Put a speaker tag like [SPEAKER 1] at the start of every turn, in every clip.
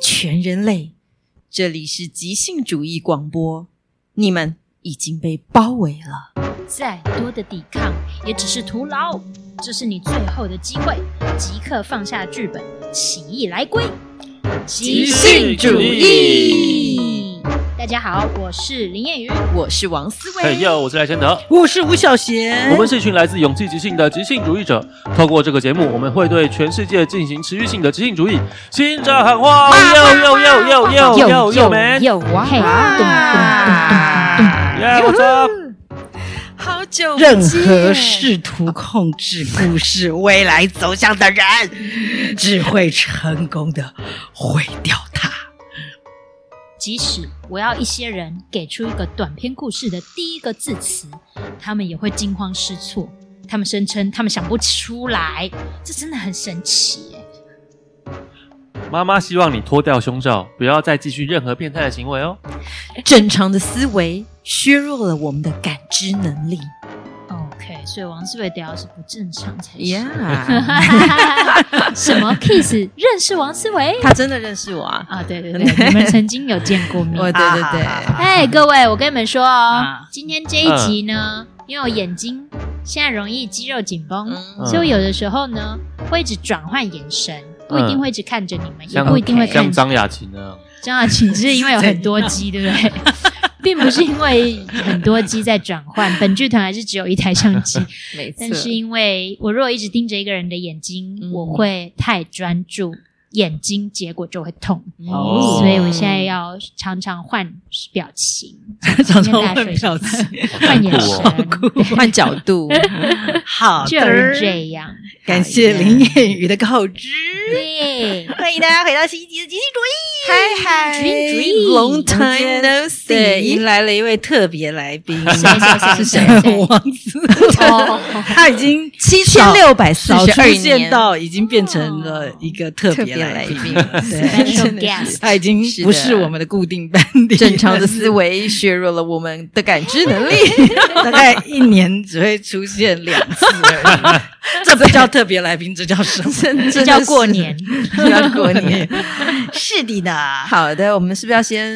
[SPEAKER 1] 全人类。这里是即兴主义广播，你们已经被包围了。
[SPEAKER 2] 再多的抵抗也只是徒劳。这是你最后的机会，即刻放下剧本，起义来归。
[SPEAKER 1] 即兴主义。
[SPEAKER 2] 大家好，我是林燕瑜。
[SPEAKER 1] 我是王思
[SPEAKER 3] 嘿
[SPEAKER 1] 维，
[SPEAKER 3] 哟，我是赖千德。
[SPEAKER 1] 我是吴小贤，
[SPEAKER 3] 我们是一群来自勇气即兴的即兴主义者。透过这个节目，我们会对全世界进行持续性的即兴主义。新者喊话！哟哟哟哟
[SPEAKER 1] Oh,
[SPEAKER 3] 哟哟哟们！耶！
[SPEAKER 2] 又哇！嘿，
[SPEAKER 1] Ah. 啊
[SPEAKER 3] 我说，
[SPEAKER 1] 好久不见
[SPEAKER 4] 任何试图控制故事未来走向的人，只会成功的毁掉它。
[SPEAKER 2] 即使我要一些人给出一个短篇故事的第一个字词，他们也会惊慌失措。他们声称他们想不出来，这真的很神奇耶。
[SPEAKER 3] 妈妈希望你脱掉胸罩，不要再继续任何变态的行为哦。
[SPEAKER 1] 正常的思维削弱了我们的感知能力。
[SPEAKER 2] OK，所以王思维屌是不正常才是。
[SPEAKER 1] Yeah，
[SPEAKER 2] 什么 Kiss 认识王思维
[SPEAKER 1] 他真的认识我 啊！
[SPEAKER 2] 啊？对对对，你们曾经有见过面
[SPEAKER 1] 我。对对对，
[SPEAKER 2] 哎，各位，我跟你们说哦
[SPEAKER 4] 啊，
[SPEAKER 2] 今天这一集呢，因为我眼睛现在容易肌肉紧绷，
[SPEAKER 1] 嗯
[SPEAKER 2] 所以我有的时候呢会一直转换眼神，不一定会一直看着你们，也
[SPEAKER 3] 像
[SPEAKER 2] 不一定会看着
[SPEAKER 3] 嗯像张雅琴那样，
[SPEAKER 2] 张亚勤，只是因为有很多机，对不对？并不是因为很多机在转换，本剧团还是只有一台相机，
[SPEAKER 1] 没错
[SPEAKER 2] 但。是因为我如果一直盯着一个人的眼睛，
[SPEAKER 1] 嗯
[SPEAKER 2] 我会太专注，眼睛结果就会痛。
[SPEAKER 3] 哦
[SPEAKER 2] 所以我现在要常常换表情，
[SPEAKER 4] 常常换 表情，
[SPEAKER 2] 换眼
[SPEAKER 3] 好
[SPEAKER 2] 神，
[SPEAKER 1] 换角 度，
[SPEAKER 4] 好
[SPEAKER 2] 就有人
[SPEAKER 4] 的，
[SPEAKER 2] 这样。
[SPEAKER 4] 感谢林燕宇的告知。
[SPEAKER 2] 对，
[SPEAKER 4] 欢迎大家回到新一集的即兴主义，嗨嗨
[SPEAKER 1] Long time no see，
[SPEAKER 4] 对，迎来了一位特别来宾，
[SPEAKER 2] 谁谁
[SPEAKER 4] 是
[SPEAKER 2] 谁谁谁
[SPEAKER 4] 王
[SPEAKER 2] 哦
[SPEAKER 4] 子，他已经
[SPEAKER 1] 七千六百四
[SPEAKER 4] 少
[SPEAKER 1] 十
[SPEAKER 4] 出
[SPEAKER 1] 二
[SPEAKER 4] 现
[SPEAKER 1] 年，
[SPEAKER 4] 到已经变成了一个特
[SPEAKER 1] 特
[SPEAKER 4] 别
[SPEAKER 1] 别
[SPEAKER 4] 来
[SPEAKER 1] 来
[SPEAKER 4] 宾，
[SPEAKER 1] 宾
[SPEAKER 4] 对
[SPEAKER 2] Special
[SPEAKER 1] 真的是
[SPEAKER 2] guest
[SPEAKER 4] 他已经
[SPEAKER 1] 是的
[SPEAKER 4] 不是我们的固定班底，
[SPEAKER 1] 正常的思维削弱了我们的感知能力。
[SPEAKER 4] 大概一年只会出现两次而已，这不叫特别来宾，这叫什么？
[SPEAKER 1] 真
[SPEAKER 2] 这
[SPEAKER 1] 真的
[SPEAKER 2] 叫
[SPEAKER 1] 是
[SPEAKER 2] 过 年，
[SPEAKER 1] 这叫过年。
[SPEAKER 4] 是的呢，
[SPEAKER 1] 好的，我们是不是要先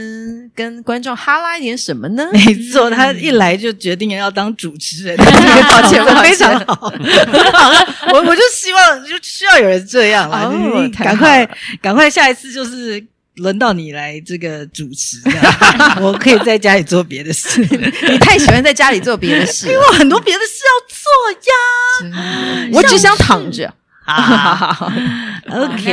[SPEAKER 1] 跟观众哈拉一点什 么呢？
[SPEAKER 4] 没错，他一来就决定要当主持人，
[SPEAKER 1] 抱 歉抱歉
[SPEAKER 4] 非常好，好了，我我就希望就需要有人这样了，
[SPEAKER 1] 哦
[SPEAKER 4] 你你
[SPEAKER 1] 太好
[SPEAKER 4] 赶快赶快，下一次就是。轮到你来这个主持，这样我可以在家里做别的事，
[SPEAKER 1] 你太喜欢在家里做别的事
[SPEAKER 4] 因为
[SPEAKER 1] 了，
[SPEAKER 4] 我很多别的事要做呀。
[SPEAKER 1] 真的我只想躺着。
[SPEAKER 4] OK，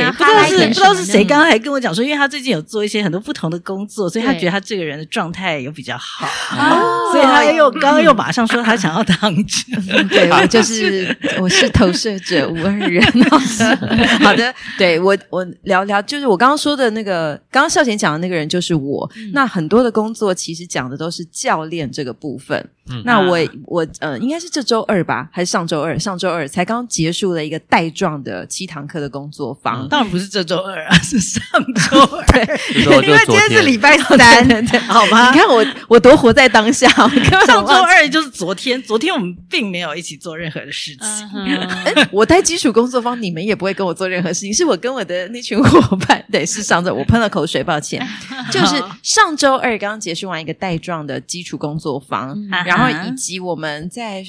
[SPEAKER 2] 那
[SPEAKER 4] 不知
[SPEAKER 2] 哈
[SPEAKER 4] 道
[SPEAKER 2] 拉一
[SPEAKER 4] 是
[SPEAKER 2] 点
[SPEAKER 4] 不知道
[SPEAKER 2] 什
[SPEAKER 4] 是
[SPEAKER 2] 么
[SPEAKER 4] 谁
[SPEAKER 2] 呢
[SPEAKER 4] 刚刚还跟我讲说，因为他最近有做一些很多不同的工作，所以他
[SPEAKER 2] 对
[SPEAKER 4] 觉得他这个人的状态有比较好，
[SPEAKER 2] 哦
[SPEAKER 4] 所以他又刚刚又马上说他想要当 职。
[SPEAKER 1] 嗯对我就是我是投射者，无二人。 好的，对我我聊聊，就是我刚刚说的那个，刚刚孝贤讲的那个人就是我。
[SPEAKER 4] 嗯
[SPEAKER 1] 那很多的工作其实讲的都是教练这个部分。
[SPEAKER 3] 嗯
[SPEAKER 1] 那我
[SPEAKER 4] 啊
[SPEAKER 1] 我呃，应该是这周二吧，还是上周二？上周二才刚结束了一个带状的七堂课的工作坊。
[SPEAKER 4] 当然不是这周二啊，是上周二，
[SPEAKER 3] 这
[SPEAKER 4] 因
[SPEAKER 3] 周
[SPEAKER 4] 为
[SPEAKER 3] 二哦就是
[SPEAKER 4] 今
[SPEAKER 3] 昨
[SPEAKER 4] 天是礼
[SPEAKER 3] 天。
[SPEAKER 4] 拜三，好吗
[SPEAKER 1] 你？看我我多活在当下，我根本
[SPEAKER 4] 上周
[SPEAKER 1] 忘记
[SPEAKER 4] 二就是昨天，昨天我们并没有一起做任何的事情
[SPEAKER 2] 嗯。哼
[SPEAKER 1] 哎，我带基础工作坊，你们也不会跟我做任何事情，是我跟我的那群伙伴，对，是上周我喷了口水，抱歉， 就是上周二刚结束完一个带状的基础工作坊，
[SPEAKER 2] 嗯
[SPEAKER 1] 然后以及我们在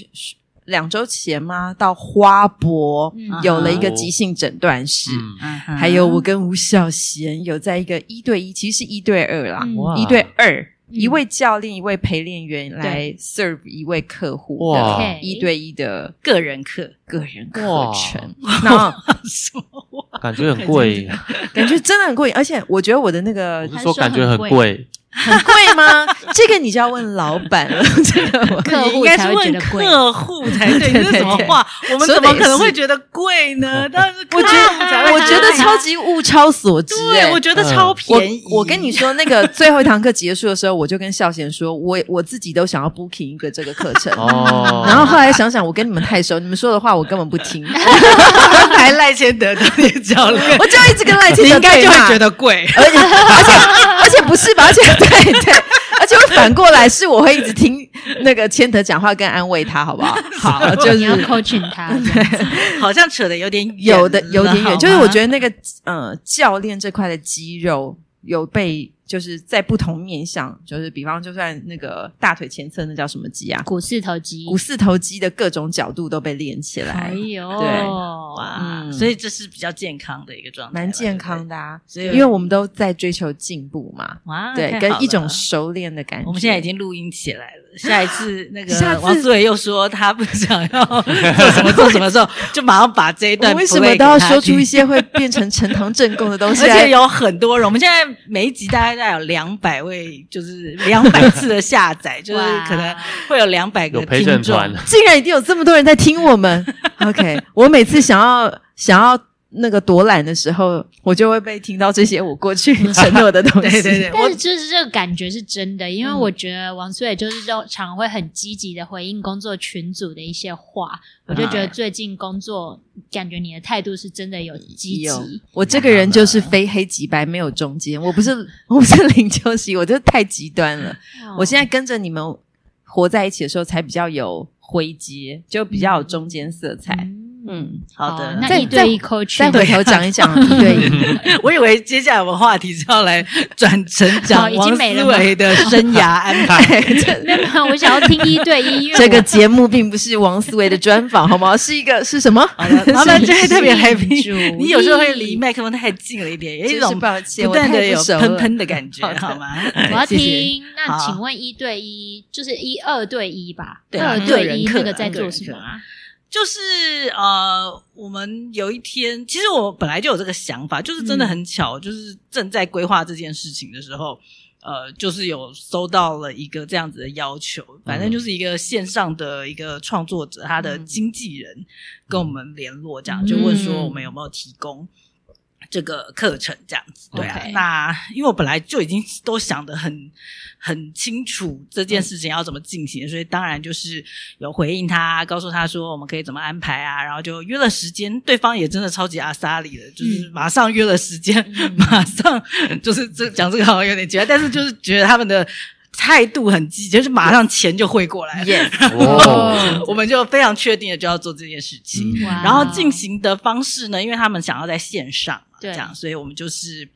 [SPEAKER 1] 两周前嘛到花博、
[SPEAKER 2] 嗯
[SPEAKER 1] 有了一个急性诊断室。
[SPEAKER 3] 嗯，
[SPEAKER 1] 还有我跟吴孝贤有在一个一对一，其实是一对二啦，
[SPEAKER 2] 嗯
[SPEAKER 3] 哇
[SPEAKER 1] 一对二，
[SPEAKER 2] 嗯
[SPEAKER 1] 一位教练，一位陪练员来 serve 一位客户
[SPEAKER 3] 哇
[SPEAKER 1] 的
[SPEAKER 2] OK
[SPEAKER 1] 一对一的
[SPEAKER 4] 个人课，
[SPEAKER 1] 个人课
[SPEAKER 3] 哇
[SPEAKER 1] 程，那
[SPEAKER 4] 什么
[SPEAKER 3] 感觉很贵，
[SPEAKER 1] 感觉真的很过瘾。而且我觉得我的那
[SPEAKER 3] 我
[SPEAKER 1] 个
[SPEAKER 3] 是说感觉很贵，
[SPEAKER 1] 很 贵吗？这个你就要问老板 了，这个我
[SPEAKER 2] 客户
[SPEAKER 4] 应该是
[SPEAKER 2] 才会觉
[SPEAKER 4] 问
[SPEAKER 2] 得贵。
[SPEAKER 4] 客 户才对，
[SPEAKER 1] 对
[SPEAKER 4] 这是什么
[SPEAKER 1] 对对
[SPEAKER 4] 话？我们
[SPEAKER 1] 说
[SPEAKER 4] 怎
[SPEAKER 1] 得
[SPEAKER 4] 么
[SPEAKER 1] 也
[SPEAKER 4] 可能会
[SPEAKER 1] 是
[SPEAKER 4] 觉得贵 呢？但是客
[SPEAKER 1] 我
[SPEAKER 4] 户
[SPEAKER 1] 觉
[SPEAKER 4] 才
[SPEAKER 1] 得
[SPEAKER 4] 会
[SPEAKER 1] 我觉得
[SPEAKER 4] 贵
[SPEAKER 1] 超级物超所值、
[SPEAKER 4] 对，
[SPEAKER 1] 哎
[SPEAKER 4] 我觉得
[SPEAKER 3] 嗯
[SPEAKER 4] 超便宜。
[SPEAKER 1] 我我跟你 说，那个最后一堂课结束的时候，我就跟孝贤说，我我自己都想要 booking 一个这个课 程。
[SPEAKER 3] 哦
[SPEAKER 1] 然后后来想想，我跟你们太熟，你们说的话我根本不 听，
[SPEAKER 4] 安排赖千德当那个 教练，
[SPEAKER 1] 我就一直跟赖清
[SPEAKER 4] 你
[SPEAKER 1] 德
[SPEAKER 4] 应该
[SPEAKER 1] 对
[SPEAKER 4] 就
[SPEAKER 1] 骂
[SPEAKER 4] 会觉得贵。
[SPEAKER 1] 而且而且而且不是吧？而且对对，而且会反过来是我会一直听那个千德讲话跟安慰他，好不好？好，就
[SPEAKER 2] 你要
[SPEAKER 1] 是
[SPEAKER 2] coaching 他，这样子
[SPEAKER 4] 好像扯得有点远了
[SPEAKER 1] 有的有点远，就是我觉
[SPEAKER 4] 好吗
[SPEAKER 1] 得那个呃教练这块的肌肉。有被就是在不同面向，就是比方就算那个大腿前侧那叫什么肌啊，
[SPEAKER 2] 股四头肌，
[SPEAKER 1] 股四头肌的各种角度都被练起来
[SPEAKER 2] 哎，呦，
[SPEAKER 1] 对
[SPEAKER 4] 哇、
[SPEAKER 1] 嗯
[SPEAKER 4] 所以这是比较健康的一个状态吧，
[SPEAKER 1] 蛮健康的啊。
[SPEAKER 4] 对不对，所以
[SPEAKER 1] 因为我们都在追求进步嘛，
[SPEAKER 4] 哇，
[SPEAKER 1] 对，
[SPEAKER 4] 太
[SPEAKER 1] 跟
[SPEAKER 4] 好
[SPEAKER 1] 一种
[SPEAKER 4] 了
[SPEAKER 1] 熟练的感觉。
[SPEAKER 4] 我们现在已经录音起来了，下 一次那
[SPEAKER 1] 下
[SPEAKER 4] 个
[SPEAKER 1] 次
[SPEAKER 4] 王思伟又说他不想要做什么做什么 的时候，就马上把这一
[SPEAKER 1] 我
[SPEAKER 4] 段
[SPEAKER 1] 为什
[SPEAKER 4] play
[SPEAKER 1] 么
[SPEAKER 4] 给
[SPEAKER 1] 都要
[SPEAKER 4] 他
[SPEAKER 1] 说出
[SPEAKER 4] 听
[SPEAKER 1] 一？些会变成呈堂证供的东
[SPEAKER 4] 而
[SPEAKER 1] 西来？
[SPEAKER 4] 且有很多人，我们现在每一集大概大概有两百位，就是两百次的下 载，就是可能会有两百个
[SPEAKER 3] 有陪
[SPEAKER 4] 听
[SPEAKER 3] 审
[SPEAKER 4] 众。
[SPEAKER 3] 团，
[SPEAKER 1] 竟然已经有这么多人在听我们。OK，我每次想要想要那个躲懒的时候，我就会被听到这些我过 去承诺的东西。
[SPEAKER 4] 对 对对，
[SPEAKER 2] 但
[SPEAKER 4] 我
[SPEAKER 2] 是就是这个感觉是真的，因为
[SPEAKER 1] 嗯
[SPEAKER 2] 我觉得王思伟就是这种常会很积极的回应工作群组的一些话，我就觉
[SPEAKER 4] 嗯
[SPEAKER 2] 得最近工作感觉你的态度是真的有积
[SPEAKER 1] 有
[SPEAKER 2] 极，
[SPEAKER 1] 我这个人就是非黑即白，没有中间。我不 是我不是 林秋喜，我就太极端了。
[SPEAKER 4] 嗯
[SPEAKER 1] 我现在跟着你们活在一起的时候，才比较有灰阶，就比较有中间色彩。
[SPEAKER 2] 嗯，
[SPEAKER 1] 嗯，
[SPEAKER 4] 好的，
[SPEAKER 2] 那
[SPEAKER 1] 再
[SPEAKER 2] 一对一 coach
[SPEAKER 1] 再回头讲一讲一对 一。
[SPEAKER 4] 我以为接下来我们话题是要来转成
[SPEAKER 2] 哦
[SPEAKER 4] 讲
[SPEAKER 2] 已
[SPEAKER 4] 王
[SPEAKER 2] 经没
[SPEAKER 4] 思
[SPEAKER 2] 了吗
[SPEAKER 4] 伟的生涯安排。
[SPEAKER 1] 哎这
[SPEAKER 2] 没有没有，我想要听一对一，因 为
[SPEAKER 1] 这个
[SPEAKER 2] 我
[SPEAKER 1] 节目并不是王思维的专访，好吗？是一个是什么？
[SPEAKER 4] 好了，然后呢，就会特别
[SPEAKER 2] 是
[SPEAKER 4] happy。
[SPEAKER 2] 主
[SPEAKER 4] 你有时候会
[SPEAKER 2] 力
[SPEAKER 4] 离麦克风太近了一点，有一
[SPEAKER 1] 真
[SPEAKER 4] 种
[SPEAKER 1] 是抱歉，
[SPEAKER 4] 不断
[SPEAKER 1] 我
[SPEAKER 4] 的
[SPEAKER 1] 太不
[SPEAKER 4] 有
[SPEAKER 1] 熟
[SPEAKER 4] 喷
[SPEAKER 1] 了
[SPEAKER 4] 喷的感觉
[SPEAKER 1] 好，的
[SPEAKER 4] 好吗？
[SPEAKER 2] 我要
[SPEAKER 4] 谢谢
[SPEAKER 2] 听。那
[SPEAKER 4] 好
[SPEAKER 2] 请问一对一就是一二对一吧？
[SPEAKER 4] 对啊
[SPEAKER 2] 二
[SPEAKER 4] 个
[SPEAKER 2] 对
[SPEAKER 4] 人
[SPEAKER 2] 一
[SPEAKER 4] 课
[SPEAKER 2] 那
[SPEAKER 4] 啊
[SPEAKER 2] 个在
[SPEAKER 4] 个
[SPEAKER 2] 做
[SPEAKER 4] 人
[SPEAKER 2] 什么啊？
[SPEAKER 4] 就是呃，我们有一天，其实我本来就有这个想法，就是
[SPEAKER 2] 嗯
[SPEAKER 4] 真的很巧，就是正在规划这件事情的时候，呃，就是有收到了一个这样子的要求，反正就是一个线上的一个创作者，他的
[SPEAKER 1] 嗯
[SPEAKER 4] 经纪人跟我们联络，这样、
[SPEAKER 2] 嗯
[SPEAKER 4] 就问说我们有没有提供。这个课程这样子，对啊
[SPEAKER 2] OK
[SPEAKER 4] 那因为我本来就已经都想得很很清楚这件事情要怎么进行，所以当然就是有回应他，告诉他说我们可以怎么安排啊，然后就约了时间，对方也真的超级阿萨里的，就是马上约了时间，
[SPEAKER 2] 嗯
[SPEAKER 4] 马上就是 这讲这个好像有点奇怪，但是就是觉得他们的态度很积极，就是马上钱就汇过来了
[SPEAKER 1] Yes，
[SPEAKER 3] 哦，
[SPEAKER 4] 我们就非常确定的就要做这件事情。
[SPEAKER 3] 嗯
[SPEAKER 2] 啊哇
[SPEAKER 4] 然后进行的方式呢，因为他们想要在线上嘛，
[SPEAKER 2] 对
[SPEAKER 4] 这样，所以我们就是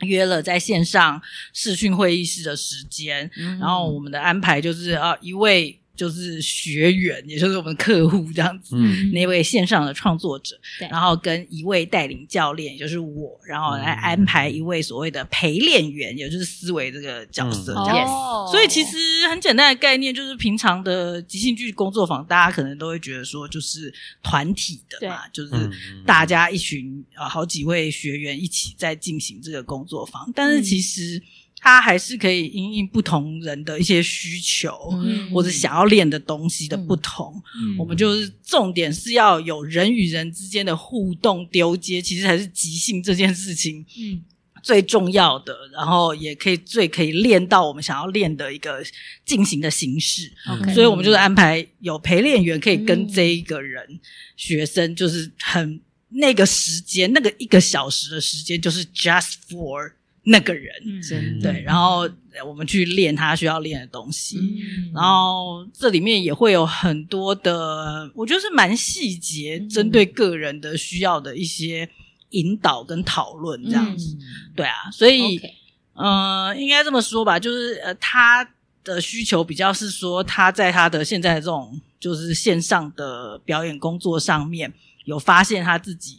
[SPEAKER 4] 约了在线上视讯会议室的时间，
[SPEAKER 1] 嗯
[SPEAKER 4] 然后我们的安排就是啊，一位就是学员，也就是我们客户这样子。
[SPEAKER 3] 嗯，
[SPEAKER 4] 那位线上的创作者
[SPEAKER 2] 对，
[SPEAKER 4] 然后跟一位带领教练，也就是我，然后来安排一位所谓的陪练员，也就是思维这个角色，
[SPEAKER 3] 嗯
[SPEAKER 4] 这样子。
[SPEAKER 2] 哦
[SPEAKER 4] 所以其实很简单的概念就是，平常的即兴剧工作坊，大家可能都会觉得说，就是团体的嘛，就是
[SPEAKER 3] 嗯
[SPEAKER 4] 大家一群呃好几位学员一起在进行这个工作坊，但
[SPEAKER 2] 嗯
[SPEAKER 4] 是其实它还是可以因应不同人的一些需求。
[SPEAKER 2] 嗯
[SPEAKER 4] 或者想要练的东西的不同，
[SPEAKER 2] 嗯
[SPEAKER 4] 我们就是重点是要有人与人之间的互动丢接，其实还是即兴这件事情
[SPEAKER 2] 嗯
[SPEAKER 4] 最重要的，然后也可以最可以练到我们想要练的一个进行的形式。
[SPEAKER 2] ，OK，
[SPEAKER 4] 所以我们就是安排有陪练员可以跟
[SPEAKER 2] 嗯
[SPEAKER 4] 这一个人、学生，就是很那个时间，那个一个小时的时间，就是 just for 那个人。
[SPEAKER 2] 嗯
[SPEAKER 1] 真的
[SPEAKER 4] 对，然后呃我们去练他需要练的东西。
[SPEAKER 2] 嗯
[SPEAKER 4] 然后这里面也会有很多的，我觉得是蛮细节，
[SPEAKER 1] 嗯
[SPEAKER 4] 针对个人的需要的一些引导跟讨论这样
[SPEAKER 2] 嗯
[SPEAKER 4] 子。对啊，所以
[SPEAKER 2] OK
[SPEAKER 4] 呃，应该这么说吧，就是呃，他的需求比较是说他在他的现在这种就是线上的表演工作上面，有发现他自己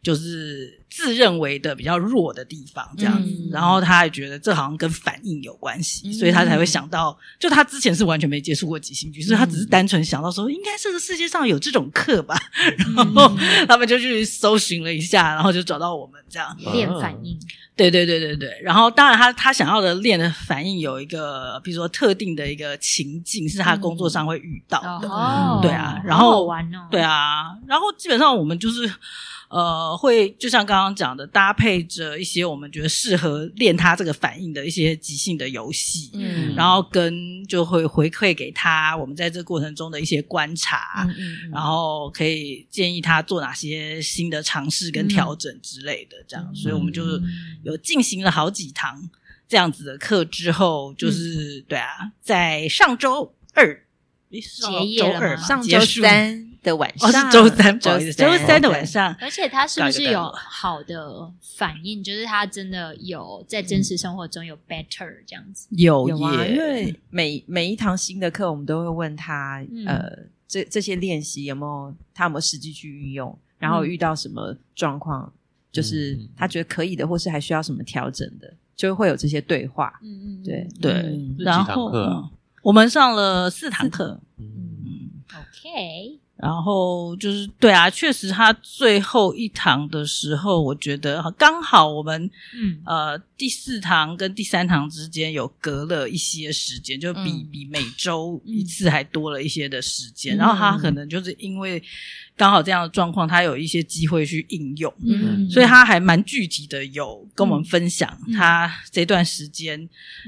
[SPEAKER 4] 就是自认为的比较弱的地方，这样子。
[SPEAKER 2] 嗯
[SPEAKER 4] 然后他也觉得这好像跟反应有关系，所以他
[SPEAKER 2] 嗯
[SPEAKER 4] 才会想到，就他之前是完全没接触过即兴剧，所以他
[SPEAKER 2] 嗯
[SPEAKER 4] 只是单纯想到说，应该这个世界上有这种课吧。 然后他们就去搜寻了一下，然后就找到我们这样。
[SPEAKER 2] 练反应，
[SPEAKER 4] 对对对对对，然后当然他他想要的练的反应有一个，比如说特定的一个情境是他工作上会遇到的，
[SPEAKER 2] 哦，
[SPEAKER 4] 对啊然
[SPEAKER 2] 好好
[SPEAKER 4] 后
[SPEAKER 2] 玩哦，
[SPEAKER 4] 对啊，然后基本上我们就是呃会就像刚刚讲的，搭配着一些我们觉得适合练他这个反应的一些即兴的游戏，
[SPEAKER 1] 嗯
[SPEAKER 4] 然后跟就会回馈给他我们在这过程中的一些观察，
[SPEAKER 1] 嗯嗯
[SPEAKER 4] 然后可以建议他做哪些新的尝试跟调整之类的，这样，
[SPEAKER 2] 嗯
[SPEAKER 4] 所以我们就
[SPEAKER 2] 嗯
[SPEAKER 4] 有进行了好几堂这样子的课之后，就是、对啊，在上周二，诶是上
[SPEAKER 2] 结业
[SPEAKER 4] 周
[SPEAKER 2] 了
[SPEAKER 4] 二
[SPEAKER 2] 吗
[SPEAKER 4] 嘛
[SPEAKER 1] 上
[SPEAKER 4] 结
[SPEAKER 1] 周
[SPEAKER 4] 束
[SPEAKER 1] 三的晚
[SPEAKER 4] 哦，
[SPEAKER 1] 上，
[SPEAKER 4] 是周三，不好意思
[SPEAKER 1] 周
[SPEAKER 4] 周
[SPEAKER 1] 三
[SPEAKER 4] 三的晚上，
[SPEAKER 2] 而且他是不是
[SPEAKER 4] 大概
[SPEAKER 2] 有
[SPEAKER 4] 大概
[SPEAKER 2] 好的反应？就是他真的有在真实生活中有 better 这样子。
[SPEAKER 4] 有
[SPEAKER 1] 有啊，因
[SPEAKER 4] 耶，
[SPEAKER 1] 为每每一堂新的课，我们都会问他，
[SPEAKER 2] 嗯
[SPEAKER 1] 呃，这这些练习有没有他有没有实际去运用，然后
[SPEAKER 2] 嗯
[SPEAKER 1] 遇到什么状况，就是
[SPEAKER 3] 嗯
[SPEAKER 1] 他觉得可以的，或是还需要什么调整的，就会有这些对话。
[SPEAKER 2] 嗯嗯，
[SPEAKER 1] 对
[SPEAKER 4] 对
[SPEAKER 1] 嗯
[SPEAKER 3] 是几
[SPEAKER 4] 然
[SPEAKER 3] 堂
[SPEAKER 4] 后
[SPEAKER 3] 课啊
[SPEAKER 4] 嗯我们上了四堂课，
[SPEAKER 3] 嗯
[SPEAKER 4] 嗯，
[SPEAKER 2] ，OK，
[SPEAKER 4] 然后就是对啊，确实他最后一堂的时候，我觉得刚好我们
[SPEAKER 2] 嗯，
[SPEAKER 4] 呃第四堂跟第三堂之间有隔了一些时间，就比、
[SPEAKER 1] 嗯
[SPEAKER 4] 比每周一次还多了一些的时间。
[SPEAKER 1] 嗯
[SPEAKER 4] 然后他可能就是因为刚好这样的状况，他有一些机会去应用，
[SPEAKER 1] 嗯
[SPEAKER 4] 所以他还蛮具体的有跟我们分享
[SPEAKER 2] 嗯
[SPEAKER 4] 他这段时间、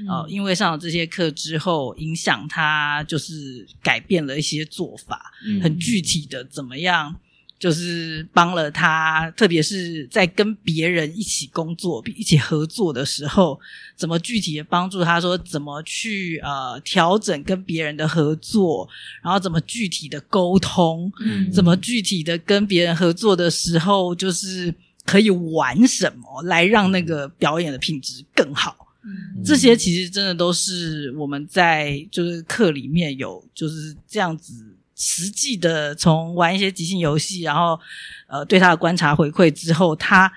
[SPEAKER 4] 哦，
[SPEAKER 2] 嗯
[SPEAKER 4] 因为上了这些课之后，影响他就是改变了一些做法，
[SPEAKER 2] 嗯
[SPEAKER 4] 很具体的怎么样，就是帮了他，特别是在跟别人一起工作、一起合作的时候，怎么具体的帮助他说怎么去呃调整跟别人的合作，然后怎么具体的沟通，
[SPEAKER 2] 嗯
[SPEAKER 4] 怎么具体的跟别人合作的时候，就是可以玩什么来让那个表演的品质更好。
[SPEAKER 2] 嗯
[SPEAKER 4] 这些其实真的都是我们在就是课里面有就是这样子实际的从玩一些即兴游戏，然后呃对他的观察回馈之后，他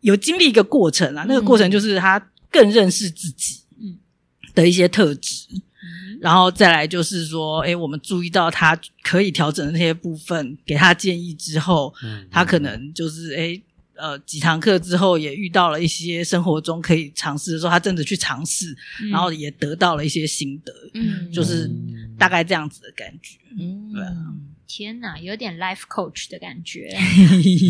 [SPEAKER 4] 有经历一个过程啊，那个过程就是他更认识自己
[SPEAKER 2] 嗯
[SPEAKER 4] 的一些特质，
[SPEAKER 2] 嗯
[SPEAKER 4] 然后再来就是说，诶，我们注意到他可以调整的那些部分，给他建议之后，
[SPEAKER 3] 嗯
[SPEAKER 4] 他可能就是诶呃，几堂课之后也遇到了一些生活中可以尝试的时候，他真的去尝试，
[SPEAKER 2] 嗯
[SPEAKER 4] 然后也得到了一些心得，
[SPEAKER 1] 嗯
[SPEAKER 4] 就是
[SPEAKER 3] 嗯
[SPEAKER 4] 大概这样子的感 觉。
[SPEAKER 1] 嗯
[SPEAKER 4] 对啊
[SPEAKER 2] 天哪，有点 life coach 的感觉。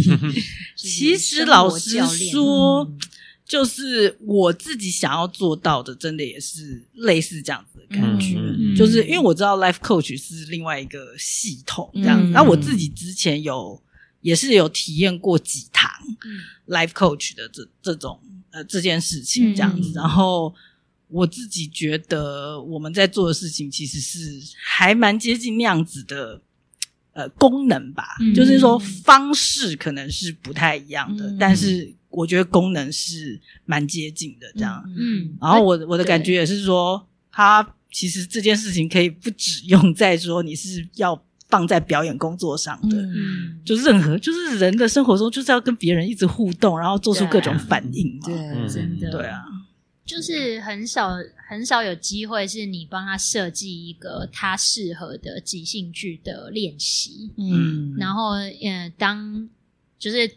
[SPEAKER 2] 就是
[SPEAKER 4] 其实
[SPEAKER 2] 生活
[SPEAKER 4] 老实
[SPEAKER 2] 教练
[SPEAKER 4] 说
[SPEAKER 1] 嗯，
[SPEAKER 4] 就是我自己想要做到的，真的也是类似这样子的感觉。
[SPEAKER 3] 嗯
[SPEAKER 2] 嗯
[SPEAKER 4] 就是因为我知道 life coach 是另外一个系统这样
[SPEAKER 1] 嗯
[SPEAKER 4] 子，那我自己之前有也是有体验过几堂
[SPEAKER 2] 嗯
[SPEAKER 4] life coach 的这这种呃这件事情这样子，
[SPEAKER 2] 嗯
[SPEAKER 4] 然后我自己觉得我们在做的事情其实是还蛮接近那样子的。呃，功能吧，
[SPEAKER 2] 嗯
[SPEAKER 4] 就是说方式可能是不太一样的，
[SPEAKER 1] 嗯
[SPEAKER 4] 但是我觉得功能是蛮接近的。这样，
[SPEAKER 2] 嗯，
[SPEAKER 4] 然后我
[SPEAKER 1] 哎
[SPEAKER 4] 我的感
[SPEAKER 2] 对
[SPEAKER 4] 觉也是说，他其实这件事情可以不只用在说你是要放在表演工作上的，
[SPEAKER 1] 嗯，
[SPEAKER 2] 嗯，
[SPEAKER 4] 就任何就是人的生活中就是要跟别人一直互动，然后做出
[SPEAKER 2] 对啊嗯
[SPEAKER 4] 各种反应嘛。
[SPEAKER 1] 对，
[SPEAKER 2] 真的
[SPEAKER 4] 对啊，
[SPEAKER 2] 就是很少很少有机会是你帮他设计一个他适合的即兴剧的练习，
[SPEAKER 1] 嗯，
[SPEAKER 2] 然后呃，当就是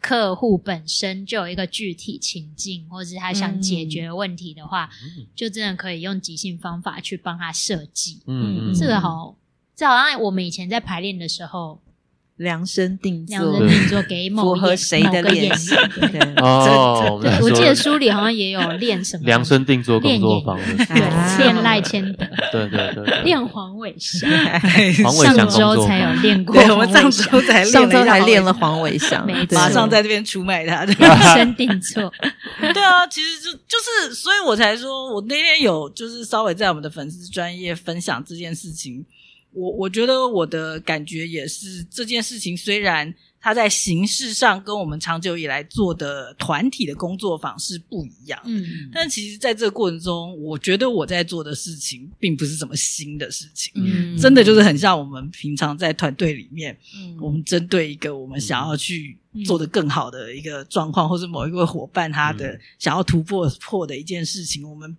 [SPEAKER 2] 客户本身就有一个具体情境，或是他
[SPEAKER 1] 嗯
[SPEAKER 2] 想解决问题的话，
[SPEAKER 3] 嗯
[SPEAKER 2] 就真的可以用即兴方法去帮他设计。
[SPEAKER 3] 嗯嗯
[SPEAKER 2] 这个好，这好像我们以前在排练的时候，
[SPEAKER 1] 量身定
[SPEAKER 2] 两
[SPEAKER 1] 做
[SPEAKER 2] 人，定做给某
[SPEAKER 1] 符合
[SPEAKER 2] 演
[SPEAKER 1] 谁的
[SPEAKER 2] 某个演
[SPEAKER 1] 练习？
[SPEAKER 2] 员。
[SPEAKER 1] 对，
[SPEAKER 3] 哦，我们
[SPEAKER 2] 对，
[SPEAKER 3] 来
[SPEAKER 2] 我记
[SPEAKER 3] 说
[SPEAKER 2] 得书里好像也有练什么
[SPEAKER 3] 量身定做工作坊
[SPEAKER 2] 练
[SPEAKER 3] 的
[SPEAKER 2] 对
[SPEAKER 1] 啊，
[SPEAKER 2] 练赖千德，
[SPEAKER 3] 对对对对，
[SPEAKER 2] 练黄伟翔，
[SPEAKER 3] 黄伟翔
[SPEAKER 2] 上
[SPEAKER 3] 工
[SPEAKER 2] 周
[SPEAKER 3] 作
[SPEAKER 2] 才有
[SPEAKER 3] 坊，
[SPEAKER 2] 练过
[SPEAKER 4] 对，我
[SPEAKER 2] 黄伟
[SPEAKER 4] 们
[SPEAKER 2] 翔，
[SPEAKER 4] 上周才练
[SPEAKER 1] 上周
[SPEAKER 4] 一下
[SPEAKER 1] 还
[SPEAKER 4] 好
[SPEAKER 1] 练了黄伟翔，
[SPEAKER 2] 没
[SPEAKER 1] 对
[SPEAKER 4] 马
[SPEAKER 2] 错
[SPEAKER 4] 上在这边出卖 他。
[SPEAKER 2] 量身定做，
[SPEAKER 4] 对啊，其实就就是，所以我才说，我那天有就是稍微在我们的粉丝专业分享这件事情，我我觉得我的感觉也是，这件事情虽然它在形式上跟我们长久以来做的团体的工作坊是不一样，
[SPEAKER 2] 嗯
[SPEAKER 4] 但其实在这个过程中，我觉得我在做的事情并不是什么新的事情，
[SPEAKER 1] 嗯
[SPEAKER 4] 真的就是很像我们平常在团队里面
[SPEAKER 1] 嗯
[SPEAKER 4] 我们针对一个我们想要去做的更好的一个状况，或是某一位伙伴他的
[SPEAKER 3] 嗯
[SPEAKER 4] 想要突破破的一件事情，我们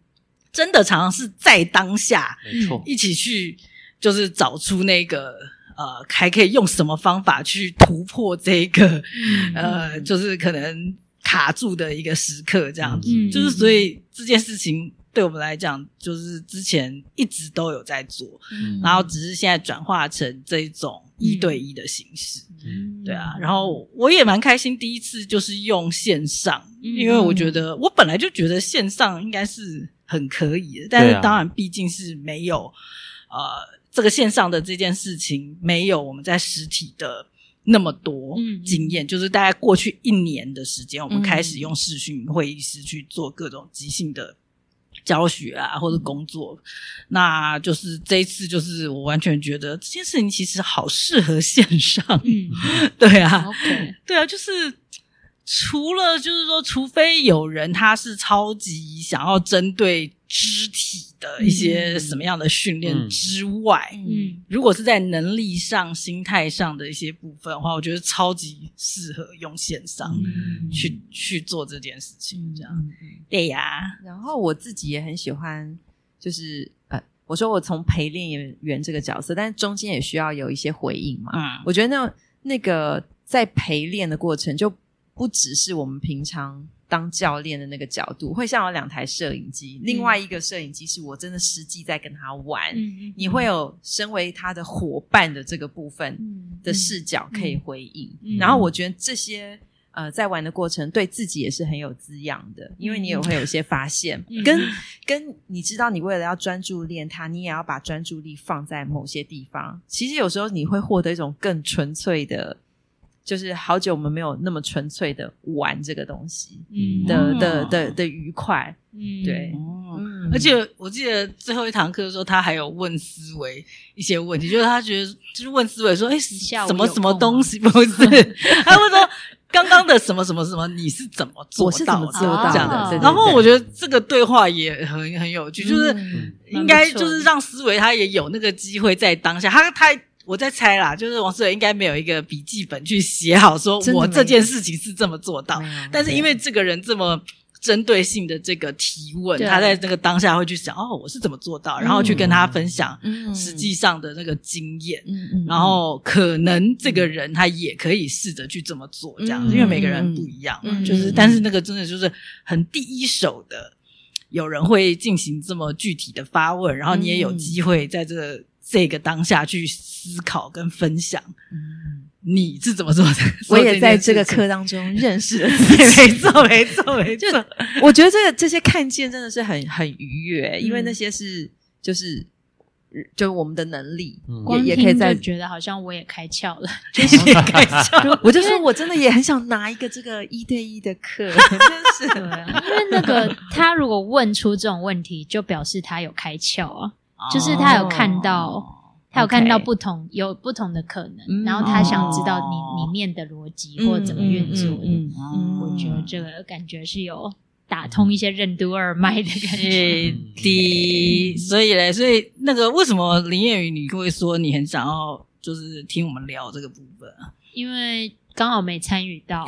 [SPEAKER 4] 真的常常是在当下
[SPEAKER 3] 没错，
[SPEAKER 4] 一起去，就是找出那个呃，还可以用什么方法去突破这个
[SPEAKER 2] 嗯
[SPEAKER 1] 嗯
[SPEAKER 4] 呃，就是可能卡住的一个时刻，这样子。
[SPEAKER 2] 嗯
[SPEAKER 4] 就是所以这件事情对我们来讲，就是之前一直都有在做，
[SPEAKER 3] 嗯
[SPEAKER 4] 然后只是现在转化成这一种一对一的形式。
[SPEAKER 3] 嗯
[SPEAKER 4] 对啊，然后我也蛮开心，第一次就是用线上，
[SPEAKER 2] 嗯
[SPEAKER 4] 因为我觉得我本来就觉得线上应该是很可以的，但
[SPEAKER 3] 对
[SPEAKER 4] 是
[SPEAKER 3] 啊
[SPEAKER 4] 当然毕竟是没有呃这个线上的这件事情没有我们在实体的。那么多
[SPEAKER 2] 嗯
[SPEAKER 4] 经验，就是大概过去一年的时间，我
[SPEAKER 1] 嗯
[SPEAKER 4] 们开始用视讯会议室去做各种即兴的教学啊
[SPEAKER 2] 嗯
[SPEAKER 4] 或者工作。那就是这一次，就是我完全觉得这件事情其实好适合线上，
[SPEAKER 2] 嗯
[SPEAKER 4] 对啊，
[SPEAKER 2] ，OK，
[SPEAKER 4] 对啊，就是除了就是说，除非有人他是超级想要针对肢体的一些
[SPEAKER 2] 嗯
[SPEAKER 4] 什么样的训
[SPEAKER 3] 嗯
[SPEAKER 4] 练之外，
[SPEAKER 2] 嗯
[SPEAKER 4] 如果是在能力上、心态上的一些部分的话，我觉得超级适合用线上
[SPEAKER 2] 嗯
[SPEAKER 4] 去、去做这件事情。这样、
[SPEAKER 1] 嗯
[SPEAKER 4] 对呀，
[SPEAKER 1] 然后我自己也很喜欢，就是呃，我说我从陪练员这个角色，但是中间也需要有一些回应嘛。
[SPEAKER 4] 嗯，
[SPEAKER 1] 我觉得那那个在陪练的过程，就不只是我们平常当教练的那个角度，会像有两台摄影机，另外一个摄影机是我真的实际在跟他玩，
[SPEAKER 2] 嗯
[SPEAKER 1] 你会有身为他的伙伴的这个部分
[SPEAKER 2] 嗯
[SPEAKER 1] 的视角可以回应。
[SPEAKER 2] 嗯
[SPEAKER 1] 然后我觉得这些。呃，在玩的过程对自己也是很有滋养的，因为你
[SPEAKER 4] 嗯
[SPEAKER 1] 也会有一些发现，
[SPEAKER 2] 嗯
[SPEAKER 1] 跟跟你知道你为了要专注练它，你也要把专注力放在某些地方。其实有时候你会获得一种更纯粹的，就是好久我们没有那么纯粹的玩这个东西
[SPEAKER 2] 嗯
[SPEAKER 1] 的、
[SPEAKER 4] 嗯
[SPEAKER 1] 的的的愉快。
[SPEAKER 2] 嗯
[SPEAKER 1] 对
[SPEAKER 4] 哦
[SPEAKER 1] 嗯
[SPEAKER 4] 而且我记得最后一堂课的时候，他还有问思维一些问题，就是他觉得就是问思维说，哎、
[SPEAKER 2] 下午
[SPEAKER 4] 什么
[SPEAKER 2] 有
[SPEAKER 4] 什么
[SPEAKER 2] 空
[SPEAKER 4] 东
[SPEAKER 2] 吗
[SPEAKER 4] 西不是？ 他会说刚刚的什么什么什么，你是怎么做
[SPEAKER 1] 我是怎
[SPEAKER 4] 到
[SPEAKER 1] 么
[SPEAKER 4] 的？
[SPEAKER 1] 做到
[SPEAKER 4] 这
[SPEAKER 1] 的？
[SPEAKER 4] 样
[SPEAKER 2] 哦
[SPEAKER 1] 对对
[SPEAKER 4] 然后
[SPEAKER 1] 对
[SPEAKER 4] 我觉得这个对话也很很有趣，就是
[SPEAKER 1] 嗯
[SPEAKER 4] 应该
[SPEAKER 2] 蛮不错
[SPEAKER 4] 就
[SPEAKER 2] 的
[SPEAKER 4] 是让思维他也有那个机会在当下，他他。我在猜啦，就是王思维应该没有一个笔记本去写好，说
[SPEAKER 1] 真的
[SPEAKER 4] 我
[SPEAKER 1] 没
[SPEAKER 4] 这
[SPEAKER 1] 有
[SPEAKER 4] 件事情是这么做到，
[SPEAKER 1] 没有
[SPEAKER 4] 但是因为这个人这么针对性的这个提问，
[SPEAKER 2] 对
[SPEAKER 4] 他在这个当下会去想，哦，我是怎么做到，然后去跟他分享
[SPEAKER 1] 嗯
[SPEAKER 4] 实际上的那个经验，
[SPEAKER 1] 嗯嗯，
[SPEAKER 4] 然后可能这个人他也可以试着去这么做，这样，
[SPEAKER 1] 嗯
[SPEAKER 4] 因为每个人不一样嘛，
[SPEAKER 1] 嗯
[SPEAKER 4] 就是，
[SPEAKER 1] 嗯
[SPEAKER 4] 但是那个真的就是很第一手的，有人会进行这么具体的发问，然后你也有
[SPEAKER 1] 嗯
[SPEAKER 4] 机会在这个这个当下去思考跟分享。
[SPEAKER 1] 嗯
[SPEAKER 4] 你是怎么做的？
[SPEAKER 1] 我也在这
[SPEAKER 4] 做
[SPEAKER 1] 个
[SPEAKER 4] 件事情
[SPEAKER 1] 课当 中认识了自己。
[SPEAKER 4] 没错，没错，没
[SPEAKER 1] 就
[SPEAKER 4] 错。
[SPEAKER 1] 我觉得这个这些看见真的是很很愉悦，因为
[SPEAKER 4] 嗯
[SPEAKER 1] 那些是就是就是我们的能力，
[SPEAKER 3] 嗯
[SPEAKER 2] 光
[SPEAKER 1] 也也
[SPEAKER 2] 听
[SPEAKER 1] 可以在
[SPEAKER 2] 就觉得好像我也开窍 了，
[SPEAKER 4] 也
[SPEAKER 3] 嗯
[SPEAKER 4] 开窍，
[SPEAKER 1] 我就说我真的也很想拿一个这个一对一的课，真
[SPEAKER 2] 对
[SPEAKER 1] 是。
[SPEAKER 2] 啊，因为那个他如果问出这种问题，就表示他有开窍啊，
[SPEAKER 4] 哦
[SPEAKER 2] 就是他有看到他有看到
[SPEAKER 1] OK
[SPEAKER 2] 不同有不同的可能，
[SPEAKER 1] 嗯
[SPEAKER 2] 然后他想知道你
[SPEAKER 4] 哦嗯
[SPEAKER 2] 里面的逻辑或怎么运作的。嗯
[SPEAKER 1] 啊
[SPEAKER 2] 我觉得这个感觉是有打通一些任督二脉
[SPEAKER 1] 嗯
[SPEAKER 2] 的感觉。
[SPEAKER 4] 是的，所以嘞，所以那个为什么林彦宇你会说你很想要就是听我们聊这个部分啊？
[SPEAKER 2] 因为刚好没参与 到，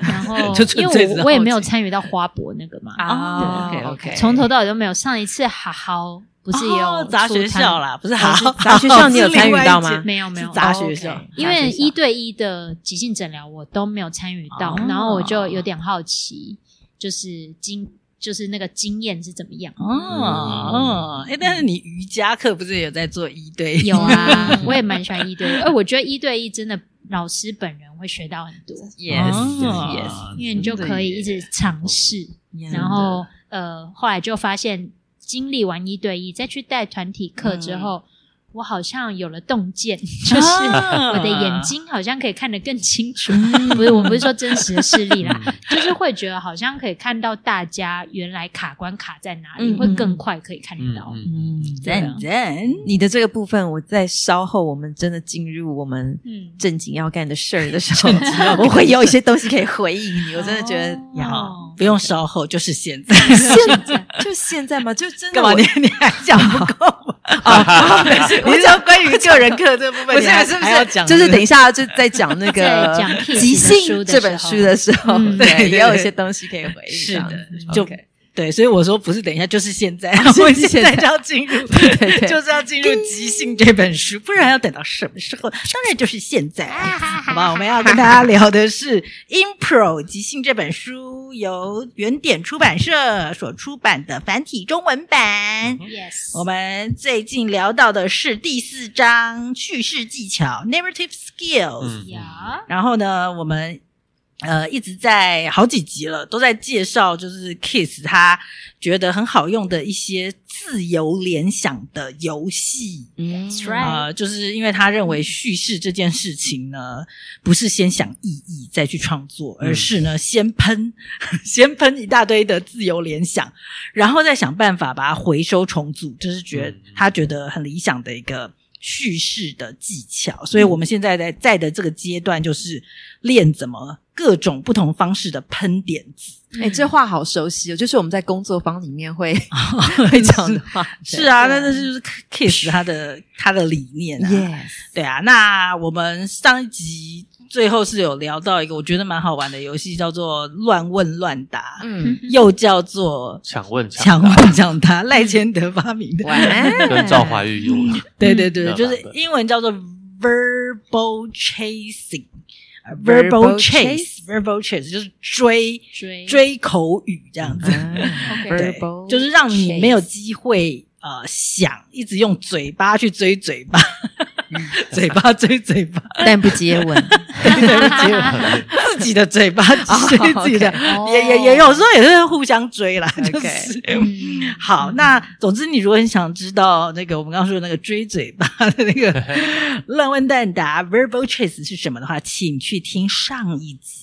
[SPEAKER 2] 然后
[SPEAKER 4] 就纯粹
[SPEAKER 2] 因
[SPEAKER 4] 只是
[SPEAKER 2] 为
[SPEAKER 4] 好
[SPEAKER 2] 我我也没有参与到花博那个嘛，
[SPEAKER 1] 啊
[SPEAKER 4] 对
[SPEAKER 1] OK，OK
[SPEAKER 2] 从头到尾都没有。上一次哈豪不是也有
[SPEAKER 4] 哦杂学
[SPEAKER 2] 出摊
[SPEAKER 4] 校啦，不是好
[SPEAKER 1] 哦是杂学校你有参与到吗
[SPEAKER 2] 没有没有
[SPEAKER 4] 是杂学校
[SPEAKER 1] 哦，OK
[SPEAKER 2] 因为一对一的急性诊疗我都没有参与到，
[SPEAKER 4] 哦
[SPEAKER 2] 然后我就有点好奇，就是经就是那个经验是怎么样？
[SPEAKER 1] 嗯
[SPEAKER 4] 哦，哎，但是你瑜伽课不是也有在做一对 一
[SPEAKER 2] 有 啊，我也蛮喜欢一对一，哎，我觉得一对一真的老师本人会学到很多，
[SPEAKER 1] Yes,
[SPEAKER 4] 哦
[SPEAKER 1] yes，
[SPEAKER 2] 因为你就可以一直尝试，然后呃，后来就发现经历完一对一，再去带团体课之
[SPEAKER 1] 嗯
[SPEAKER 2] 后。我好像有了 洞见，就是
[SPEAKER 1] 啊
[SPEAKER 2] 我的眼睛好像可以看得更清楚，
[SPEAKER 1] 嗯
[SPEAKER 2] 不是，我不是说真实的视力啦， 就是会觉得好像可以看到大家原来卡关卡在哪里，
[SPEAKER 1] 嗯
[SPEAKER 2] 会更快可以看得
[SPEAKER 3] 嗯
[SPEAKER 2] 到。
[SPEAKER 3] 嗯
[SPEAKER 1] 嗯，
[SPEAKER 4] 赞赞，
[SPEAKER 1] 你的这个部分，我在稍后我们真的进入我们
[SPEAKER 2] 嗯，
[SPEAKER 1] 正经要干的事儿的时候，我会有一些东西可以回应你。我真的觉得
[SPEAKER 2] 哦
[SPEAKER 1] 呀，
[SPEAKER 4] 不用稍后，就是 现在。
[SPEAKER 1] 现在就现在嘛，就真的
[SPEAKER 4] 干嘛
[SPEAKER 1] 我
[SPEAKER 4] 你 你还讲不够 吗？
[SPEAKER 1] 哦，
[SPEAKER 4] 你是说关于个人课这部
[SPEAKER 1] 不
[SPEAKER 4] 分，
[SPEAKER 1] 是
[SPEAKER 4] 你 还
[SPEAKER 1] 不是
[SPEAKER 4] 还要讲，
[SPEAKER 1] 就是等一下就在讲那个
[SPEAKER 2] 在讲 Kiss 的
[SPEAKER 1] 即兴
[SPEAKER 2] 书的
[SPEAKER 1] 这本
[SPEAKER 2] 时
[SPEAKER 1] 书
[SPEAKER 2] 候
[SPEAKER 1] 的时候，
[SPEAKER 2] 嗯
[SPEAKER 4] 对对
[SPEAKER 1] 对，也有一
[SPEAKER 4] 对
[SPEAKER 1] 些东西可以回应。
[SPEAKER 4] 是
[SPEAKER 1] 这样
[SPEAKER 4] 的
[SPEAKER 1] 子
[SPEAKER 4] 就
[SPEAKER 1] OK 啊
[SPEAKER 4] 对，所以我说不是等一下，就是现在，
[SPEAKER 1] 是
[SPEAKER 4] 我们
[SPEAKER 1] 是
[SPEAKER 4] 现
[SPEAKER 1] 现
[SPEAKER 4] 在
[SPEAKER 1] 在
[SPEAKER 4] 就要进入，
[SPEAKER 1] 对对对
[SPEAKER 4] 就是要进入《即兴》这本书，不然要等到什么时候？当然就是现在，好吧？我们要跟大家聊的是《Impro 即兴》这本书，由原点出版社所出版的繁体中文版。
[SPEAKER 2] Yes，
[SPEAKER 4] 我们最近聊到的是第四章叙事技巧 （Narrative Skills）。
[SPEAKER 3] 嗯
[SPEAKER 2] 呀，
[SPEAKER 4] 然后呢，我们呃，一直在好几集了，都在介绍就是 Kiss 他觉得很好用的一些自由联想的游戏。
[SPEAKER 1] 嗯
[SPEAKER 2] That's
[SPEAKER 4] 啊，
[SPEAKER 2] right，
[SPEAKER 4] 就是因为他认为叙事这件事情呢，不是先想意义再去创作，而是呢先喷， 先喷一大堆的自由联想，然后再想办法把它回收重组，这、是觉得、
[SPEAKER 3] 嗯
[SPEAKER 4] 他觉得很理想的一个叙事的技巧。所以我们现在在在的这个阶段，就是练怎么各种不同方式的喷点子。
[SPEAKER 1] 哎、这话好熟悉哦，就是我们在工作坊里面 会会 讲的话。
[SPEAKER 4] 哦是啊，
[SPEAKER 2] 对
[SPEAKER 4] 那那就是 Kiss 他的他的理念啊。
[SPEAKER 1] ，yes，
[SPEAKER 4] 对啊，那我们上一集最后是有聊到一个我觉得蛮好玩的游戏，叫做“乱问乱答”，
[SPEAKER 1] 嗯，
[SPEAKER 4] 又叫做
[SPEAKER 3] 抢问
[SPEAKER 4] “抢
[SPEAKER 3] 答
[SPEAKER 4] 问抢答”，赖千德发明的。
[SPEAKER 1] 晚安。
[SPEAKER 3] 跟 赵怀 玉有了，
[SPEAKER 4] 对对对，
[SPEAKER 3] 嗯
[SPEAKER 4] 就是英文叫做 “verbal chasing”。呃 verbal
[SPEAKER 1] Verbal
[SPEAKER 4] chase, verbal chase 就是追
[SPEAKER 2] 追
[SPEAKER 4] 追口语这样子，对
[SPEAKER 1] 嗯 Verbal，
[SPEAKER 4] 就是让你
[SPEAKER 1] chase
[SPEAKER 4] 没有机会呃想，一直用嘴巴去追嘴巴，嘴巴追嘴巴，
[SPEAKER 1] 但不接吻。
[SPEAKER 4] 对不起，我自己的嘴巴追自己的
[SPEAKER 2] 哦
[SPEAKER 4] 也也也有时候也是互相追啦，
[SPEAKER 1] OK
[SPEAKER 4] 就是。
[SPEAKER 2] 嗯
[SPEAKER 4] 好，那总之，你如果很想知道那个我们刚刚说的那个追嘴巴的那个乱问蛋答 verbal chase 是什么的话，请去听上一集，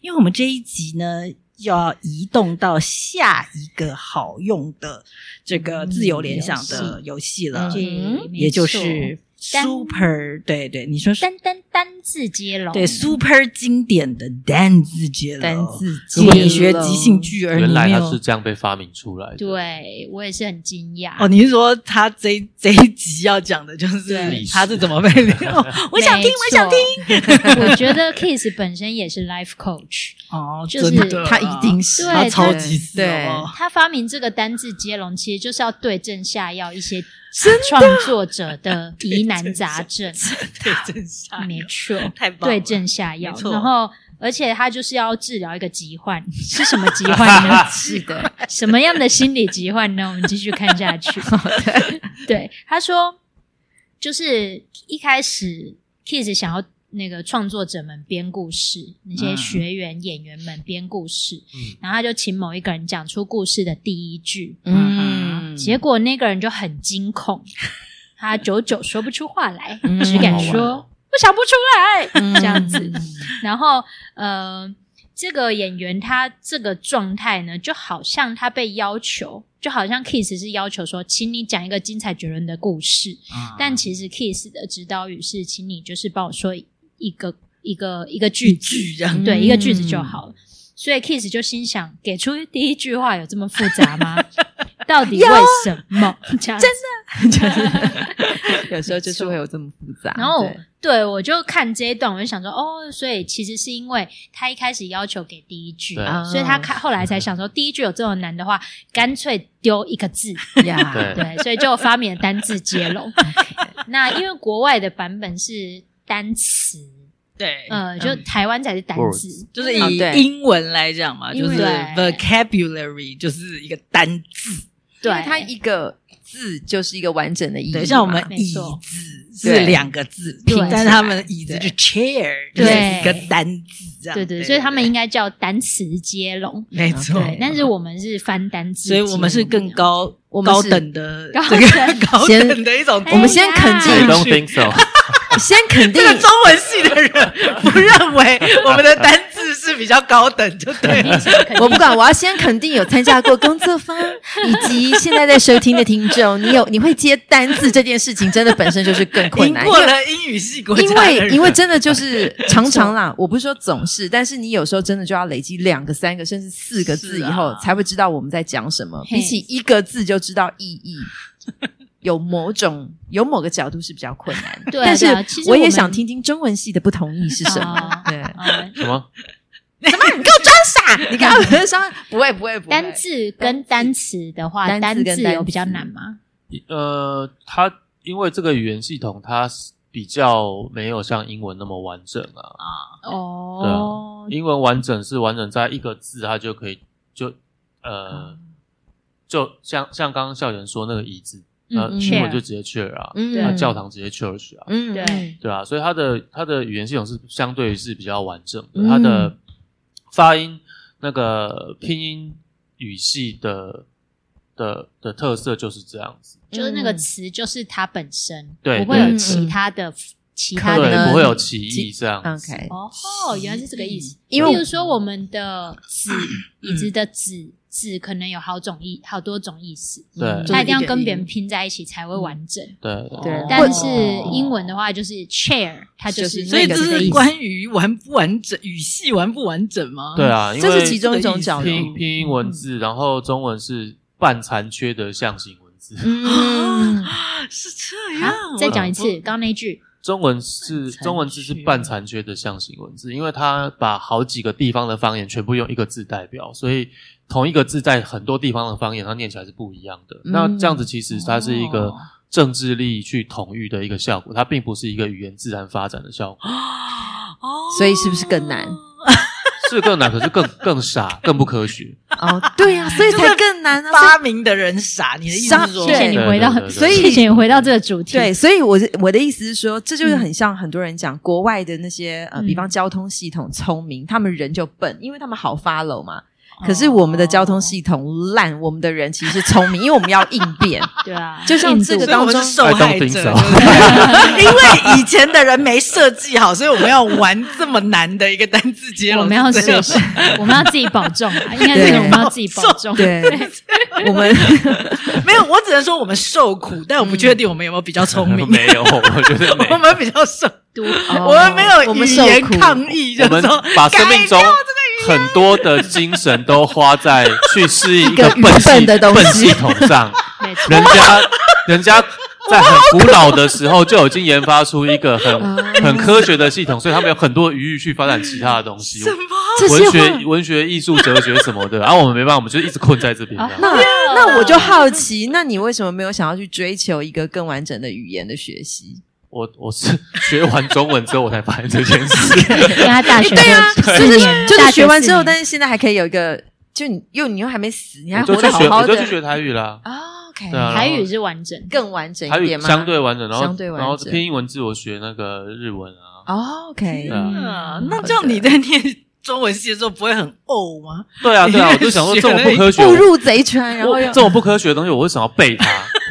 [SPEAKER 4] 因为我们这一集呢要移动到下一个好用的这个自由联想的游戏了，
[SPEAKER 1] 嗯
[SPEAKER 2] 对没
[SPEAKER 4] 也就
[SPEAKER 2] 错
[SPEAKER 4] 是
[SPEAKER 2] 单
[SPEAKER 4] super 对对，你说是
[SPEAKER 2] 单单单字接龙，
[SPEAKER 4] 对，super 经典的单字节了，
[SPEAKER 1] 单字
[SPEAKER 4] 如果
[SPEAKER 1] 接
[SPEAKER 4] 你学
[SPEAKER 1] 龙
[SPEAKER 4] 即兴剧而
[SPEAKER 3] 原
[SPEAKER 4] 你
[SPEAKER 3] 来
[SPEAKER 4] 没
[SPEAKER 3] 他
[SPEAKER 4] 有
[SPEAKER 3] 是这样被发明出来的。，
[SPEAKER 2] 对我也是很惊讶
[SPEAKER 4] 哦，你是说他这一这一集要讲的就是
[SPEAKER 2] 嗯对
[SPEAKER 4] 他是怎么被？ 哦我想听，我想听。
[SPEAKER 2] 听。 我觉得 Kiss 本身也是 life coach，
[SPEAKER 4] 哦，
[SPEAKER 2] 就是
[SPEAKER 4] 真的啊
[SPEAKER 1] 他一定是
[SPEAKER 2] 对
[SPEAKER 4] 他超
[SPEAKER 2] 对
[SPEAKER 4] 级哦是
[SPEAKER 1] 对
[SPEAKER 4] 好不好
[SPEAKER 2] 他发明这个单字接龙，其实就是要对症下药一些创作者的疑难杂症，
[SPEAKER 4] 对，真吓
[SPEAKER 2] 没错，
[SPEAKER 4] 太棒了，
[SPEAKER 2] 对症下药
[SPEAKER 4] 没。错
[SPEAKER 2] 然后，而且他就是要治疗一个疾患，是什么疾患呢？
[SPEAKER 1] 是的，
[SPEAKER 2] 什么样的心理疾患呢？我们继续看下去。对，他说，就是一开始 Kiss 想要那个创作者们编故事，那些
[SPEAKER 4] 嗯
[SPEAKER 2] 学员、演员们编故事，
[SPEAKER 3] 嗯
[SPEAKER 2] 然后他就请某一个人讲出故事的第一句，
[SPEAKER 1] 嗯，
[SPEAKER 2] 结果那个人就很惊恐，他久久说不出话来，
[SPEAKER 1] 嗯
[SPEAKER 2] 只敢
[SPEAKER 3] 好好玩
[SPEAKER 2] 说
[SPEAKER 3] 哦
[SPEAKER 2] “我想不出来”
[SPEAKER 1] 嗯
[SPEAKER 2] 这样子。 然后，呃，这个演员他这个状态呢，就好像他被要求，就好像 Kiss 是要求说，请你讲一个精彩绝伦的故事，
[SPEAKER 4] 嗯
[SPEAKER 2] 但其实 Kiss 的指导语是，请你就是帮我说一个一个一个句子，
[SPEAKER 4] 句这样
[SPEAKER 1] 嗯
[SPEAKER 2] 对，一个句子就好了。所以 Kiss 就心想，给出第一句话有这么复杂吗？到底为什么？这样子
[SPEAKER 1] 有时候就是会有这么复杂。
[SPEAKER 2] 然后
[SPEAKER 1] 啊对
[SPEAKER 2] 对我就看这一段，我就想说，哦，所以其实是因为他一开始要求给第一句
[SPEAKER 3] 对，
[SPEAKER 1] 啊
[SPEAKER 2] 所以他看后来才想说，第一句有这么难的话，干脆丢一个字，
[SPEAKER 1] 呀，
[SPEAKER 3] 对
[SPEAKER 2] 对，所以就发明了单字接 龙。那因为国外的版本是单词，
[SPEAKER 4] 对，
[SPEAKER 2] 呃，就
[SPEAKER 4] 嗯
[SPEAKER 2] 台湾才是单
[SPEAKER 3] Words
[SPEAKER 2] 字，
[SPEAKER 4] 就是
[SPEAKER 1] 啊
[SPEAKER 4] 以
[SPEAKER 1] 对
[SPEAKER 4] 英文来讲嘛，
[SPEAKER 2] 英
[SPEAKER 4] 就
[SPEAKER 2] 文
[SPEAKER 4] 是
[SPEAKER 2] 对
[SPEAKER 4] vocabulary 就是一个单字，
[SPEAKER 1] 因
[SPEAKER 2] 对
[SPEAKER 1] 为它一个字就是一个完整的意义嘛。
[SPEAKER 4] 对，像我们
[SPEAKER 2] 没
[SPEAKER 4] 椅
[SPEAKER 2] 错
[SPEAKER 4] 子
[SPEAKER 1] 对
[SPEAKER 4] 是两个字
[SPEAKER 2] 对，
[SPEAKER 4] 但是他们椅子就 chair 就是
[SPEAKER 2] 对
[SPEAKER 4] 一个单字这样，
[SPEAKER 2] 对对，所以他们应该叫单词接龙。
[SPEAKER 4] 没错，
[SPEAKER 2] 对，但是我们是翻单字
[SPEAKER 4] 所
[SPEAKER 2] 接
[SPEAKER 4] 以
[SPEAKER 2] 龙，
[SPEAKER 4] 我们是更高
[SPEAKER 1] 我们
[SPEAKER 4] 高
[SPEAKER 1] 是
[SPEAKER 4] 等的
[SPEAKER 2] 高
[SPEAKER 4] 这个
[SPEAKER 2] 等
[SPEAKER 4] 高
[SPEAKER 1] 先
[SPEAKER 4] 等的一种
[SPEAKER 2] 哎
[SPEAKER 1] 我们先
[SPEAKER 2] 呀
[SPEAKER 1] 肯定
[SPEAKER 3] I don't
[SPEAKER 4] 进
[SPEAKER 3] think so。
[SPEAKER 1] 先肯定
[SPEAKER 4] 这个中文系的人不认为我们的单字是比较高等，就对了。
[SPEAKER 1] 我不管，我要先肯定有参加过工作坊，以及现在在收听的听众，你有你会接单字这件事情，真的本身就是更困
[SPEAKER 4] 赢
[SPEAKER 1] 难，
[SPEAKER 4] 过了英语系国家
[SPEAKER 1] 因
[SPEAKER 4] 的
[SPEAKER 1] 为因为
[SPEAKER 4] 人
[SPEAKER 1] 因为真的 就是常常啦，我不是说总是，但是你有时候真的就要累积两个、三个，甚至四个字以
[SPEAKER 4] 是啊
[SPEAKER 1] 后，才会知道我们在讲什么。
[SPEAKER 2] 嘿
[SPEAKER 1] 比起一个字就知道意义， 有某种有某个角度是比较困难。
[SPEAKER 2] 对啊
[SPEAKER 1] 但是
[SPEAKER 2] 对啊其实
[SPEAKER 1] 我
[SPEAKER 2] 我
[SPEAKER 1] 也
[SPEAKER 2] 们
[SPEAKER 1] 想听听中文系的不同意是什么
[SPEAKER 2] 哦。
[SPEAKER 1] 对，
[SPEAKER 2] 呃
[SPEAKER 3] 什么？
[SPEAKER 1] 你刚刚不是说不会不会不会
[SPEAKER 2] 单字跟单词的话，
[SPEAKER 1] 单
[SPEAKER 2] 单
[SPEAKER 1] 字跟
[SPEAKER 2] 字
[SPEAKER 1] 单
[SPEAKER 2] 有比较
[SPEAKER 1] 词
[SPEAKER 2] 难吗？
[SPEAKER 3] 呃，它因为这个语言系统，它是比较没有像英文那么完整啊。
[SPEAKER 2] 哦，
[SPEAKER 3] 英文完整是完整在一个字，它就可以就呃，就像像刚刚校园说那个椅子，呃，
[SPEAKER 1] 嗯
[SPEAKER 3] 英文
[SPEAKER 2] chair
[SPEAKER 3] 就直接 chair 啊，
[SPEAKER 1] 嗯
[SPEAKER 3] 那教堂直接 church 啊，
[SPEAKER 1] 嗯
[SPEAKER 2] 对
[SPEAKER 1] 嗯
[SPEAKER 3] 对啊，所以它的它的语言系统是相对于是比较完整的，
[SPEAKER 1] 嗯
[SPEAKER 3] 它的发音那个拼音语系的的的特色就是这样子，
[SPEAKER 2] 就是那个词就是它本身，
[SPEAKER 3] 对
[SPEAKER 2] 不会有
[SPEAKER 1] 嗯对嗯
[SPEAKER 2] 其他的其他
[SPEAKER 1] 可能
[SPEAKER 3] 对，
[SPEAKER 2] 的
[SPEAKER 3] 不会有歧义这样子。
[SPEAKER 1] OK，
[SPEAKER 2] 哦，原来是这个意思。
[SPEAKER 1] 嗯因为
[SPEAKER 2] 比如说我们的 子椅子的子子可能有好种意，好多种意思，
[SPEAKER 3] 对
[SPEAKER 1] 嗯就是哦
[SPEAKER 2] 它一定要
[SPEAKER 4] 一点
[SPEAKER 2] 跟别人
[SPEAKER 4] 音
[SPEAKER 2] 拼在一起才会完整。
[SPEAKER 3] 对
[SPEAKER 4] 哦
[SPEAKER 1] 对
[SPEAKER 2] 但是英文的话就是 chair，它就
[SPEAKER 1] 就是是
[SPEAKER 4] 所以
[SPEAKER 2] 那个
[SPEAKER 4] 这是
[SPEAKER 2] 意思
[SPEAKER 4] 关于完不完整语系完不完整吗？
[SPEAKER 3] 对，啊，因
[SPEAKER 1] 这是其
[SPEAKER 3] 为
[SPEAKER 1] 中一种角度。
[SPEAKER 3] 拼拼音文字，
[SPEAKER 4] 嗯
[SPEAKER 3] 然后中文是半残缺的象形文字，
[SPEAKER 1] 嗯，
[SPEAKER 4] 是这样
[SPEAKER 2] 啊。再讲一
[SPEAKER 1] 哦
[SPEAKER 2] 次刚刚那句，
[SPEAKER 3] 嗯中文是呃
[SPEAKER 4] 半残缺
[SPEAKER 3] 中文字是半残缺的象形文字，因为它把好几个地方的方言全部用一个字代表，所以同一个字在很多地方的方言它念起来是不一样的。
[SPEAKER 1] 嗯
[SPEAKER 3] 那这样子其实它是一个
[SPEAKER 4] 哦
[SPEAKER 3] 政治力去统御的一个效果，它并不是一个语言自然发展的效果，
[SPEAKER 4] 哦
[SPEAKER 1] 所以是不是更难？
[SPEAKER 3] 是更难，可是更更傻，更不科学。
[SPEAKER 1] 哦，对呀，所以才更难啊。所以
[SPEAKER 4] 发明的人傻，你的意思
[SPEAKER 1] 傻
[SPEAKER 4] 是说
[SPEAKER 2] 谢谢你
[SPEAKER 1] 对
[SPEAKER 2] 回到
[SPEAKER 3] 对对，对
[SPEAKER 1] 所以
[SPEAKER 2] 谢谢你回到这个主题。
[SPEAKER 1] 对，所以我的我的意思是说，这就是很像很多人讲国外的那些呃，
[SPEAKER 2] 嗯
[SPEAKER 1] 比方交通系统聪明，他们人就笨，因为他们好 follow 嘛。可是我们
[SPEAKER 2] 哦
[SPEAKER 1] 的交通系统烂，我们的人其实是聪明，因为我们要应变。
[SPEAKER 2] 对啊，
[SPEAKER 1] 就像
[SPEAKER 2] 印度
[SPEAKER 1] 这个
[SPEAKER 4] 所以我们
[SPEAKER 1] 当中
[SPEAKER 4] 是受害
[SPEAKER 3] I don't
[SPEAKER 4] 者，
[SPEAKER 3] think
[SPEAKER 4] 对不
[SPEAKER 3] so
[SPEAKER 4] 对 因为以前的人没设计好，所以我们要玩这么难的一个单字接龙。
[SPEAKER 2] 我们要
[SPEAKER 4] 是这
[SPEAKER 2] 学
[SPEAKER 4] 样
[SPEAKER 2] 习， 我们要自己保重啊，应该是我们要自己保重。
[SPEAKER 1] 哦对，啊我们
[SPEAKER 4] 啊没有，我只能说我们受苦，但我不确定我们有没有比较聪明。
[SPEAKER 3] 没有，我觉得没
[SPEAKER 4] 我
[SPEAKER 3] 有。
[SPEAKER 4] 们比较受，
[SPEAKER 1] 哦
[SPEAKER 2] 读
[SPEAKER 4] 我们没有
[SPEAKER 1] 我
[SPEAKER 4] 语
[SPEAKER 1] 们受
[SPEAKER 4] 言
[SPEAKER 1] 苦
[SPEAKER 4] 抗议，就
[SPEAKER 3] 我
[SPEAKER 4] 是
[SPEAKER 3] 们
[SPEAKER 4] 说
[SPEAKER 3] 把生命中
[SPEAKER 4] 改掉
[SPEAKER 3] 很多的精神都花在去适应一
[SPEAKER 1] 一个
[SPEAKER 3] 个笨系
[SPEAKER 1] 笨的东西
[SPEAKER 3] 笨系统上，
[SPEAKER 2] 没 错，
[SPEAKER 3] 人 家人家在很古老的时候就已经研发出一个
[SPEAKER 1] 啊
[SPEAKER 3] 很很科学的系统，所以他们有很多余裕去发展其他的东西，
[SPEAKER 1] 这些
[SPEAKER 3] 文
[SPEAKER 1] 话
[SPEAKER 3] 学、文学、艺术、哲学什么的。然啊 后我们没办法，我们就一直困在这边。
[SPEAKER 2] 啊
[SPEAKER 3] 这样
[SPEAKER 1] 那那 我就好奇，那你为什么没有想要去追求一个更完整的语言的学习？
[SPEAKER 3] 我我是学完中文之后，我才发现这件事。
[SPEAKER 2] 因为他大学
[SPEAKER 1] 哎对啊，
[SPEAKER 2] 四
[SPEAKER 1] 就是
[SPEAKER 2] 年
[SPEAKER 1] 就是学完之后，
[SPEAKER 2] 大
[SPEAKER 1] 但
[SPEAKER 2] 学
[SPEAKER 1] 是现在还可以有一个，就你又你又还没死， 你还
[SPEAKER 3] 我就
[SPEAKER 1] 活
[SPEAKER 3] 去
[SPEAKER 1] 得好
[SPEAKER 3] 学，
[SPEAKER 1] 好
[SPEAKER 3] 我
[SPEAKER 1] 的
[SPEAKER 3] 就去学台语啦。
[SPEAKER 1] 啊，OK，
[SPEAKER 3] 对啊
[SPEAKER 2] 四年台语是完整，
[SPEAKER 1] 更完整
[SPEAKER 3] 台
[SPEAKER 1] 一
[SPEAKER 3] 语
[SPEAKER 1] 点吗？
[SPEAKER 3] 相对完整，然后
[SPEAKER 1] 相对完整
[SPEAKER 3] 然后拼音文字我学那个日文啊，
[SPEAKER 1] 哦，OK，
[SPEAKER 3] 对啊
[SPEAKER 4] 啊，那这样你在念中文系的时候不会很呕吗？
[SPEAKER 3] 对 啊对啊，我就想说这么不科学，
[SPEAKER 1] 步入贼船，然后
[SPEAKER 3] 我
[SPEAKER 1] 又？
[SPEAKER 3] 这种不科学的东西，我为什么要 背它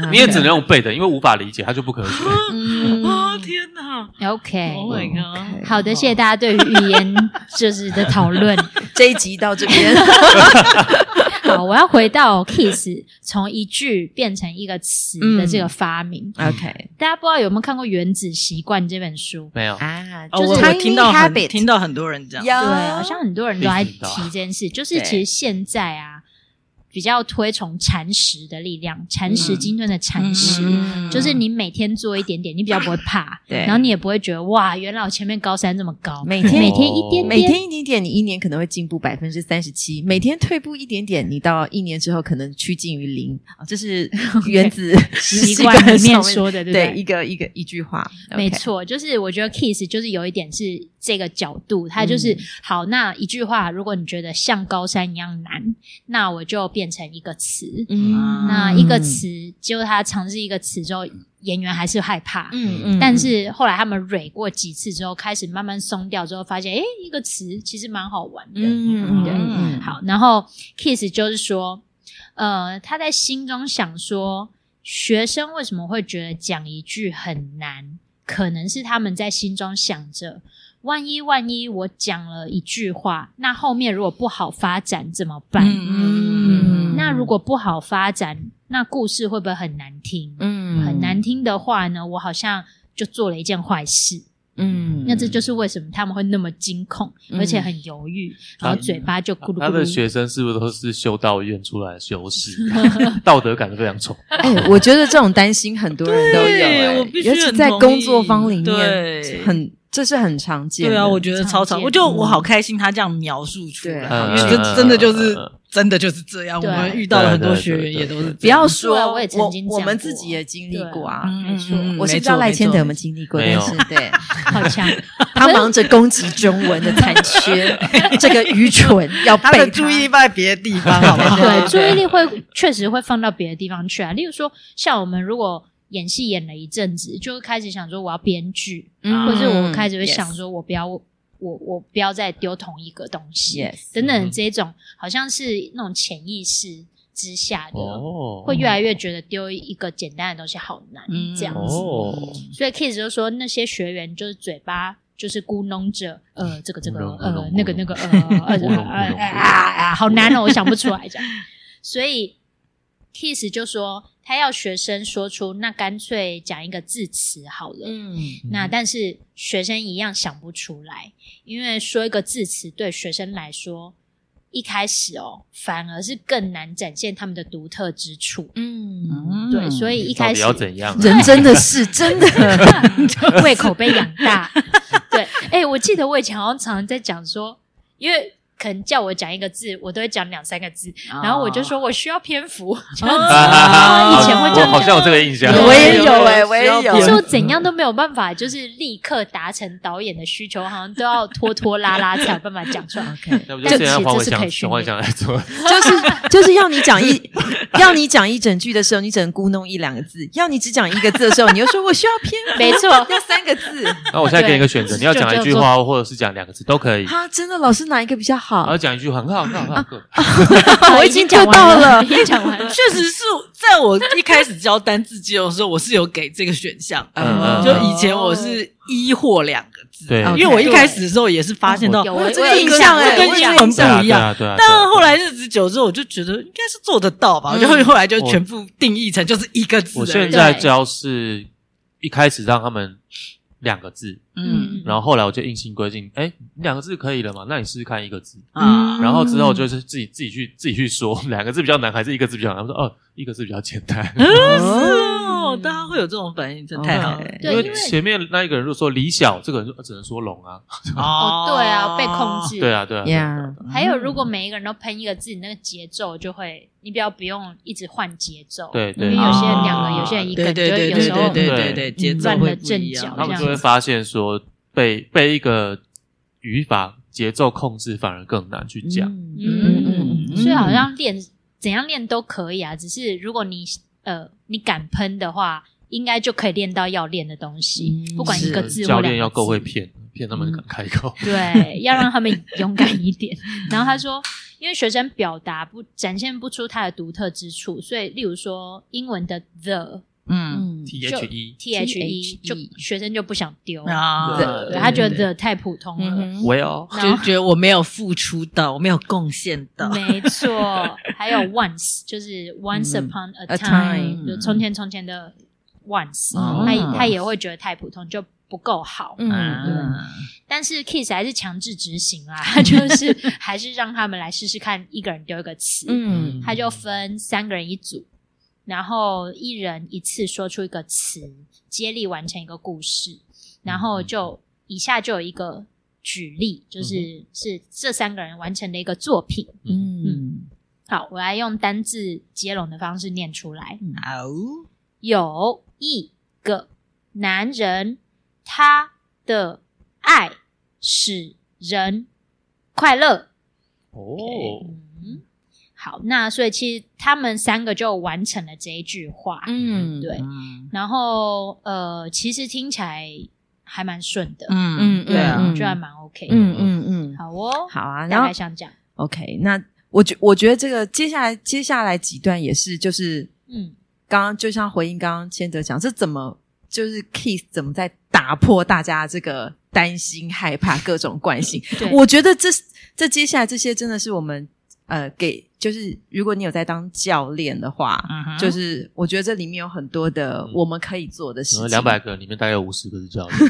[SPEAKER 3] 你也只能用背的，因为无法理解，它就不科 学。
[SPEAKER 1] 嗯哎
[SPEAKER 4] 啊天哪
[SPEAKER 2] OK。
[SPEAKER 1] 哦
[SPEAKER 4] ！Oh my god！
[SPEAKER 2] 好的，谢谢大家对于语言就是的讨 论。
[SPEAKER 1] 这一集到这 边，
[SPEAKER 2] 好，我要回到 kiss 从一句变成一个词
[SPEAKER 1] 嗯
[SPEAKER 2] 的这个发明。
[SPEAKER 1] OK
[SPEAKER 2] 大家不知道有没有看过《原子习惯》这本书？
[SPEAKER 3] 没有，
[SPEAKER 1] 啊，
[SPEAKER 4] 哦，
[SPEAKER 1] 就
[SPEAKER 4] 我
[SPEAKER 1] 是
[SPEAKER 4] 我听到
[SPEAKER 1] tiny
[SPEAKER 4] 很
[SPEAKER 1] habit
[SPEAKER 4] 听到很多人讲，
[SPEAKER 1] 有
[SPEAKER 2] 对，好像很多人都在
[SPEAKER 3] 必须
[SPEAKER 2] 提
[SPEAKER 3] 的啊
[SPEAKER 2] 这件事，就是
[SPEAKER 1] 啊对
[SPEAKER 2] 其实现在啊，比较推崇蚕食的力量，蚕食
[SPEAKER 4] 嗯
[SPEAKER 2] 金盾的蚕食。
[SPEAKER 1] 嗯
[SPEAKER 2] 就是你每天做一点点，你比较不会怕，
[SPEAKER 1] 对
[SPEAKER 2] 然后你也不会觉得哇，原来我前面高山这么高，
[SPEAKER 1] 每天
[SPEAKER 2] 每天一点
[SPEAKER 1] 每
[SPEAKER 2] 点，
[SPEAKER 1] 天一点点，你一年可能会进步百分之三十七；每天退步一点点，你到一年之后可能趋近于零。啊这是 原子
[SPEAKER 2] 习
[SPEAKER 1] 习
[SPEAKER 2] 惯
[SPEAKER 1] 惯
[SPEAKER 2] 里面
[SPEAKER 1] 上
[SPEAKER 2] 说的，对不
[SPEAKER 1] 对
[SPEAKER 2] 对？
[SPEAKER 1] 一个一个一句话，
[SPEAKER 2] 没
[SPEAKER 1] OK，
[SPEAKER 2] 错，就是我觉得 kiss 就是有一点是这个角度，它就是、
[SPEAKER 1] 嗯
[SPEAKER 2] 好。那一句话，如果你觉得像高山一样难，那我就变成一个词。
[SPEAKER 4] 啊
[SPEAKER 1] 嗯
[SPEAKER 2] 那一个，词，结果他尝试一个词之后，演员还是害怕。
[SPEAKER 1] 嗯嗯
[SPEAKER 2] 但是后来他们蕊过几次之后，开始慢慢松掉之后，发现诶，一个词其实蛮好玩的。
[SPEAKER 1] 嗯嗯
[SPEAKER 2] 对
[SPEAKER 1] 嗯，
[SPEAKER 2] 好，然后 Kiss 就是说，呃，他在心中想说，学生为什么会觉得讲一句很难？可能是他们在心中想着，万一万一我讲了一句话，那后面如果不好发展怎么
[SPEAKER 4] 嗯
[SPEAKER 2] 办？
[SPEAKER 1] 嗯
[SPEAKER 2] 嗯那如果不好发展，那故事会不会很难听？
[SPEAKER 1] 嗯
[SPEAKER 2] 很难，听的话呢，我好像就做了一件坏事。
[SPEAKER 1] 嗯
[SPEAKER 2] 那这就是为什么他们会那么惊恐，
[SPEAKER 1] 嗯
[SPEAKER 2] 而且很犹豫，然后嘴巴就咕噜咕噜。
[SPEAKER 3] 他的学生是不是都是修道院出来的 修士？道德感是非常重。
[SPEAKER 1] 哎、我觉得这种担心很多人都有、
[SPEAKER 4] 对
[SPEAKER 1] 哎
[SPEAKER 4] 我必须
[SPEAKER 1] 尤其
[SPEAKER 4] 很
[SPEAKER 1] 在
[SPEAKER 4] 同
[SPEAKER 1] 工
[SPEAKER 4] 意
[SPEAKER 1] 作方里面
[SPEAKER 4] 对，
[SPEAKER 1] 很这是很常见的。
[SPEAKER 4] 对啊，我觉得超
[SPEAKER 2] 常
[SPEAKER 4] 常，
[SPEAKER 2] 见
[SPEAKER 4] 我就我好开心他这样描述出
[SPEAKER 1] 对
[SPEAKER 4] 来，
[SPEAKER 1] 嗯
[SPEAKER 4] 因为这真的就是
[SPEAKER 3] 嗯
[SPEAKER 4] 真的就是这样，我
[SPEAKER 2] 对
[SPEAKER 4] 们遇到了很多学员也都
[SPEAKER 3] 对对
[SPEAKER 4] 是
[SPEAKER 3] 对对对
[SPEAKER 1] 不要
[SPEAKER 2] 对啊
[SPEAKER 1] 说，
[SPEAKER 2] 我也曾经
[SPEAKER 1] 我
[SPEAKER 2] 这样
[SPEAKER 1] 们
[SPEAKER 2] 过
[SPEAKER 1] 自己也经历
[SPEAKER 2] 对
[SPEAKER 1] 过啊。
[SPEAKER 4] 嗯
[SPEAKER 2] 没错
[SPEAKER 4] 嗯嗯
[SPEAKER 1] 我是不
[SPEAKER 4] 没
[SPEAKER 1] 知道
[SPEAKER 4] 错
[SPEAKER 1] 赖千德有没有
[SPEAKER 4] 没错
[SPEAKER 1] 经历过，
[SPEAKER 3] 没
[SPEAKER 1] 但
[SPEAKER 3] 有
[SPEAKER 1] 是对
[SPEAKER 2] 好强，
[SPEAKER 1] 他忙着攻击中文的残 缺，这个愚蠢要
[SPEAKER 4] 他
[SPEAKER 1] 被
[SPEAKER 4] 的注意力放在别的地方，好不好？
[SPEAKER 2] 对，注意力会确实会放到别的地方去啊。例如说，像我们如果演戏演了一阵子，就会开始想说我要编剧，
[SPEAKER 1] 嗯
[SPEAKER 2] 或者我开始会
[SPEAKER 1] yes
[SPEAKER 2] 想说我不要我我不要再丢同一个东西
[SPEAKER 1] Yes
[SPEAKER 2] 等
[SPEAKER 3] 嗯
[SPEAKER 2] 等这种，好像是那种潜意识之下的，
[SPEAKER 3] 哦，
[SPEAKER 2] 会越来越觉得丢一个简单的东西好难、
[SPEAKER 4] 嗯
[SPEAKER 2] 这样子。
[SPEAKER 3] 哦，
[SPEAKER 2] 所以 Kiss 就说那些学员就是嘴巴就是咕哝着，呃，这个这个
[SPEAKER 3] 咕哝咕哝咕
[SPEAKER 2] 呃
[SPEAKER 3] 哝
[SPEAKER 2] 那个那个呃呃呃
[SPEAKER 3] 咕哝咕哝
[SPEAKER 2] 呃啊啊，好难哦，我想不出来这样。所以 Kiss 就说他要学生说出，那干脆讲一个字词好了。
[SPEAKER 1] 嗯，
[SPEAKER 2] 那但是学生一样想不出来，因为说一个字词对学生来说，一开始哦，反而是更难展现他们的独特之处。
[SPEAKER 1] 嗯，
[SPEAKER 2] 对，所以一
[SPEAKER 3] 到
[SPEAKER 2] 开
[SPEAKER 3] 底
[SPEAKER 2] 始
[SPEAKER 3] 要怎样 啊？
[SPEAKER 1] 人真的是 真的，
[SPEAKER 2] 胃口被养大。 对，哎、我记得我以前好像常常在讲说，因为可能叫我讲一个字，我都会讲两三个字，然后我就说我需要篇幅，哦这样子。
[SPEAKER 4] 啊
[SPEAKER 2] 哦以前会这
[SPEAKER 3] 我
[SPEAKER 2] 样
[SPEAKER 3] 哦好像有这个印象，
[SPEAKER 2] 对
[SPEAKER 1] 我也有哎、
[SPEAKER 4] 有
[SPEAKER 1] 我也有，
[SPEAKER 4] 啊需要
[SPEAKER 2] 可是
[SPEAKER 4] 变
[SPEAKER 2] 我怎样都没有办法，就是立刻达成导演的需求，好像都要拖拖拉拉才有办法讲出来。
[SPEAKER 1] OK，
[SPEAKER 3] 要不就这样黄伟
[SPEAKER 2] 这是可
[SPEAKER 3] 翔，
[SPEAKER 2] 以训
[SPEAKER 3] 黄
[SPEAKER 2] 练
[SPEAKER 3] 伟翔来 做，
[SPEAKER 1] 就是就是要你讲一要你讲一整句的时候，你只能咕哝一两个字；要你只讲一个字的时候，你又说我需要偏，
[SPEAKER 2] 没错
[SPEAKER 1] 要三个字。
[SPEAKER 3] 那我现在给你一个选择，
[SPEAKER 2] 对
[SPEAKER 3] 你要讲一句话，或者是讲两个字都可以。
[SPEAKER 1] 哈，真的，老师哪一个比较
[SPEAKER 3] 然后
[SPEAKER 1] 好？
[SPEAKER 3] 讲一句话很好，很好，
[SPEAKER 2] 啊
[SPEAKER 3] 很好。
[SPEAKER 1] 我已经做到了
[SPEAKER 2] 已经讲完了。
[SPEAKER 4] 确实是在我一开始教单字肌肉的时候，我是有给这个选项。
[SPEAKER 3] 嗯嗯
[SPEAKER 4] 就以前我是一或两个字，
[SPEAKER 3] 对
[SPEAKER 4] 因为我一开始的时候也是发现到
[SPEAKER 2] 有
[SPEAKER 1] 我有
[SPEAKER 2] 我
[SPEAKER 1] 这个
[SPEAKER 2] 有
[SPEAKER 1] 印象
[SPEAKER 2] 我有
[SPEAKER 1] 哎
[SPEAKER 2] 跟
[SPEAKER 1] 我
[SPEAKER 4] 跟
[SPEAKER 1] 有
[SPEAKER 4] 英
[SPEAKER 2] 讲
[SPEAKER 3] 对啊，对
[SPEAKER 4] 文不一样。
[SPEAKER 3] 啊，对啊。对
[SPEAKER 4] 但
[SPEAKER 3] 啊
[SPEAKER 4] 后来日子久之后，我就觉得应该是做得到吧，
[SPEAKER 1] 嗯
[SPEAKER 4] 就会后来就
[SPEAKER 3] 我
[SPEAKER 4] 全部定义成就是一个字而已。
[SPEAKER 3] 我现在教是一开始让他们两个字，
[SPEAKER 4] 嗯
[SPEAKER 3] 然后后来我就硬性规定，哎，你两个字可以了嘛？那你试试看一个字。
[SPEAKER 4] 啊，
[SPEAKER 3] 然后之后就是自己自己去自己去说，两个字比较难还是一个字比较难？他们说哦，一个字比较简单，
[SPEAKER 4] 嗯哦，大家会有这种反应，真太好了
[SPEAKER 1] OK
[SPEAKER 2] 嗯对
[SPEAKER 3] 因
[SPEAKER 2] 因
[SPEAKER 3] 为
[SPEAKER 2] 为
[SPEAKER 3] 前面那一个人如果说李小，这个人就只能说龙啊，
[SPEAKER 2] 哦，对啊，被控。制。
[SPEAKER 3] 对啊，对啊，对啊
[SPEAKER 1] Yeah
[SPEAKER 2] 还有，如果每一个人都喷一个字，你那个节奏就会，你比较不用一直换节奏。
[SPEAKER 3] 对
[SPEAKER 2] 因
[SPEAKER 3] 对，
[SPEAKER 2] 为
[SPEAKER 3] 对
[SPEAKER 2] 有些人
[SPEAKER 4] 哦
[SPEAKER 2] 两个，有些人一个，
[SPEAKER 4] 对对
[SPEAKER 2] 就会有
[SPEAKER 4] 对对
[SPEAKER 2] 时候嗯
[SPEAKER 4] 对对
[SPEAKER 3] 对
[SPEAKER 4] 对对，节奏会不一样。
[SPEAKER 3] 他们
[SPEAKER 2] 这
[SPEAKER 3] 就
[SPEAKER 2] 样
[SPEAKER 3] 会发现说被被一个语法节奏控制反而更难去讲。
[SPEAKER 2] 嗯，所以好像练怎样练都可以啊，只是如果你呃你敢喷的话，应该就可以练到要练的东西，
[SPEAKER 1] 嗯
[SPEAKER 2] 不管一个字
[SPEAKER 3] 教
[SPEAKER 2] 或两
[SPEAKER 3] 练
[SPEAKER 2] 个
[SPEAKER 3] 要够
[SPEAKER 2] 字嗯
[SPEAKER 3] 会骗，骗他们敢开口。
[SPEAKER 2] 对，要让他们勇敢一点。然后他说，因为学生表达不展现不出他的独特之处，所以例如说英文的 the
[SPEAKER 4] 嗯
[SPEAKER 1] 嗯
[SPEAKER 3] T H E，
[SPEAKER 2] t h e 就学生就不想丢，
[SPEAKER 4] 啊，
[SPEAKER 2] 对他觉得
[SPEAKER 1] 对对
[SPEAKER 2] the 太普通了。
[SPEAKER 1] 嗯哼，
[SPEAKER 3] 喂哦，
[SPEAKER 4] 就
[SPEAKER 2] 然后
[SPEAKER 4] 觉得我没有付出到，我没有贡献到。
[SPEAKER 2] 没错，还有 once 就是 once
[SPEAKER 1] 嗯
[SPEAKER 2] upon a
[SPEAKER 1] a
[SPEAKER 2] time，
[SPEAKER 1] time
[SPEAKER 2] 就从前从前的 once，
[SPEAKER 1] 哦
[SPEAKER 2] 他也他也会觉得太普通，就不够好。
[SPEAKER 4] 啊
[SPEAKER 1] 嗯，
[SPEAKER 2] 但是 Kiss 还是强制执行啦， 他就是还是让他们来试试看，一个人丢一个词，
[SPEAKER 1] 嗯
[SPEAKER 2] 他就分三个人一组，然后一人一次说出一个词，接力完成一个故事，然后就以下就有一个举例，就是是这三个人完成的一个作品。
[SPEAKER 1] 嗯
[SPEAKER 2] 好，我来用单字接龙的方式念出来。
[SPEAKER 1] 嗯
[SPEAKER 4] 哦，
[SPEAKER 2] 有一个男人，他的爱使人快乐。
[SPEAKER 3] 哦，
[SPEAKER 2] 嗯，好，那所以其实他们三个就完成了这一句话。
[SPEAKER 1] 嗯，
[SPEAKER 2] 对然后呃，其实听起来还蛮顺的，
[SPEAKER 4] 嗯
[SPEAKER 2] 对
[SPEAKER 4] 对啊，
[SPEAKER 2] 就还蛮 OK。
[SPEAKER 1] 嗯嗯嗯，
[SPEAKER 2] 好哦，
[SPEAKER 1] 好啊，然
[SPEAKER 2] 大
[SPEAKER 1] 后
[SPEAKER 2] 概想讲，
[SPEAKER 1] OK，那我觉我觉得这个接下来接下来几段也是就是
[SPEAKER 2] 嗯，
[SPEAKER 1] 刚刚就像回应刚刚千哲讲，这怎么就是 Kiss 怎么在打破大家这个担心、害怕各种惯性？
[SPEAKER 2] 对，
[SPEAKER 1] 我觉得这这接下来这些真的是我们呃给，就是如果你有在当教练的话，
[SPEAKER 4] 嗯哼
[SPEAKER 1] 就是我觉得这里面有很多的我们可以做的事情。
[SPEAKER 3] 嗯两百个里面大概有五十个是教练，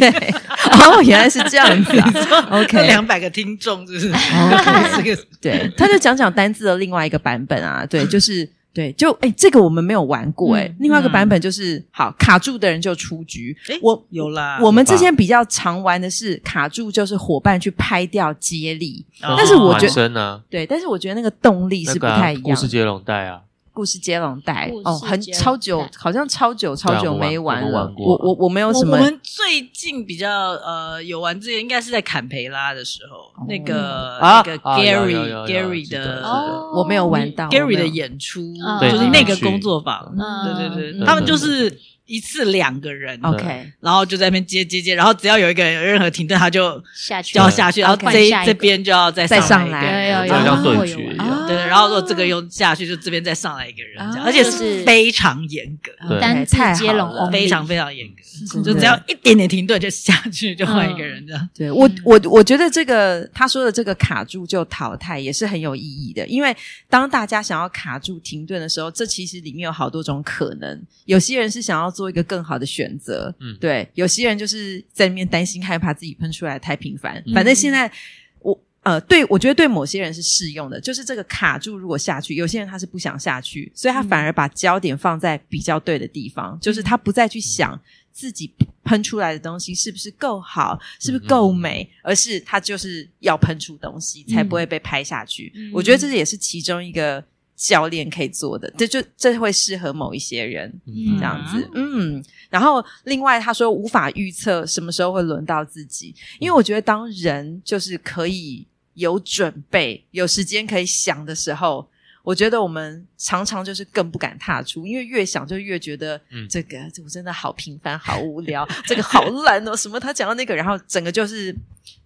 [SPEAKER 1] 对，哦，原来是这样子 啊。OK，
[SPEAKER 4] 两百个听 众，就是
[SPEAKER 1] 哦
[SPEAKER 4] 这个
[SPEAKER 1] 对，他就讲讲单字的另外一个版本啊，对，就是对，就哎、这个我们没有玩过哎、
[SPEAKER 2] 嗯
[SPEAKER 1] 另外一个版本就是、好卡住的人就出局。
[SPEAKER 4] 诶
[SPEAKER 1] 我
[SPEAKER 4] 有啦，
[SPEAKER 1] 我们之前比较常玩的是卡住，就是伙伴去拍掉接力，
[SPEAKER 4] 哦
[SPEAKER 1] 但是我觉
[SPEAKER 3] 暖身啊，
[SPEAKER 1] 对，但是我觉得那个动力是
[SPEAKER 3] 那
[SPEAKER 1] 不
[SPEAKER 3] 个
[SPEAKER 1] 太
[SPEAKER 3] 啊
[SPEAKER 1] 一
[SPEAKER 3] 故
[SPEAKER 1] 样。
[SPEAKER 3] 事接龙带啊，
[SPEAKER 1] 故事接龙带
[SPEAKER 2] 故事
[SPEAKER 1] 哦，很
[SPEAKER 2] 接龙带
[SPEAKER 1] 超久，好像超久超久没
[SPEAKER 3] 啊我们
[SPEAKER 1] 了
[SPEAKER 3] 玩。过啊
[SPEAKER 1] 我我我没有
[SPEAKER 4] 我
[SPEAKER 1] 什
[SPEAKER 4] 我
[SPEAKER 1] 么
[SPEAKER 4] 们最近比较呃有玩这个，应该是在坎培拉的时候，
[SPEAKER 1] 哦
[SPEAKER 4] 那个
[SPEAKER 3] 啊
[SPEAKER 4] 那个
[SPEAKER 3] 啊有有
[SPEAKER 4] Gary
[SPEAKER 3] 有有
[SPEAKER 4] Gary
[SPEAKER 3] 记得记
[SPEAKER 4] 的
[SPEAKER 3] 得
[SPEAKER 2] 哦
[SPEAKER 1] 我没有玩到啊
[SPEAKER 4] Gary
[SPEAKER 1] 我没有
[SPEAKER 4] 的演出，
[SPEAKER 2] 嗯
[SPEAKER 4] 就是
[SPEAKER 3] 对
[SPEAKER 4] 那
[SPEAKER 3] 你
[SPEAKER 4] 个
[SPEAKER 3] 们去
[SPEAKER 4] 工作坊，
[SPEAKER 2] 嗯
[SPEAKER 4] 对对
[SPEAKER 3] 嗯
[SPEAKER 4] 对，他们就是一次两个人，
[SPEAKER 1] OK，
[SPEAKER 4] 然后就在那边接接接，然后只要有一个人有任何停顿，他就
[SPEAKER 2] 下去
[SPEAKER 4] 就要下去，然后
[SPEAKER 2] 换
[SPEAKER 4] 这一
[SPEAKER 2] 下一
[SPEAKER 4] 这
[SPEAKER 2] 个
[SPEAKER 4] 边就要再
[SPEAKER 1] 再上
[SPEAKER 4] 来一
[SPEAKER 1] 来
[SPEAKER 4] 个
[SPEAKER 2] 嗯
[SPEAKER 4] 人，
[SPEAKER 2] 有有有，
[SPEAKER 3] 就像
[SPEAKER 2] 我
[SPEAKER 3] 对
[SPEAKER 2] 有
[SPEAKER 3] 局一
[SPEAKER 2] 玩
[SPEAKER 3] 样。
[SPEAKER 4] 对，然后如果这个又下去，就这边再上来一个人，这样，
[SPEAKER 1] 哦
[SPEAKER 4] 而且
[SPEAKER 2] 啊就是
[SPEAKER 4] 是非常严格，
[SPEAKER 3] 对
[SPEAKER 2] 单字接龙
[SPEAKER 1] 太好了
[SPEAKER 2] only
[SPEAKER 4] 非常非常严格，
[SPEAKER 1] 真的
[SPEAKER 4] 就只要一点点停顿就下去，就换一个人这样。
[SPEAKER 1] 对我
[SPEAKER 2] 嗯，
[SPEAKER 1] 我我觉得这个他说的这个卡住就淘汰也是很有意义的，因为当大家想要卡住停顿的时候，这其实里面有好多种可能。有些人是想要做一个更好的选择，
[SPEAKER 3] 嗯
[SPEAKER 1] 嗯，对；有些人就是在里面担心害怕自己喷出来太频繁。
[SPEAKER 3] 嗯
[SPEAKER 1] 反正现在我呃，对我觉得对某些人是适用的，就是这个卡住如果下去，有些人他是不想下去，所以他反而把焦点放在比较对的地方，就是他不再去想自己喷出来的东西是不是够好，是不是够美，而是他就是要喷出东西，才不会被拍下去。
[SPEAKER 2] 嗯
[SPEAKER 1] 我觉得这也是其中一个教练可以做的，这就这会适合某一些人。
[SPEAKER 2] 嗯
[SPEAKER 1] 这样子，嗯，然后另外他说无法预测什么时候会轮到自己，因为我觉得当人就是可以有准备、有时间可以想的时候，我觉得我们常常就是更不敢踏出，因为越想就越觉得
[SPEAKER 3] 嗯
[SPEAKER 1] 这个、这我真的好平凡、好无聊，这个好烂哦，什么他讲到那个，然后整个就是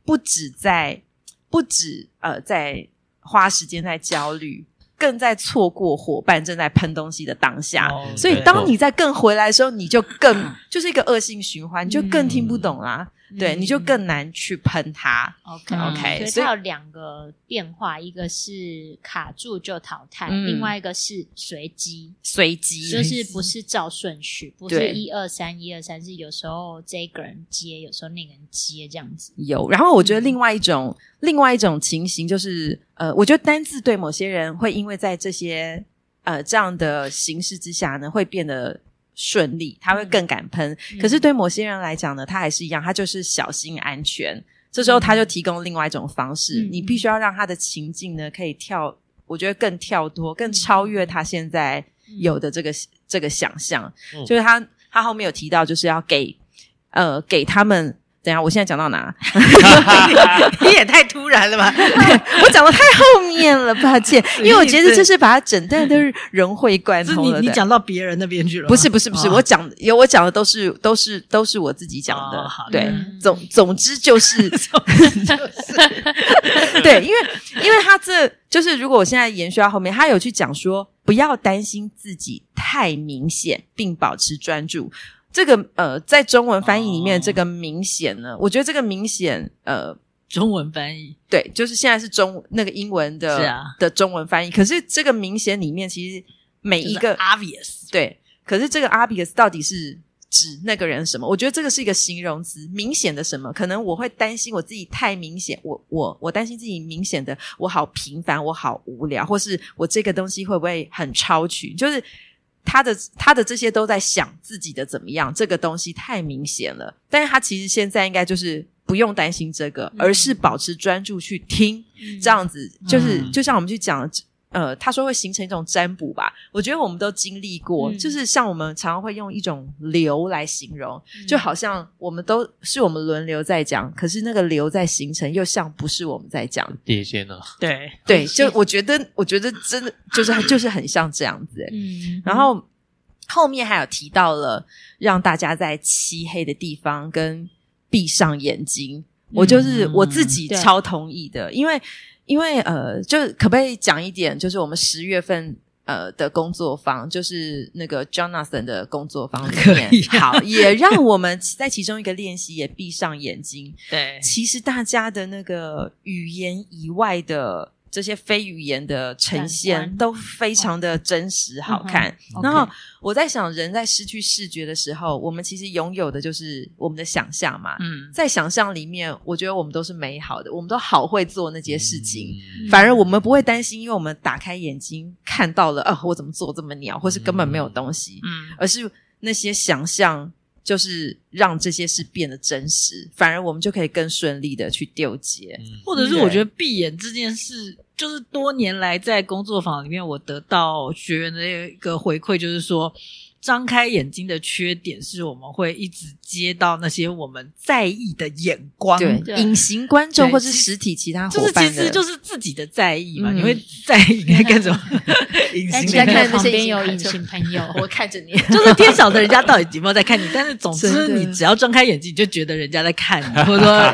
[SPEAKER 1] 不止在不止呃在花时间在焦虑。更在错过伙伴正在喷东西的当下，
[SPEAKER 4] 哦
[SPEAKER 1] 所以
[SPEAKER 4] 对
[SPEAKER 1] 当你在更回来的时候，你就更就是一个恶性循环，你就更听不懂啦，对，你就更难去喷它。
[SPEAKER 2] 哦 OK
[SPEAKER 1] 嗯 OK，
[SPEAKER 2] 所
[SPEAKER 1] 所
[SPEAKER 2] 以
[SPEAKER 1] 以
[SPEAKER 2] 它有两个变化，一个是卡住就淘汰，
[SPEAKER 1] 嗯
[SPEAKER 2] 另外一个是随机，
[SPEAKER 1] 随机
[SPEAKER 2] 就是不是照顺序，不是
[SPEAKER 1] 对
[SPEAKER 2] 一二三一二三，是有时候这个人接，有时候那个人接这样子。
[SPEAKER 1] 有，然后我觉
[SPEAKER 2] 嗯
[SPEAKER 1] 得另外一种、另外一种情形就是，呃，我觉得单字对某些人会因为在这些呃这样的形式之下呢，会变得顺利，他会更敢喷。
[SPEAKER 2] 嗯
[SPEAKER 1] 可是对某些人来讲呢，他还是一样，他就是小心安全。这时候他就提供另外一种方式，
[SPEAKER 2] 嗯
[SPEAKER 1] 你必须要让他的情境呢可以跳，我觉得更跳脱，
[SPEAKER 2] 嗯
[SPEAKER 1] 更超越他现在嗯有的这个、这个想象。
[SPEAKER 3] 嗯
[SPEAKER 1] 就是他他后面有提到，就是要给呃给他们。等一下，我现在讲到哪？
[SPEAKER 4] 你也太突然 了吧？
[SPEAKER 1] 我讲的太后面了，抱 歉，因为我觉得这是把它整段都是融会贯
[SPEAKER 4] 是
[SPEAKER 1] 通
[SPEAKER 4] 你
[SPEAKER 1] 了
[SPEAKER 4] 你
[SPEAKER 1] 的。
[SPEAKER 4] 讲到别人那边去了吗？
[SPEAKER 1] 不是不是不是，
[SPEAKER 4] 哦
[SPEAKER 1] 我讲有我讲的都是都是都是我自己讲的，
[SPEAKER 4] 哦好
[SPEAKER 1] 对
[SPEAKER 2] 嗯，
[SPEAKER 1] 总总之 就是，对，因为因为他这就是如果我现在延续到后面，他有去讲说不要担心自己太明显，并保持专注。这个呃，在中文翻译里面，
[SPEAKER 4] 哦
[SPEAKER 1] 这个明显呢，我觉得这个明显呃，
[SPEAKER 4] 中文翻译，
[SPEAKER 1] 对，就是现在是中那个英文的
[SPEAKER 4] 是啊
[SPEAKER 1] 的中文翻译，可是这个明显里面其实每一个、
[SPEAKER 4] 就是啊 obvious
[SPEAKER 1] 对，可是这个 obvious 到底是指那个人什么？我觉得这个是一个形容词，明显的什么？可能我会担心我自己太明显，我我我担心自己明显的我好平凡，我好无聊，或是我这个东西会不会很超群？就是他的他的这些都在想自己的怎么样，这个东西太明显了。但是他其实现在应该就是。不用担心这个，而是保持专注去听，
[SPEAKER 2] 嗯
[SPEAKER 1] 这样子就是、
[SPEAKER 4] 嗯
[SPEAKER 1] 就像我们去讲，呃，他说会形成一种占卜吧。我觉得我们都经历过，
[SPEAKER 2] 嗯
[SPEAKER 1] 就是像我们常常会用一种流来形容，
[SPEAKER 2] 嗯
[SPEAKER 1] 就好像我们都是我们轮流在讲，可是那个流在形成，又像不是我们在讲。
[SPEAKER 3] 碟仙啊呢？
[SPEAKER 4] 对，
[SPEAKER 1] 对，
[SPEAKER 2] 是
[SPEAKER 1] 就我觉得，我觉得真的就是就是很像这样子、欸
[SPEAKER 2] 嗯，
[SPEAKER 1] 然后后面还有提到了让大家在漆黑的地方跟闭上眼睛，我就是
[SPEAKER 4] 嗯
[SPEAKER 1] 我自己
[SPEAKER 2] 对
[SPEAKER 1] 超同意的，因为因为呃，就可不可以讲一点，就是我们十月份。呃的工作坊就是那个 Jonathan 的工作坊里面
[SPEAKER 4] 可以，啊
[SPEAKER 1] 好，也让我们在其中一个练习也闭上眼睛，
[SPEAKER 4] 对
[SPEAKER 1] 其实大家的那个语言以外的这些非语言的呈
[SPEAKER 2] 感
[SPEAKER 1] 现
[SPEAKER 2] 官
[SPEAKER 1] 都非常的真实好看。
[SPEAKER 2] 嗯哼
[SPEAKER 1] 然
[SPEAKER 2] OK
[SPEAKER 1] 后我在想，人在失去视觉的时候，我们其实拥有的就是我们的想象嘛。
[SPEAKER 4] 嗯，
[SPEAKER 1] 在想象里面，我觉得我们都是美好的，我们都好会做那些事情。
[SPEAKER 2] 嗯
[SPEAKER 1] 反而我们不会担心，因为我们打开眼睛看到了，啊，我怎么做这么鸟，或是根本没有东西。
[SPEAKER 4] 嗯，
[SPEAKER 1] 而是那些想象，就是让这些事变得真实，反而我们就可以更顺利的去丢接。
[SPEAKER 3] 嗯
[SPEAKER 4] 或者是我觉得闭眼这件事，就是多年来在工作坊里面我得到学员的一个回馈，就是说，张开眼睛的缺点是我们会一直接到那些我们在意的眼光，
[SPEAKER 1] 对
[SPEAKER 2] 对
[SPEAKER 1] 隐形观众
[SPEAKER 4] 对
[SPEAKER 1] 或是
[SPEAKER 4] 其
[SPEAKER 1] 实体其他
[SPEAKER 4] 就
[SPEAKER 1] 伙
[SPEAKER 4] 是
[SPEAKER 1] 伴
[SPEAKER 4] 其
[SPEAKER 1] 的，
[SPEAKER 4] 实就是自己的在意嘛，
[SPEAKER 1] 嗯
[SPEAKER 4] 你会在意该 干什么？隐
[SPEAKER 2] 但
[SPEAKER 4] 形
[SPEAKER 2] 其
[SPEAKER 1] 在
[SPEAKER 2] 实
[SPEAKER 4] 的
[SPEAKER 1] 看那
[SPEAKER 2] 旁
[SPEAKER 1] 些
[SPEAKER 2] 边有
[SPEAKER 1] 隐
[SPEAKER 2] 隐
[SPEAKER 1] 形
[SPEAKER 2] 形朋友，
[SPEAKER 1] 我看着你，
[SPEAKER 4] 就是天晓得人家到底有没有在看你，但是总之
[SPEAKER 1] 真的
[SPEAKER 4] 你只要睁开眼睛，你就觉得人家在看 你，或者说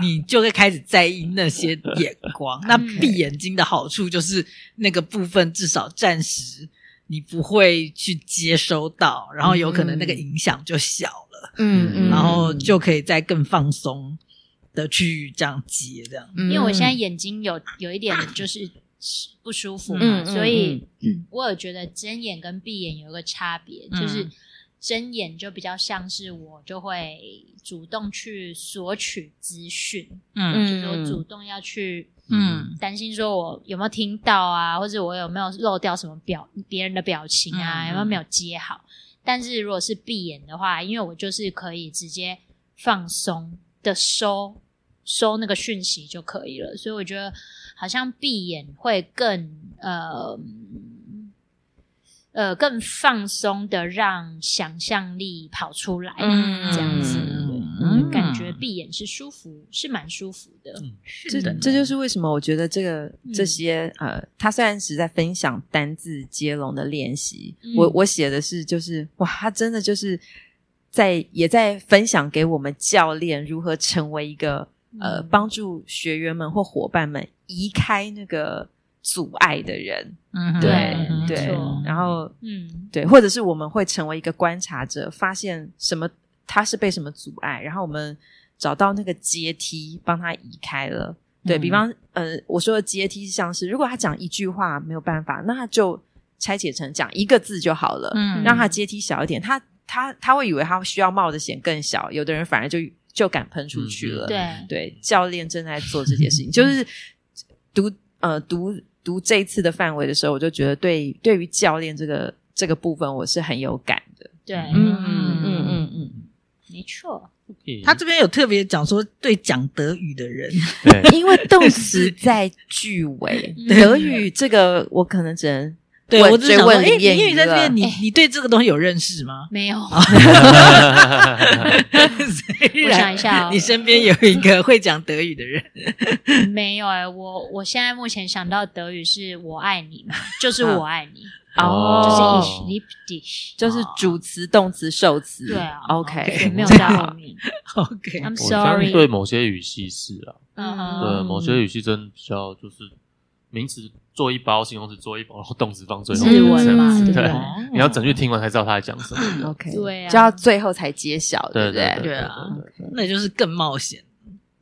[SPEAKER 4] 你就会开始在意那些眼光。那
[SPEAKER 1] 嗯
[SPEAKER 4] 闭眼睛的好处就是那个部分至少暂时你不会去接收到，然后有可能那个影响就小了，
[SPEAKER 1] 嗯嗯，
[SPEAKER 4] 然后就可以再更放松的去这样接这样。
[SPEAKER 1] 嗯因
[SPEAKER 2] 因为我现在眼睛有有一点就是不舒服嘛，
[SPEAKER 1] 嗯嗯
[SPEAKER 2] 所以我有觉得睁眼跟闭眼有一个差别，
[SPEAKER 4] 嗯
[SPEAKER 2] 就是睁眼就比较像是我就会主动去索取资讯，
[SPEAKER 4] 嗯
[SPEAKER 2] 就是我主动要去
[SPEAKER 4] 嗯
[SPEAKER 2] 担心说我有没有听到啊，或者我有没有漏掉什么表别人的表情啊，
[SPEAKER 4] 嗯嗯
[SPEAKER 2] 有没有没有接好。但是如果是闭眼的话，因为我就是可以直接放松的收收那个讯息就可以了，所以我觉得好像闭眼会更呃呃更放松的让想象力跑出来，
[SPEAKER 1] 嗯
[SPEAKER 2] 这样子。
[SPEAKER 4] 嗯
[SPEAKER 2] 感觉闭眼是舒服，是蛮舒服的。
[SPEAKER 3] 嗯
[SPEAKER 1] 这
[SPEAKER 4] 是
[SPEAKER 1] 这就是为什么我觉得这个
[SPEAKER 2] 嗯
[SPEAKER 1] 这些呃，他虽然是在分享单字接龙的练习，
[SPEAKER 2] 嗯
[SPEAKER 1] 我我写的是就是哇，他真的就是在也在分享给我们教练如何成为一个呃
[SPEAKER 2] 嗯
[SPEAKER 1] 帮助学员们或伙伴们移开那个阻碍的人，
[SPEAKER 4] 嗯
[SPEAKER 2] 对没
[SPEAKER 1] 对
[SPEAKER 2] 错，
[SPEAKER 1] 然后
[SPEAKER 2] 嗯，
[SPEAKER 1] 对，或者是我们会成为一个观察者，发现什么他是被什么阻碍，然后我们找到那个阶梯，帮他移开了。对、
[SPEAKER 4] 嗯
[SPEAKER 1] 比方，呃，我说的阶梯像是，如果他讲一句话没有办法，那他就拆解成讲一个字就好了，
[SPEAKER 4] 嗯
[SPEAKER 1] 让他阶梯小一点。他他他会以为他需要冒的险更小，有的人反而就就敢喷出去了。
[SPEAKER 2] 对，
[SPEAKER 3] 嗯
[SPEAKER 1] 对，教练正在做这件事情， 就是读呃读读这一次的范围的时候，我就觉得对对于教练这个这个部分，我是很有感的。
[SPEAKER 2] 对，
[SPEAKER 4] 嗯
[SPEAKER 1] 嗯嗯
[SPEAKER 2] 没错，，
[SPEAKER 3] 嗯
[SPEAKER 4] 他这边有特别讲说，对讲德语的人，
[SPEAKER 3] 对
[SPEAKER 1] 嗯， 因为动词在句尾
[SPEAKER 2] 嗯
[SPEAKER 1] 德语这个我可能只能
[SPEAKER 4] 对
[SPEAKER 1] 问
[SPEAKER 4] 我只是想
[SPEAKER 1] 追
[SPEAKER 4] 说，
[SPEAKER 1] 问
[SPEAKER 4] 哎，
[SPEAKER 1] 林
[SPEAKER 4] 你
[SPEAKER 1] 彦宇
[SPEAKER 4] 因为在这
[SPEAKER 1] 了
[SPEAKER 4] 边，你
[SPEAKER 2] 哎
[SPEAKER 4] 你对这个东西有认 识吗？
[SPEAKER 2] 没有，
[SPEAKER 4] 虽
[SPEAKER 2] 我
[SPEAKER 4] 然
[SPEAKER 2] 想一下哦
[SPEAKER 4] 你身边有一个会讲德语的人，
[SPEAKER 2] 没有哎、我我现在目前想到德语是我爱你嘛，就是
[SPEAKER 4] 嗯
[SPEAKER 2] 我爱你，就是
[SPEAKER 3] 哦
[SPEAKER 2] ich liebe dich，
[SPEAKER 1] 就是主词、动词、受词。
[SPEAKER 2] 哦对啊
[SPEAKER 1] ，OK，
[SPEAKER 2] 对没有在后
[SPEAKER 4] 啊
[SPEAKER 2] 面。
[SPEAKER 4] OK，
[SPEAKER 2] I'm
[SPEAKER 3] 我相信
[SPEAKER 2] Oh, sorry，
[SPEAKER 3] 对某些语系是啊，
[SPEAKER 2] 嗯
[SPEAKER 3] 对
[SPEAKER 2] 哼，
[SPEAKER 3] 某些语系真的比较就是名词做一包，形容词做一包，然后动词放最后
[SPEAKER 2] 日文
[SPEAKER 3] 这样
[SPEAKER 2] 嘛，
[SPEAKER 4] 嗯
[SPEAKER 3] 子
[SPEAKER 2] 对不
[SPEAKER 3] 对
[SPEAKER 2] 对？
[SPEAKER 3] 你要整句听完才知道他在讲什么的。
[SPEAKER 1] OK，
[SPEAKER 2] 对啊
[SPEAKER 1] 就要最后才揭晓，
[SPEAKER 3] 对
[SPEAKER 1] 不
[SPEAKER 3] 对
[SPEAKER 4] 对啊那就是更冒险。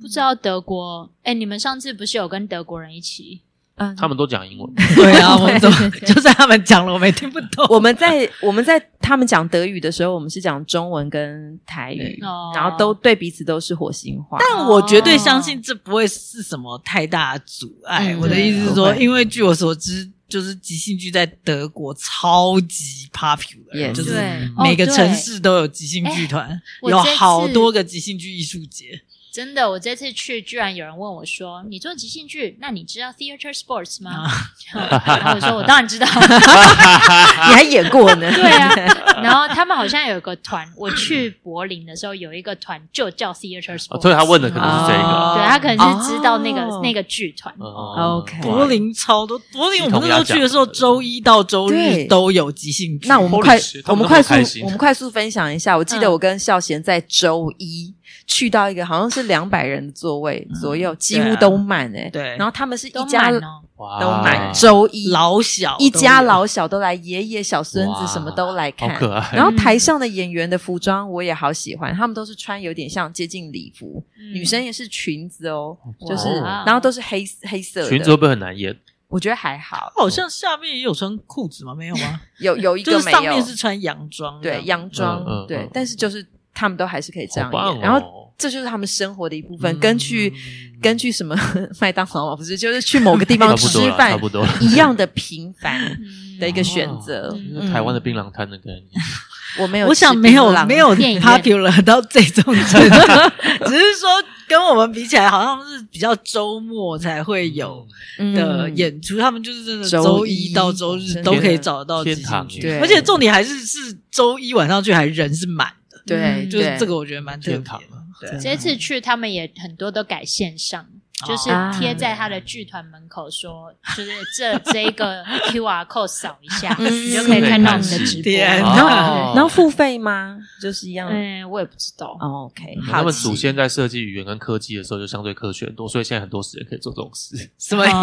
[SPEAKER 2] 不知道德国，哎，你们上次不是有跟德国人一起？
[SPEAKER 1] 嗯，
[SPEAKER 3] 他们都讲英文，
[SPEAKER 4] 对啊，我们怎
[SPEAKER 2] 对
[SPEAKER 4] 么
[SPEAKER 2] 对对
[SPEAKER 4] 就算他们讲了，我们也听不懂。
[SPEAKER 1] 我们在我们在他们讲德语的时候，我们是讲中文跟台语，
[SPEAKER 4] 对
[SPEAKER 2] 哦
[SPEAKER 1] 然后都对彼此都是火星话。
[SPEAKER 4] 但我绝对相
[SPEAKER 2] 哦
[SPEAKER 4] 信这不会是什么太大的阻碍。
[SPEAKER 1] 嗯
[SPEAKER 4] 我的意思是
[SPEAKER 1] 对
[SPEAKER 4] 说，
[SPEAKER 1] 不会
[SPEAKER 4] 因为据我所知，就是即兴剧在德国超级 popular，
[SPEAKER 1] Yes
[SPEAKER 4] 就是
[SPEAKER 2] 对哦
[SPEAKER 4] 嗯每个
[SPEAKER 2] 对
[SPEAKER 4] 城市都有即兴剧团，
[SPEAKER 1] 哎
[SPEAKER 2] 我
[SPEAKER 4] 有
[SPEAKER 2] 这次
[SPEAKER 4] 好多个即兴剧艺术节。
[SPEAKER 2] 真的，我这次去，居然有人问我说：“你做即兴剧，那你知道 theater sports 吗？”
[SPEAKER 4] 啊
[SPEAKER 2] 然后我说：“我当然知道。”
[SPEAKER 1] 你还演过呢？
[SPEAKER 2] 对 啊，然后他们好像有个团，我去柏林的时候有一个团就叫 theater sports，、
[SPEAKER 3] 啊所以他问的可能是这个。
[SPEAKER 2] 对他可能是知道那个、
[SPEAKER 1] 哦
[SPEAKER 2] 那个剧团，
[SPEAKER 3] 哦
[SPEAKER 1] OK
[SPEAKER 4] 柏林超多，柏林我
[SPEAKER 3] 系统
[SPEAKER 4] 们那时候
[SPEAKER 3] 要讲
[SPEAKER 4] 去的时候，
[SPEAKER 3] 的
[SPEAKER 4] 周一到周日
[SPEAKER 1] 对
[SPEAKER 4] 都有即兴剧。
[SPEAKER 1] 那我们快
[SPEAKER 3] Holy shit，，
[SPEAKER 1] 我
[SPEAKER 3] 他们
[SPEAKER 1] 们
[SPEAKER 3] 都
[SPEAKER 1] 快
[SPEAKER 3] 很
[SPEAKER 1] 速
[SPEAKER 3] 开心，
[SPEAKER 1] 我们快速分享一下。我记得我跟孝贤在周一去到一个好像是两百人的座位
[SPEAKER 3] 嗯
[SPEAKER 1] 左右，几乎都满哎。
[SPEAKER 4] 对
[SPEAKER 1] 然后他们是
[SPEAKER 2] 都
[SPEAKER 1] 一家
[SPEAKER 2] 满哦，
[SPEAKER 3] 哇
[SPEAKER 1] 都
[SPEAKER 3] 啊
[SPEAKER 1] 满，周一
[SPEAKER 4] 老小
[SPEAKER 1] 一家
[SPEAKER 4] 都有
[SPEAKER 1] 老小都来，爷爷小孙子什么都来
[SPEAKER 3] 好
[SPEAKER 1] 看。
[SPEAKER 3] 可爱。
[SPEAKER 1] 然后台上的演员的服装我也好喜欢，他们都是穿有点像接近礼服，
[SPEAKER 2] 嗯
[SPEAKER 1] 女生也是裙子哦，
[SPEAKER 3] 哇
[SPEAKER 1] 就是
[SPEAKER 2] 哦
[SPEAKER 1] 然后都是黑黑 色的
[SPEAKER 3] 裙子会不会很难演？
[SPEAKER 1] 我觉得还好，
[SPEAKER 4] 好像下面也有穿裤子吗？没有吗？
[SPEAKER 1] 有有一
[SPEAKER 4] 就
[SPEAKER 1] 个
[SPEAKER 4] 是
[SPEAKER 1] 没
[SPEAKER 4] 上
[SPEAKER 1] 有
[SPEAKER 4] 面，是穿洋装这样，
[SPEAKER 1] 哦对洋装
[SPEAKER 3] 嗯嗯，
[SPEAKER 1] 对
[SPEAKER 3] 嗯，
[SPEAKER 1] 但是就是他们都还是可以这样
[SPEAKER 3] 好棒
[SPEAKER 1] 演，
[SPEAKER 3] 哦
[SPEAKER 1] 然后这就是他们生活的一部分，
[SPEAKER 3] 嗯
[SPEAKER 1] 跟去跟去什么 麦当劳啊嘛，不是就是去某个地方
[SPEAKER 3] 差不
[SPEAKER 1] 吃
[SPEAKER 3] 多了，差
[SPEAKER 1] 饭
[SPEAKER 3] 不多了。
[SPEAKER 1] 一样的平凡
[SPEAKER 2] 嗯
[SPEAKER 1] 的一个选择
[SPEAKER 3] 哦
[SPEAKER 2] 嗯。
[SPEAKER 3] 就是台湾的槟榔摊的概念，
[SPEAKER 1] 我没有，
[SPEAKER 4] 我想没有没。有
[SPEAKER 2] 电影 院
[SPEAKER 4] popular 到这种程度，只是说跟我们比起来，好像是比较周末才会有的
[SPEAKER 1] 嗯
[SPEAKER 4] 演出，他们就是真的
[SPEAKER 1] 周
[SPEAKER 4] 周
[SPEAKER 1] 一
[SPEAKER 4] 一到周日
[SPEAKER 1] 真的
[SPEAKER 4] 都可以找得到即
[SPEAKER 3] 天
[SPEAKER 4] 兴
[SPEAKER 3] 堂
[SPEAKER 4] 剧，
[SPEAKER 1] 对
[SPEAKER 4] 而且重点还是是周一晚上去还人是满的，
[SPEAKER 1] 对，
[SPEAKER 4] 嗯就是
[SPEAKER 1] 对
[SPEAKER 4] 这个我觉得蛮特别
[SPEAKER 3] 天堂啊
[SPEAKER 4] 的。对
[SPEAKER 3] 嗯
[SPEAKER 2] 这次去他们也很多都改线上，就是
[SPEAKER 3] 哦
[SPEAKER 1] 啊
[SPEAKER 2] 贴在他的剧团门口说，就是这这一 个 Q R code 扫一下，
[SPEAKER 1] 嗯
[SPEAKER 2] 你就可以看到我们的直播。
[SPEAKER 4] 天
[SPEAKER 1] 然后
[SPEAKER 3] 哦
[SPEAKER 1] 然后付费吗？就是一样。
[SPEAKER 2] 嗯，我也不知道。
[SPEAKER 1] 哦 OK，好
[SPEAKER 3] 他们
[SPEAKER 1] 奇
[SPEAKER 3] 祖先在设计语言跟科技的时候就相对科学很多，所以现在很多时间可以做这种事，
[SPEAKER 4] 什么意思？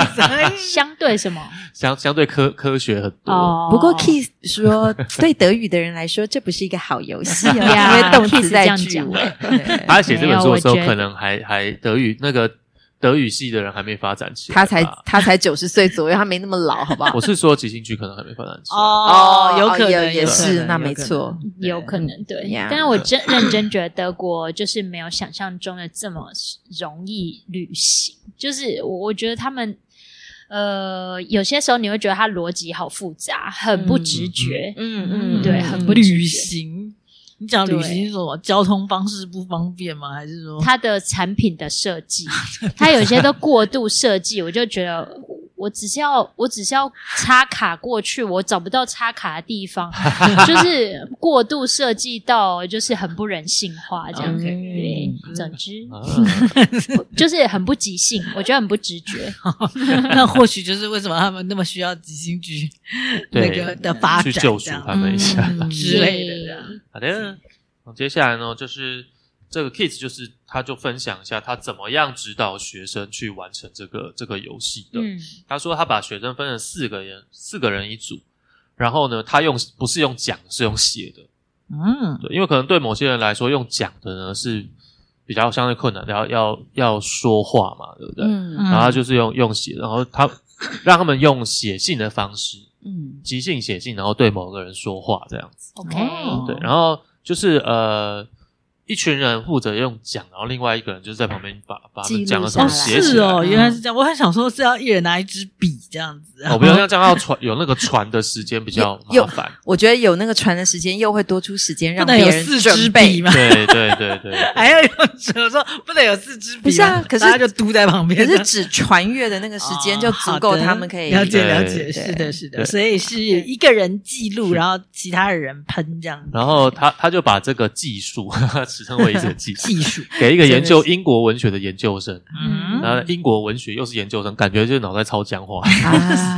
[SPEAKER 3] 哦
[SPEAKER 4] 什么意思？
[SPEAKER 2] 相对什么？
[SPEAKER 3] 相相对科科学很多。
[SPEAKER 2] 哦，
[SPEAKER 1] 不过 Keith 说，对德语的人来说，这不是一个好游戏哦，
[SPEAKER 2] 呀
[SPEAKER 1] 因为动
[SPEAKER 2] Keith
[SPEAKER 1] 词
[SPEAKER 2] 是这
[SPEAKER 1] 在
[SPEAKER 2] 样
[SPEAKER 1] 句
[SPEAKER 2] 讲
[SPEAKER 1] 尾。对
[SPEAKER 3] 他写这本书的时候，
[SPEAKER 2] 没有我觉得
[SPEAKER 3] 可能还还德语那个德语系的人还没发展起来吧，
[SPEAKER 1] 他才他才九十岁左右，他没那么老，好不好
[SPEAKER 3] 我？是说即兴剧可能还没发展起来。
[SPEAKER 1] 哦
[SPEAKER 4] 有可能
[SPEAKER 1] 也也是
[SPEAKER 4] 有可能
[SPEAKER 1] 那
[SPEAKER 4] 有
[SPEAKER 1] 没
[SPEAKER 4] 可能
[SPEAKER 1] 错
[SPEAKER 2] 有可能对
[SPEAKER 1] Yeah
[SPEAKER 2] 但是我真认真觉得德国就是没有想象中的这么容易旅行，就是我我觉得他们。呃，有些时候你会觉得他逻辑好复杂，很不直觉，
[SPEAKER 1] 嗯
[SPEAKER 2] 对
[SPEAKER 1] 嗯
[SPEAKER 2] 很
[SPEAKER 1] 嗯
[SPEAKER 2] 不直
[SPEAKER 4] 旅
[SPEAKER 2] 觉
[SPEAKER 4] 行。你讲旅行是什么？交通方式不方便吗？还 是说
[SPEAKER 2] 它的产品的设计，它有些都过度设计，我就觉得我我只是要我只是要插卡过去，我找不到插卡的地方，就是过度设计到就是很不人性化这样。
[SPEAKER 1] OK
[SPEAKER 2] 对，总之
[SPEAKER 3] 啊
[SPEAKER 2] 就是很不即兴，我觉得很不直觉。
[SPEAKER 4] 那或许就是为什么他们那么需要即兴剧
[SPEAKER 3] 对
[SPEAKER 4] 那个的发
[SPEAKER 3] 去
[SPEAKER 4] 展
[SPEAKER 3] 救赎
[SPEAKER 4] 这样
[SPEAKER 3] 他们一下。
[SPEAKER 1] 嗯
[SPEAKER 4] 之类的这样。
[SPEAKER 3] 好的，那接下来呢，就是这个 Kids，就是他就分享一下他怎么样指导学生去完成这个这个游戏的。
[SPEAKER 2] 嗯，
[SPEAKER 3] 他说他把学生分成四个人，四个人一组，然后呢，他用不是用讲，是用写的。
[SPEAKER 4] 嗯，
[SPEAKER 3] 对，因为可能对某些人来说，用讲的呢是比较相对困难的，要要要说话嘛，对不对？
[SPEAKER 1] 嗯
[SPEAKER 3] 然后他就是用用写，然后他让他们用写信的方式，
[SPEAKER 1] 嗯
[SPEAKER 3] 即兴写信，然后对某个人说话这样子。
[SPEAKER 2] OK，
[SPEAKER 4] 哦
[SPEAKER 3] 对，然后就是呃，一群人负责用讲，然后另外一个人就是在旁边把把他
[SPEAKER 1] 记录
[SPEAKER 3] 们讲了什
[SPEAKER 1] 下
[SPEAKER 3] 么
[SPEAKER 1] 来嗯
[SPEAKER 3] 写起
[SPEAKER 4] 是哦
[SPEAKER 3] 来。
[SPEAKER 4] 哦，原来是这样。我还想说是要一人拿一支笔这样子。
[SPEAKER 3] 哦，不要像这样要传有那个传的时间比较麻
[SPEAKER 1] 有
[SPEAKER 3] 烦。
[SPEAKER 1] 我觉得有那个传的时间，又会多出时间
[SPEAKER 4] 不
[SPEAKER 1] 让
[SPEAKER 4] 能
[SPEAKER 1] 别
[SPEAKER 4] 有
[SPEAKER 1] 人
[SPEAKER 4] 四支
[SPEAKER 1] 准
[SPEAKER 4] 笔
[SPEAKER 1] 备。
[SPEAKER 4] 吗？
[SPEAKER 3] 对对对 对，
[SPEAKER 4] 还要有我说不能有四支笔吗，
[SPEAKER 1] 不是啊可是
[SPEAKER 4] 大家就嘟在旁
[SPEAKER 1] 可
[SPEAKER 4] 边。
[SPEAKER 1] 是只传阅的那个时间就足够，
[SPEAKER 4] 哦好的
[SPEAKER 1] 他们可以
[SPEAKER 4] 了解
[SPEAKER 3] 对
[SPEAKER 4] 了解，
[SPEAKER 1] 对
[SPEAKER 4] 是的，是的，
[SPEAKER 3] 对
[SPEAKER 4] 所以是一个人记录，然后其他的人喷这样子。
[SPEAKER 3] 然后他他就把这个技术， 史称为一个技术，
[SPEAKER 4] 技术，
[SPEAKER 3] 给一个研究英国文学的研究生，
[SPEAKER 2] 嗯
[SPEAKER 3] 然后英国文学又是研究生，感觉就是脑袋超僵化。
[SPEAKER 1] 啊。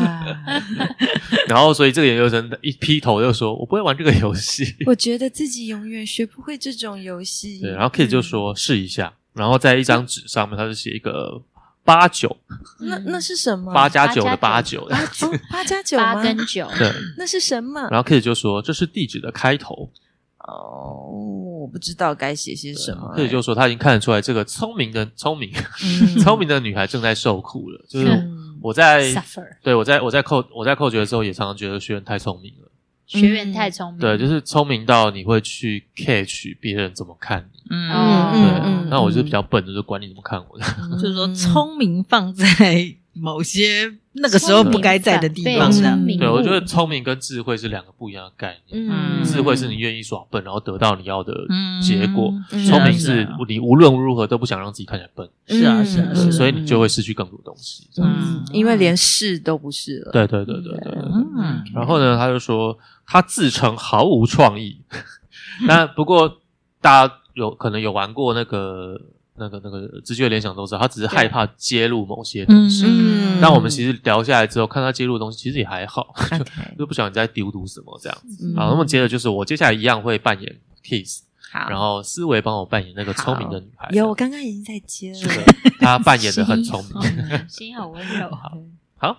[SPEAKER 3] 然后所以这个研究生一劈头就说：“我不会玩这个游戏。
[SPEAKER 1] 我觉得自己永远学不会这种游”戏。
[SPEAKER 3] 对，然后
[SPEAKER 1] 嗯
[SPEAKER 3] Kid 就说：“试一下。”然后在一张纸上面，他就写一个八九
[SPEAKER 2] 嗯
[SPEAKER 1] 那那是什么？
[SPEAKER 3] 八加九的八
[SPEAKER 2] 八加
[SPEAKER 3] 九
[SPEAKER 2] 九
[SPEAKER 3] 的，
[SPEAKER 1] 哦嗯八加九
[SPEAKER 2] 八
[SPEAKER 1] 吗？
[SPEAKER 2] 跟九，
[SPEAKER 3] 对。
[SPEAKER 1] 那是什么？
[SPEAKER 3] 然后 Kid 就说：“这是地址的开头。
[SPEAKER 1] 哦，我不知道该写些什么、
[SPEAKER 3] ”Kid 就说：“他已经看得出来，这个聪明的聪明
[SPEAKER 1] 嗯
[SPEAKER 3] 聪明的女孩正在受苦了。”就是
[SPEAKER 1] 嗯
[SPEAKER 3] 我在
[SPEAKER 2] suffer，
[SPEAKER 3] 对我在我在扣我在扣决的时候，也常常觉得学员太聪明了。
[SPEAKER 2] 学员太聪
[SPEAKER 1] 嗯
[SPEAKER 2] 明，
[SPEAKER 3] 对，就是聪明到你会去 catch 别人怎么看你。
[SPEAKER 4] 嗯
[SPEAKER 2] 哦
[SPEAKER 3] 对，
[SPEAKER 1] 嗯嗯
[SPEAKER 3] 那我就是比较笨，就是管你怎么看我的。
[SPEAKER 4] 就是说聪明放在某些那个时候不该在的地方
[SPEAKER 2] 聪
[SPEAKER 4] 上。
[SPEAKER 2] 明
[SPEAKER 3] 对，我觉得
[SPEAKER 2] 嗯
[SPEAKER 3] 聪明跟智慧是两个不一样的概念。
[SPEAKER 4] 嗯
[SPEAKER 3] 智慧是你愿意耍笨，然后得到你要的
[SPEAKER 4] 嗯
[SPEAKER 3] 结果；
[SPEAKER 1] 嗯
[SPEAKER 3] 聪明
[SPEAKER 4] 是
[SPEAKER 3] 是
[SPEAKER 4] 啊
[SPEAKER 3] 你无论如何都不想让自己看起来笨，
[SPEAKER 4] 是啊是啊
[SPEAKER 3] 对
[SPEAKER 4] 是啊，
[SPEAKER 3] 所以你就会失去更多东西。这样
[SPEAKER 1] 嗯，因为连试都不是了。
[SPEAKER 3] 对对对对对对。
[SPEAKER 4] 嗯
[SPEAKER 3] 然后呢，他就说他自称毫无创意， 但不过大家有可能有玩过那个那个那个直觉联想都知道，他只是害怕揭露某些东西。
[SPEAKER 1] 嗯
[SPEAKER 3] 那我们其实聊下来之后，看他揭露的东西，其实也还好，
[SPEAKER 4] 啊
[SPEAKER 3] 就
[SPEAKER 1] OK，
[SPEAKER 3] 就不晓得你在丢读什么这样子。
[SPEAKER 1] 嗯
[SPEAKER 3] 好，那么接着就是我接下来一样会扮演 Kiss，
[SPEAKER 1] 好，
[SPEAKER 3] 然后思维帮我扮演那个聪明的女孩。
[SPEAKER 1] 有，我刚刚已经在接
[SPEAKER 3] 是
[SPEAKER 1] 了
[SPEAKER 3] 的。，她扮演的很聪明。
[SPEAKER 2] 哦 心好温柔，哦
[SPEAKER 3] 好，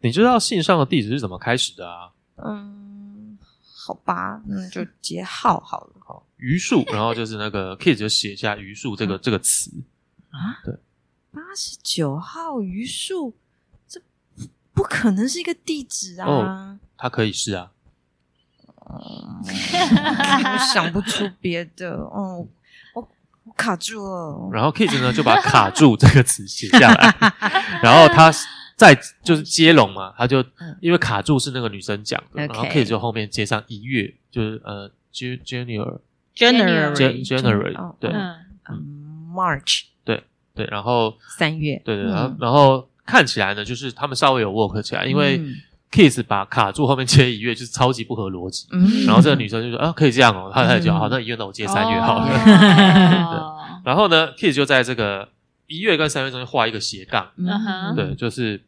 [SPEAKER 3] 你知道信上的地址是怎么开始的啊？
[SPEAKER 1] 嗯，好吧，那就接号好了。
[SPEAKER 3] 好，榆树，然后就是 那个 Kids 就写下榆树
[SPEAKER 1] 嗯
[SPEAKER 3] 这个这个词，
[SPEAKER 1] 八十九号榆树，这不可能是一个地址啊！
[SPEAKER 3] 哦它可以是啊，
[SPEAKER 1] 我 想不出别的。哦，我我卡住了。
[SPEAKER 3] 然后 Kids 呢就把“卡住”这个词写下 来，然后他在就是接龙嘛，他就
[SPEAKER 1] 嗯
[SPEAKER 3] 因为卡住是那个女生讲的，
[SPEAKER 1] OK
[SPEAKER 3] 然后 Kids 就后面接上一月，就是呃 Ju- Junior
[SPEAKER 4] general
[SPEAKER 3] Jan- January
[SPEAKER 1] 哦
[SPEAKER 3] 对，
[SPEAKER 2] 嗯，
[SPEAKER 1] 嗯， March
[SPEAKER 3] 对，然后
[SPEAKER 1] 三月，
[SPEAKER 3] 对对，
[SPEAKER 1] 嗯
[SPEAKER 3] 然后、然后看起来呢，就是他们稍微有 work 起来，因为
[SPEAKER 1] 嗯
[SPEAKER 3] Kiss 把卡住后面接一月，就是超级不合逻辑。
[SPEAKER 1] 嗯
[SPEAKER 3] 然后这个女生就说啊，可以这样哦，她她也觉得
[SPEAKER 1] 嗯
[SPEAKER 3] 好，那一月那我接三月好了。
[SPEAKER 2] 哦了。
[SPEAKER 3] 然后呢，Kiss 就在这个一月跟三月中间画一个斜杠，
[SPEAKER 2] 嗯哼
[SPEAKER 3] 对，就是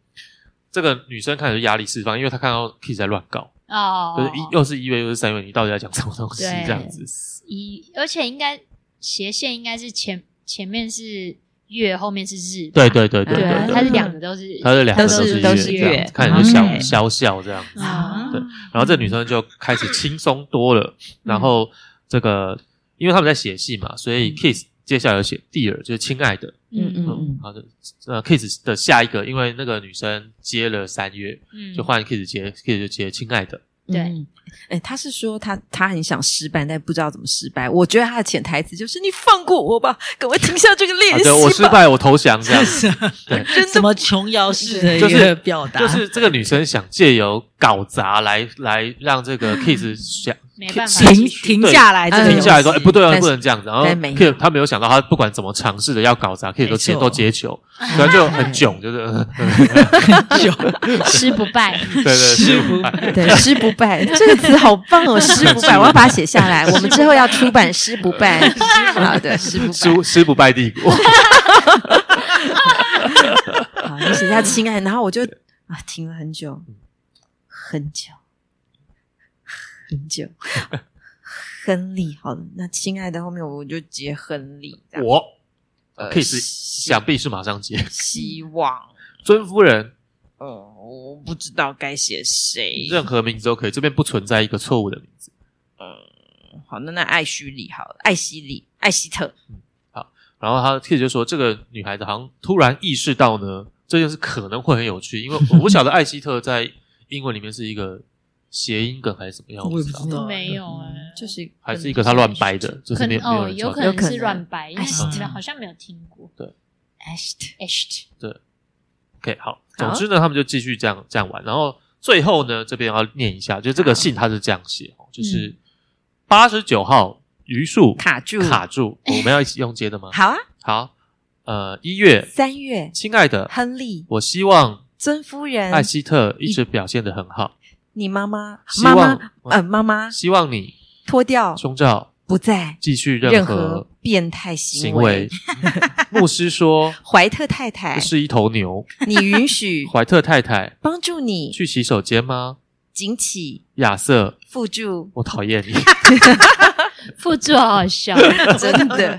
[SPEAKER 3] 这个女生看起来就压力释放，因为她看到 Kiss 在乱搞，
[SPEAKER 2] 哦，
[SPEAKER 3] 就是一又是一月又是三月，你到底在讲什么东西
[SPEAKER 2] 对
[SPEAKER 3] 这样子？
[SPEAKER 2] 一，而且应该斜线应该是前前面是月，后面是日吧，
[SPEAKER 3] 对对对对
[SPEAKER 1] 对
[SPEAKER 3] 对
[SPEAKER 2] 它
[SPEAKER 3] 对
[SPEAKER 2] 是两个都是，嗯
[SPEAKER 3] 她是两个
[SPEAKER 1] 都是
[SPEAKER 3] 都
[SPEAKER 1] 都
[SPEAKER 3] 是
[SPEAKER 1] 是
[SPEAKER 3] 月这样
[SPEAKER 1] 月
[SPEAKER 3] 子，看起来就小
[SPEAKER 1] OK
[SPEAKER 3] 小笑这样子。
[SPEAKER 2] 啊
[SPEAKER 3] 对，然后这
[SPEAKER 1] 嗯
[SPEAKER 3] 女生就开始轻松多了。然后这个，因为他们在写信嘛，所以 Kiss 接下来有写 Dear，就是亲爱的。
[SPEAKER 1] 嗯嗯嗯
[SPEAKER 3] 好的，呃，Kiss 的下一个，因为那个女生接了三月，
[SPEAKER 2] 嗯
[SPEAKER 3] 就换 Kiss 接，Kiss 就接亲爱的。
[SPEAKER 2] 对
[SPEAKER 1] 嗯哎，他是说他他很想失败，但不知道怎么失败。我觉得他的潜台词就是你放过我吧，赶快停下这个
[SPEAKER 3] 啊
[SPEAKER 1] 练习
[SPEAKER 3] 对，
[SPEAKER 1] 吧。
[SPEAKER 3] 我失败，我投降这样子。
[SPEAKER 1] 真的
[SPEAKER 4] 什么琼瑶式的
[SPEAKER 3] 就
[SPEAKER 4] 一
[SPEAKER 3] 是
[SPEAKER 4] 个表达，
[SPEAKER 3] 就是这个女生想借由搞砸来来让这个 Kiss 想
[SPEAKER 2] 没办法
[SPEAKER 3] 停
[SPEAKER 4] 停停下来，
[SPEAKER 1] 对
[SPEAKER 4] 这个
[SPEAKER 3] 停下来说，哎，
[SPEAKER 4] 游戏
[SPEAKER 3] 不对
[SPEAKER 1] 但
[SPEAKER 3] 啊，
[SPEAKER 1] 是
[SPEAKER 3] 不能这样子。然后
[SPEAKER 1] 但没有
[SPEAKER 3] Kiss 他没有想到，他不管怎么尝试的要搞砸，Kiss 都接
[SPEAKER 4] 没错
[SPEAKER 3] 都接球，然后就
[SPEAKER 1] 哎
[SPEAKER 3] 很囧，就是呃
[SPEAKER 2] 失不败，
[SPEAKER 3] 对对失
[SPEAKER 4] 失
[SPEAKER 3] 不
[SPEAKER 4] 不
[SPEAKER 3] 败。
[SPEAKER 1] 对，失不败这个词好棒哦，失 不败，我要把它写下来。我们之后要出版《失不败》啊，对，失不败
[SPEAKER 3] 失。失不败帝 国，
[SPEAKER 1] 好，你写下亲爱，然后我就啊停了很久，很久，很久。亨利，好了，那亲爱的后面我就接亨利，
[SPEAKER 2] 啊
[SPEAKER 1] 这样
[SPEAKER 3] 我呃
[SPEAKER 1] 呃
[SPEAKER 3] Kiss
[SPEAKER 1] 希
[SPEAKER 3] 想必是马上接。
[SPEAKER 1] 希望，
[SPEAKER 3] 尊夫人，
[SPEAKER 1] 嗯，我不知道该写谁。
[SPEAKER 3] 任何名字都可以，这边不存在一个错误的名字。
[SPEAKER 1] 嗯，好，那那艾希里好了，艾希里，艾希特，
[SPEAKER 3] 然后他 Kiss 就说，这个女孩子好像突然意识到呢，这件事可能会很有趣，因为我不晓得艾希特在英文里面是一个谐音梗还是怎么样，
[SPEAKER 4] 我
[SPEAKER 3] 我
[SPEAKER 4] 也
[SPEAKER 3] 不
[SPEAKER 4] 不
[SPEAKER 3] 知道
[SPEAKER 4] 知。道，
[SPEAKER 2] 没有哎，
[SPEAKER 1] 就是
[SPEAKER 3] 还是一个他乱掰的，啊就是
[SPEAKER 2] 可
[SPEAKER 3] 没
[SPEAKER 2] 能
[SPEAKER 3] 有没有
[SPEAKER 2] 哦，
[SPEAKER 3] 人
[SPEAKER 2] 有
[SPEAKER 3] 知
[SPEAKER 2] 可
[SPEAKER 3] 道。
[SPEAKER 1] 有可
[SPEAKER 2] 能
[SPEAKER 1] 能
[SPEAKER 2] 是乱掰，因为
[SPEAKER 1] 哎
[SPEAKER 2] 你
[SPEAKER 1] 是
[SPEAKER 2] 们好像没有听过
[SPEAKER 1] 艾希特。
[SPEAKER 2] Asht，
[SPEAKER 3] OK，好，总
[SPEAKER 1] 好
[SPEAKER 3] 之呢，他们就继续这样这样玩。然后最后呢，这边要念一下，就这个信他是这样写
[SPEAKER 1] 嗯
[SPEAKER 3] 哦，就是八十九号榆树
[SPEAKER 1] 卡住
[SPEAKER 3] 卡住，我们要一起用接的吗？
[SPEAKER 1] 好啊，
[SPEAKER 3] 好，呃，一月，
[SPEAKER 1] 三月，
[SPEAKER 3] 亲爱的，
[SPEAKER 1] 亨利，
[SPEAKER 3] 我希望
[SPEAKER 1] 尊夫人，
[SPEAKER 3] 艾希特一直表现的很好，
[SPEAKER 1] 你妈妈，
[SPEAKER 3] 希
[SPEAKER 1] 妈
[SPEAKER 3] 望嗯
[SPEAKER 1] 妈，呃，妈妈
[SPEAKER 3] 希望你
[SPEAKER 1] 脱掉
[SPEAKER 3] 胸罩
[SPEAKER 1] 不在
[SPEAKER 3] 继续
[SPEAKER 1] 任
[SPEAKER 3] 何
[SPEAKER 1] 何变态行
[SPEAKER 3] 行为。牧 师说，
[SPEAKER 1] 怀特太太
[SPEAKER 3] 这，是一头牛。
[SPEAKER 1] 你允许
[SPEAKER 3] 怀特太太
[SPEAKER 1] 帮助你
[SPEAKER 3] 去洗手间吗？
[SPEAKER 1] 警起
[SPEAKER 3] 亚瑟，
[SPEAKER 1] 附注，
[SPEAKER 3] 我讨厌你。
[SPEAKER 2] 副作好好 笑，
[SPEAKER 1] 真的，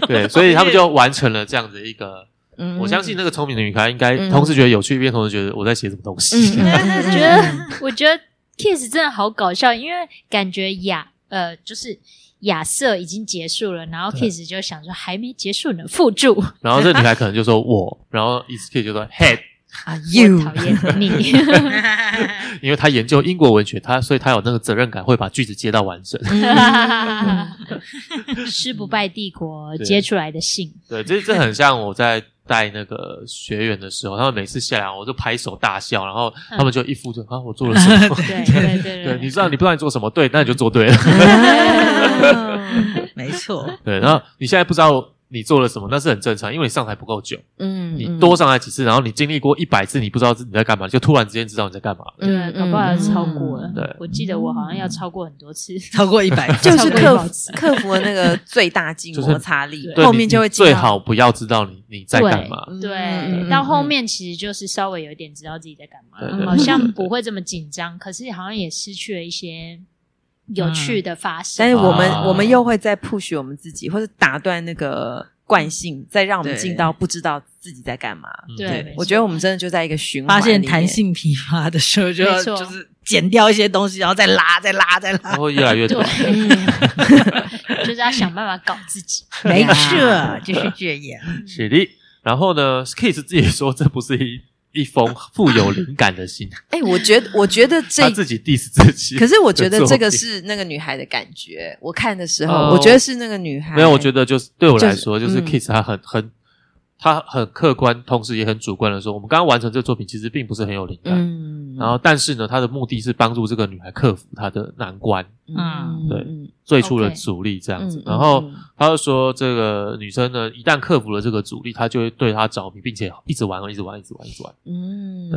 [SPEAKER 3] 对，所以他们就完成了这样的一个。
[SPEAKER 1] 嗯
[SPEAKER 3] 我相信那个聪明的女孩应该
[SPEAKER 1] 嗯
[SPEAKER 3] 同时觉得有趣，一边同时觉得我在写什么东西。
[SPEAKER 1] 嗯嗯
[SPEAKER 2] 我觉得，我觉得 Kiss 真的好搞笑，因为感觉亚呃就是亚瑟已经结束了，然后 Kiss 就想说还没结束呢，附注，我
[SPEAKER 3] 然后这女孩可能就说我，然后 e s k 就说 head，
[SPEAKER 1] 啊，you，
[SPEAKER 2] 讨厌你，
[SPEAKER 3] 因为她研究英国文学，她所以她有那个责任感，会把句子接到完整。
[SPEAKER 1] 嗯
[SPEAKER 2] 失不败帝国
[SPEAKER 3] 对
[SPEAKER 2] 接出来的信，
[SPEAKER 3] 对，这这很像我在带那个学员的时候，他们每次下来我就拍手大笑，然后他
[SPEAKER 1] 嗯
[SPEAKER 3] 们就一副就啊我做了 什么？
[SPEAKER 2] 对对对
[SPEAKER 3] 对，你知道你不知道你做什么对，那你就做对了。
[SPEAKER 1] 嗯
[SPEAKER 4] 没错，
[SPEAKER 3] 对，然后你现在不知道你做了什么，那是很正常，因为你上台不够久。
[SPEAKER 1] 嗯
[SPEAKER 3] 你多上来几次，然后你经历过一百次，你不知道自己在干嘛，就突然之间知道你在干嘛了。
[SPEAKER 1] 嗯
[SPEAKER 2] 对，搞不好要超过了。
[SPEAKER 3] 对
[SPEAKER 2] 我记得我好像要超过很多次。
[SPEAKER 4] 超过一百
[SPEAKER 1] 就是
[SPEAKER 2] 超过一
[SPEAKER 1] 克
[SPEAKER 2] 百
[SPEAKER 1] 服克服了那个最大静
[SPEAKER 3] 就是
[SPEAKER 1] 摩擦力，
[SPEAKER 2] 对
[SPEAKER 3] 对
[SPEAKER 1] 后
[SPEAKER 3] 你
[SPEAKER 1] 面就会
[SPEAKER 3] 你
[SPEAKER 1] 知道
[SPEAKER 3] 最好不要知道你你在干嘛。
[SPEAKER 1] 嗯
[SPEAKER 2] 对
[SPEAKER 1] 嗯，
[SPEAKER 2] 到后
[SPEAKER 1] 嗯
[SPEAKER 2] 面其实就是稍微有一点知道自己在干嘛
[SPEAKER 3] 对
[SPEAKER 1] 对，对
[SPEAKER 2] 好像不会这么紧张，可是好像也失去了一些有趣的发生。
[SPEAKER 1] 但是我们、
[SPEAKER 3] 啊
[SPEAKER 1] 我们又会再 push 我们自己，或者打断那个惯性，再让我们
[SPEAKER 4] 对
[SPEAKER 1] 进到不知道自己在干嘛。
[SPEAKER 3] 嗯
[SPEAKER 2] 对没错
[SPEAKER 1] 我觉得我们真的就在一个循环
[SPEAKER 4] 发
[SPEAKER 1] 里面，
[SPEAKER 4] 现弹性疲乏的时候，就要
[SPEAKER 2] 没错
[SPEAKER 4] 就是减掉一些东西，然后再拉，再拉，再
[SPEAKER 3] 它
[SPEAKER 4] 拉。
[SPEAKER 3] 会越 来越短。
[SPEAKER 2] 对，就是要想办法搞自己。
[SPEAKER 4] 没错， 就是这样。
[SPEAKER 3] 是的。然后呢，Kiss 自己说这不是一一封富有灵感的信，
[SPEAKER 1] 哎、我觉得我觉得这
[SPEAKER 3] 他，自己 diss 自己。
[SPEAKER 1] 可是我觉得这
[SPEAKER 3] 作
[SPEAKER 1] 个
[SPEAKER 3] 品
[SPEAKER 1] 是那个女孩的感觉。我看的时候，
[SPEAKER 3] 哦
[SPEAKER 1] 我觉得是那个女孩。
[SPEAKER 3] 没有，我觉得就是对我来说，就
[SPEAKER 1] 就是嗯是
[SPEAKER 3] Kiss 他很很他很客观，同时也很主观的说，我们刚刚完成这个作品其实并不是很有灵感。
[SPEAKER 1] 嗯
[SPEAKER 3] 然后，但是呢，他的目的是帮助这个女孩克服她的难关。
[SPEAKER 1] 嗯
[SPEAKER 3] 对
[SPEAKER 1] 嗯
[SPEAKER 3] 最初的
[SPEAKER 2] OK
[SPEAKER 3] 阻力这样子
[SPEAKER 1] 嗯。嗯
[SPEAKER 3] 然后
[SPEAKER 1] 嗯
[SPEAKER 3] 他就说，这个女生呢，一旦克服了这个阻力，她就会对她着迷，并且一直玩，一直玩，一直玩，一直玩。
[SPEAKER 1] 嗯，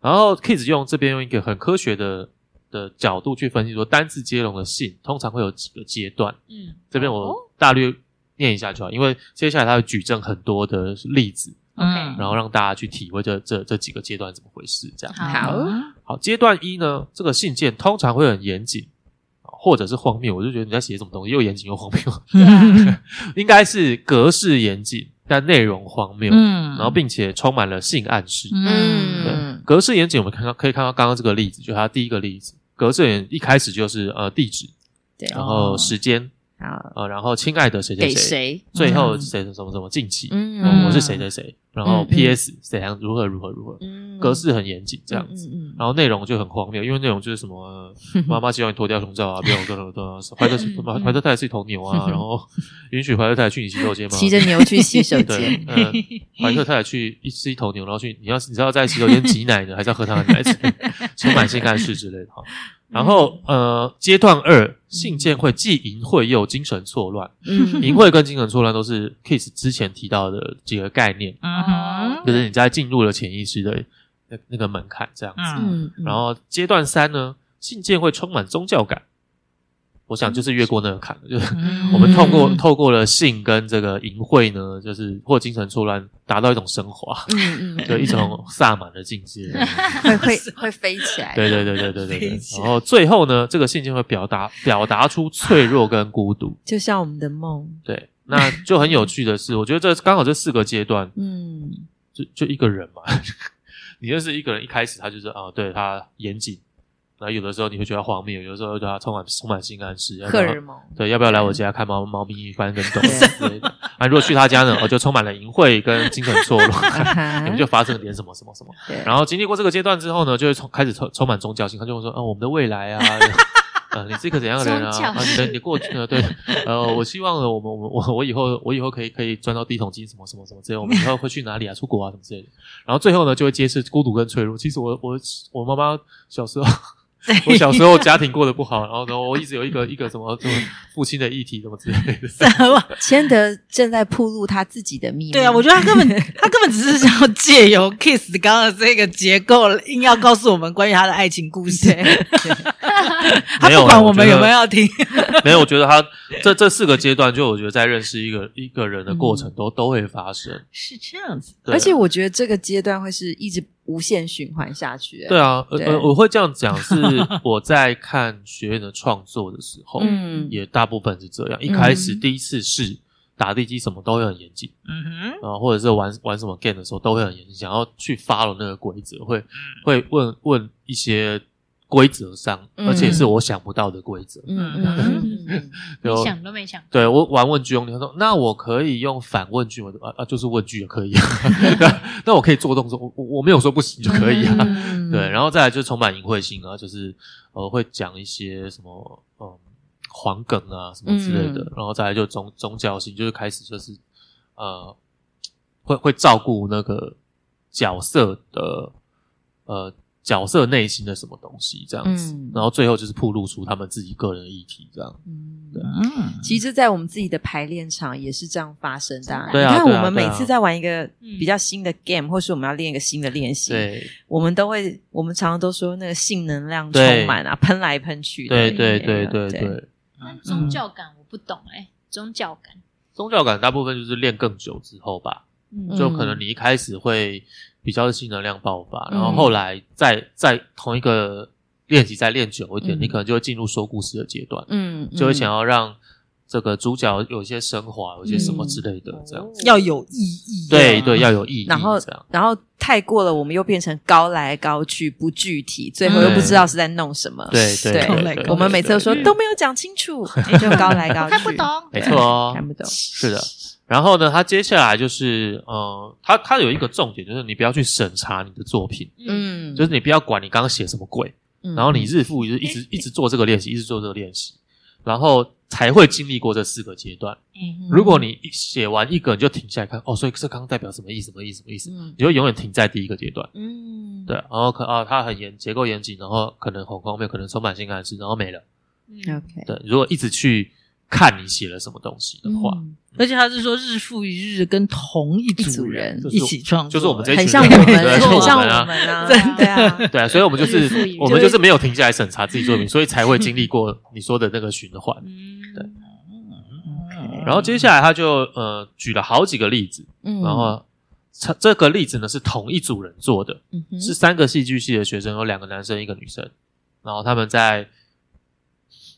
[SPEAKER 3] 然后 Kids 用这边用一个很科学的的角度去分析说，单字接龙的性通常会有几个阶段。
[SPEAKER 2] 嗯
[SPEAKER 3] 这边
[SPEAKER 1] 哦
[SPEAKER 3] 我大略念一下就好，因为接下来他会举证很多的例子，
[SPEAKER 4] 嗯
[SPEAKER 2] ，OK，
[SPEAKER 3] 然后让大家去体会这这这几个阶段怎么回事。这样
[SPEAKER 1] 好
[SPEAKER 3] 好，阶段一呢，这个信件通常会很严谨，或者是荒谬。我就觉得你在写什么东西，又严谨又荒谬，
[SPEAKER 4] 嗯
[SPEAKER 3] 应该是格式严谨，但内容荒谬，
[SPEAKER 4] 嗯
[SPEAKER 3] 然后并且充满了性暗示。
[SPEAKER 4] 嗯
[SPEAKER 1] 嗯
[SPEAKER 3] 格式严谨，我们看到可以看到刚刚这个例子，就是它第一个例子。格式严一开始就是呃地址，
[SPEAKER 1] 对哦
[SPEAKER 3] 然后时间，
[SPEAKER 1] 好
[SPEAKER 3] 呃，然后亲爱的谁谁
[SPEAKER 1] 给
[SPEAKER 3] 谁，
[SPEAKER 1] 谁？
[SPEAKER 3] 最后
[SPEAKER 4] 嗯
[SPEAKER 3] 谁什么什么什么近期，
[SPEAKER 1] 嗯
[SPEAKER 3] 嗯我是谁谁谁，然后
[SPEAKER 1] 嗯嗯
[SPEAKER 3] PS 怎样如何如何如何，
[SPEAKER 1] 嗯
[SPEAKER 3] 格式很严谨这样子。
[SPEAKER 1] 嗯嗯
[SPEAKER 3] 然后内容就很荒谬，因为内容就是什么 呃妈妈希望你脱掉胸罩啊，不要脱掉脱掉，怀特是
[SPEAKER 2] 嗯嗯
[SPEAKER 3] 怀特太太是一头牛啊，然后允许怀特太太去你洗手间吗？
[SPEAKER 1] 嗯骑着牛去洗手
[SPEAKER 3] 对
[SPEAKER 1] 间，，
[SPEAKER 3] 呃，怀特太太去一吃一头牛，然后去你要你知道在洗手间挤奶呢，还是要喝他的 奶之类的，充满性暗示之类的
[SPEAKER 1] 嗯
[SPEAKER 3] 哈。然后呃，阶段二，信件会既淫秽又精神错乱，
[SPEAKER 1] 嗯
[SPEAKER 3] 淫秽跟精神错乱都是 Kiss 之前提到的几个概念，
[SPEAKER 4] 嗯
[SPEAKER 3] 就是你在进入了潜意识的那那个门槛这样子。
[SPEAKER 4] 嗯
[SPEAKER 1] 嗯，
[SPEAKER 3] 然后阶段三呢，信件会充满宗教感，我想就是越过那个坎了，就是。
[SPEAKER 4] 嗯
[SPEAKER 3] 我们 透过、
[SPEAKER 1] 嗯
[SPEAKER 3] 透过了性跟这个淫秽呢，就是或精神错乱，达到一种升华，
[SPEAKER 1] 嗯嗯
[SPEAKER 3] 就一种萨满的境 界。
[SPEAKER 1] 会会会飞起来，
[SPEAKER 3] 对对对对对对对
[SPEAKER 4] 理。解
[SPEAKER 3] 然后最后呢，这个信件会表达表达出脆弱跟孤独。
[SPEAKER 1] 就像我们的梦，
[SPEAKER 3] 对，那就很有趣的是，我觉得这刚好这四个阶段，
[SPEAKER 1] 嗯
[SPEAKER 3] 就就一个人嘛， 你认识一个人，一开始他就是啊，对他严谨，然后有的时候你会觉得荒谬，有的时候对他充满充满性暗示，要不
[SPEAKER 1] 荷
[SPEAKER 3] 要
[SPEAKER 1] 尔蒙，
[SPEAKER 3] 对，要不要来我家看猫猫咪翻跟斗
[SPEAKER 1] 对
[SPEAKER 3] 之类的？啊，如果去他家呢，我就充满了淫秽跟精神错乱， 你们就发生了点什么什么什么。然后经历过这个阶段之后呢，就会充开始充充满宗教性，他就会说，啊，我们的未来啊。 呃，你是一个怎样的人啊？
[SPEAKER 2] 宗教
[SPEAKER 3] 啊，你的你过去呢？对，呃，我希望呢，我们我们我我以后 我以后可以可以赚到第一桶金，什么什么什么之类的。我们以后会去哪里啊？出国啊，什么之类的。然后最后呢，就会揭示孤独跟脆弱。其实我我我妈妈 小时候 我小时候家庭过得不好，然后呢，我一直有一个一个什么什么父亲的议题什么之类 的。
[SPEAKER 1] 千德正在铺路他自己的秘密，
[SPEAKER 4] 对啊，我觉得他根本他根本只是想要借由 Kiss 刚刚的这个结构，硬要告诉我们关于他的爱情故事。他
[SPEAKER 3] 没有
[SPEAKER 4] 不
[SPEAKER 3] 啊
[SPEAKER 4] 管我们
[SPEAKER 3] 觉得
[SPEAKER 4] 有没有要听，
[SPEAKER 3] 没有，我觉得他这这四个阶段，就我觉得在认识一个一个人的
[SPEAKER 4] 嗯
[SPEAKER 3] 过程都、都会发生。
[SPEAKER 4] 是这样子。
[SPEAKER 3] 对
[SPEAKER 1] 而且我觉得这个阶段会是一直无限循环下去，欸
[SPEAKER 3] 对啊，呃
[SPEAKER 1] 对
[SPEAKER 3] 呃，我会这样讲，是我在看学院的创作的时候，
[SPEAKER 1] 嗯
[SPEAKER 3] 也大部分是这样。一开始
[SPEAKER 1] 嗯
[SPEAKER 3] 第一次试打地基什么都会很严谨，
[SPEAKER 4] 嗯
[SPEAKER 3] 啊，或者是玩玩什么 game 的时候都会很严谨，想要去 follow 那个规则，会
[SPEAKER 4] 嗯
[SPEAKER 3] 会问问一些规则上，
[SPEAKER 1] 嗯
[SPEAKER 3] 而且是我想不到的规则。
[SPEAKER 1] 嗯嗯嗯嗯嗯
[SPEAKER 2] 你
[SPEAKER 3] 就
[SPEAKER 2] 想都没想，
[SPEAKER 3] 对我玩问句用，他说那我可以用反问句，我就啊啊就是问句也可以、 啊，那那我可以做动作，我我我没有说不行就 可以啊。
[SPEAKER 1] 嗯
[SPEAKER 3] 对，然后再来就是充满淫秽性啊，就是呃会讲一些什么嗯黄梗啊什么之类的，
[SPEAKER 1] 嗯
[SPEAKER 3] 然后再来就宗宗教性，就是开始就是呃会会照顾那个角色的呃角色内心的什么东西这样子，
[SPEAKER 1] 嗯
[SPEAKER 3] 然后最后就是暴露出他们自己个人的议题这样。
[SPEAKER 1] 嗯
[SPEAKER 3] 啊
[SPEAKER 4] 嗯，
[SPEAKER 1] 其实，在我们自己的排练场也是这样发生的、
[SPEAKER 2] 对
[SPEAKER 3] 啊
[SPEAKER 1] 你看，
[SPEAKER 3] 对
[SPEAKER 1] 我
[SPEAKER 3] 啊
[SPEAKER 1] 们每
[SPEAKER 3] 对啊
[SPEAKER 1] 次在玩一个
[SPEAKER 2] 嗯
[SPEAKER 1] 比较新的 game，、或是我们要练一个新的练习，
[SPEAKER 3] 嗯对
[SPEAKER 1] 我们都会，我们常常都说那个性能量
[SPEAKER 3] 对
[SPEAKER 1] 充满啊，喷来喷去的。啊
[SPEAKER 3] 对对
[SPEAKER 1] 对
[SPEAKER 3] 对对对，
[SPEAKER 2] 但宗教感我不懂哎，宗教感，
[SPEAKER 3] 宗教感大部分就是练更久之后吧，
[SPEAKER 2] 嗯
[SPEAKER 3] 就可能你一开始会比较性能量爆发，
[SPEAKER 1] 嗯
[SPEAKER 3] 然后后来再在同一个练习再练久一点，
[SPEAKER 1] 嗯
[SPEAKER 3] 你可能就会进入说故事的阶段，
[SPEAKER 1] 嗯，嗯
[SPEAKER 3] 就会想要让这个主角有一些升华，有一些什么之类的，这样。
[SPEAKER 4] 要有意义啊。
[SPEAKER 3] 对对，要有意义，
[SPEAKER 1] 嗯然后
[SPEAKER 3] 这样。
[SPEAKER 1] 然后太过了，我们又变成高来高去，不具体，最后又
[SPEAKER 3] 对
[SPEAKER 1] 不知道是在弄什么。
[SPEAKER 3] 嗯对
[SPEAKER 1] 哦对
[SPEAKER 3] 对对，对嗯
[SPEAKER 1] 我们每次都说
[SPEAKER 3] 对
[SPEAKER 1] 都没有讲清 楚，你就高来高
[SPEAKER 2] 我
[SPEAKER 1] 去，
[SPEAKER 2] 看不懂，
[SPEAKER 3] 没错哦，
[SPEAKER 1] 看不懂。
[SPEAKER 3] 是的。然后呢，他接下来就是，呃，他他有一个重点，就是你不要去审查你的作品，
[SPEAKER 2] 嗯
[SPEAKER 1] 嗯，
[SPEAKER 3] 就是你不要管你刚刚写什么鬼，
[SPEAKER 1] 嗯
[SPEAKER 3] 然后你日复一日一直一直做这个练习，一直做这个练习，然后才会经历过这四个阶段。
[SPEAKER 2] 嗯
[SPEAKER 3] 如果你一写完一个你就停下来看，哦，所以这刚刚代表什么意思？什么意思？什么意思？
[SPEAKER 1] 嗯
[SPEAKER 3] 你会永远停在第一个阶段。
[SPEAKER 1] 嗯
[SPEAKER 3] 对，然后可啊，它很严，结构严谨，然后可能很荒谬，可能充满性暗示，然后没了，
[SPEAKER 2] 嗯
[SPEAKER 1] OK，
[SPEAKER 3] 对，如果一直去看你写了什么东西的话，
[SPEAKER 1] 嗯
[SPEAKER 4] 而且他是说日复一日跟同一
[SPEAKER 1] 一组
[SPEAKER 4] 组
[SPEAKER 1] 人
[SPEAKER 4] 人
[SPEAKER 3] 就是
[SPEAKER 4] 一起创
[SPEAKER 3] 就
[SPEAKER 4] 作，
[SPEAKER 3] 是我们这一群
[SPEAKER 1] 很像我
[SPEAKER 3] 人
[SPEAKER 1] 们，
[SPEAKER 3] 对
[SPEAKER 1] 很像
[SPEAKER 3] 就是
[SPEAKER 1] 我
[SPEAKER 3] 我们啊
[SPEAKER 1] 们啊，
[SPEAKER 2] 真
[SPEAKER 1] 对啊，
[SPEAKER 3] 对啊，所以我们就
[SPEAKER 2] 日复一
[SPEAKER 3] 是
[SPEAKER 2] 日
[SPEAKER 3] 我们就是没有停下来审查自己作品，所以才会经历过你说的那个循环。
[SPEAKER 2] 嗯，
[SPEAKER 3] 对
[SPEAKER 4] 嗯
[SPEAKER 3] 然后接下来他就呃举了好几个例子，
[SPEAKER 1] 嗯
[SPEAKER 3] 然后这这个例子呢是同一组人做的，
[SPEAKER 1] 嗯哼
[SPEAKER 3] 是三个戏剧系的学生，有两个男生一个女生，然后他们在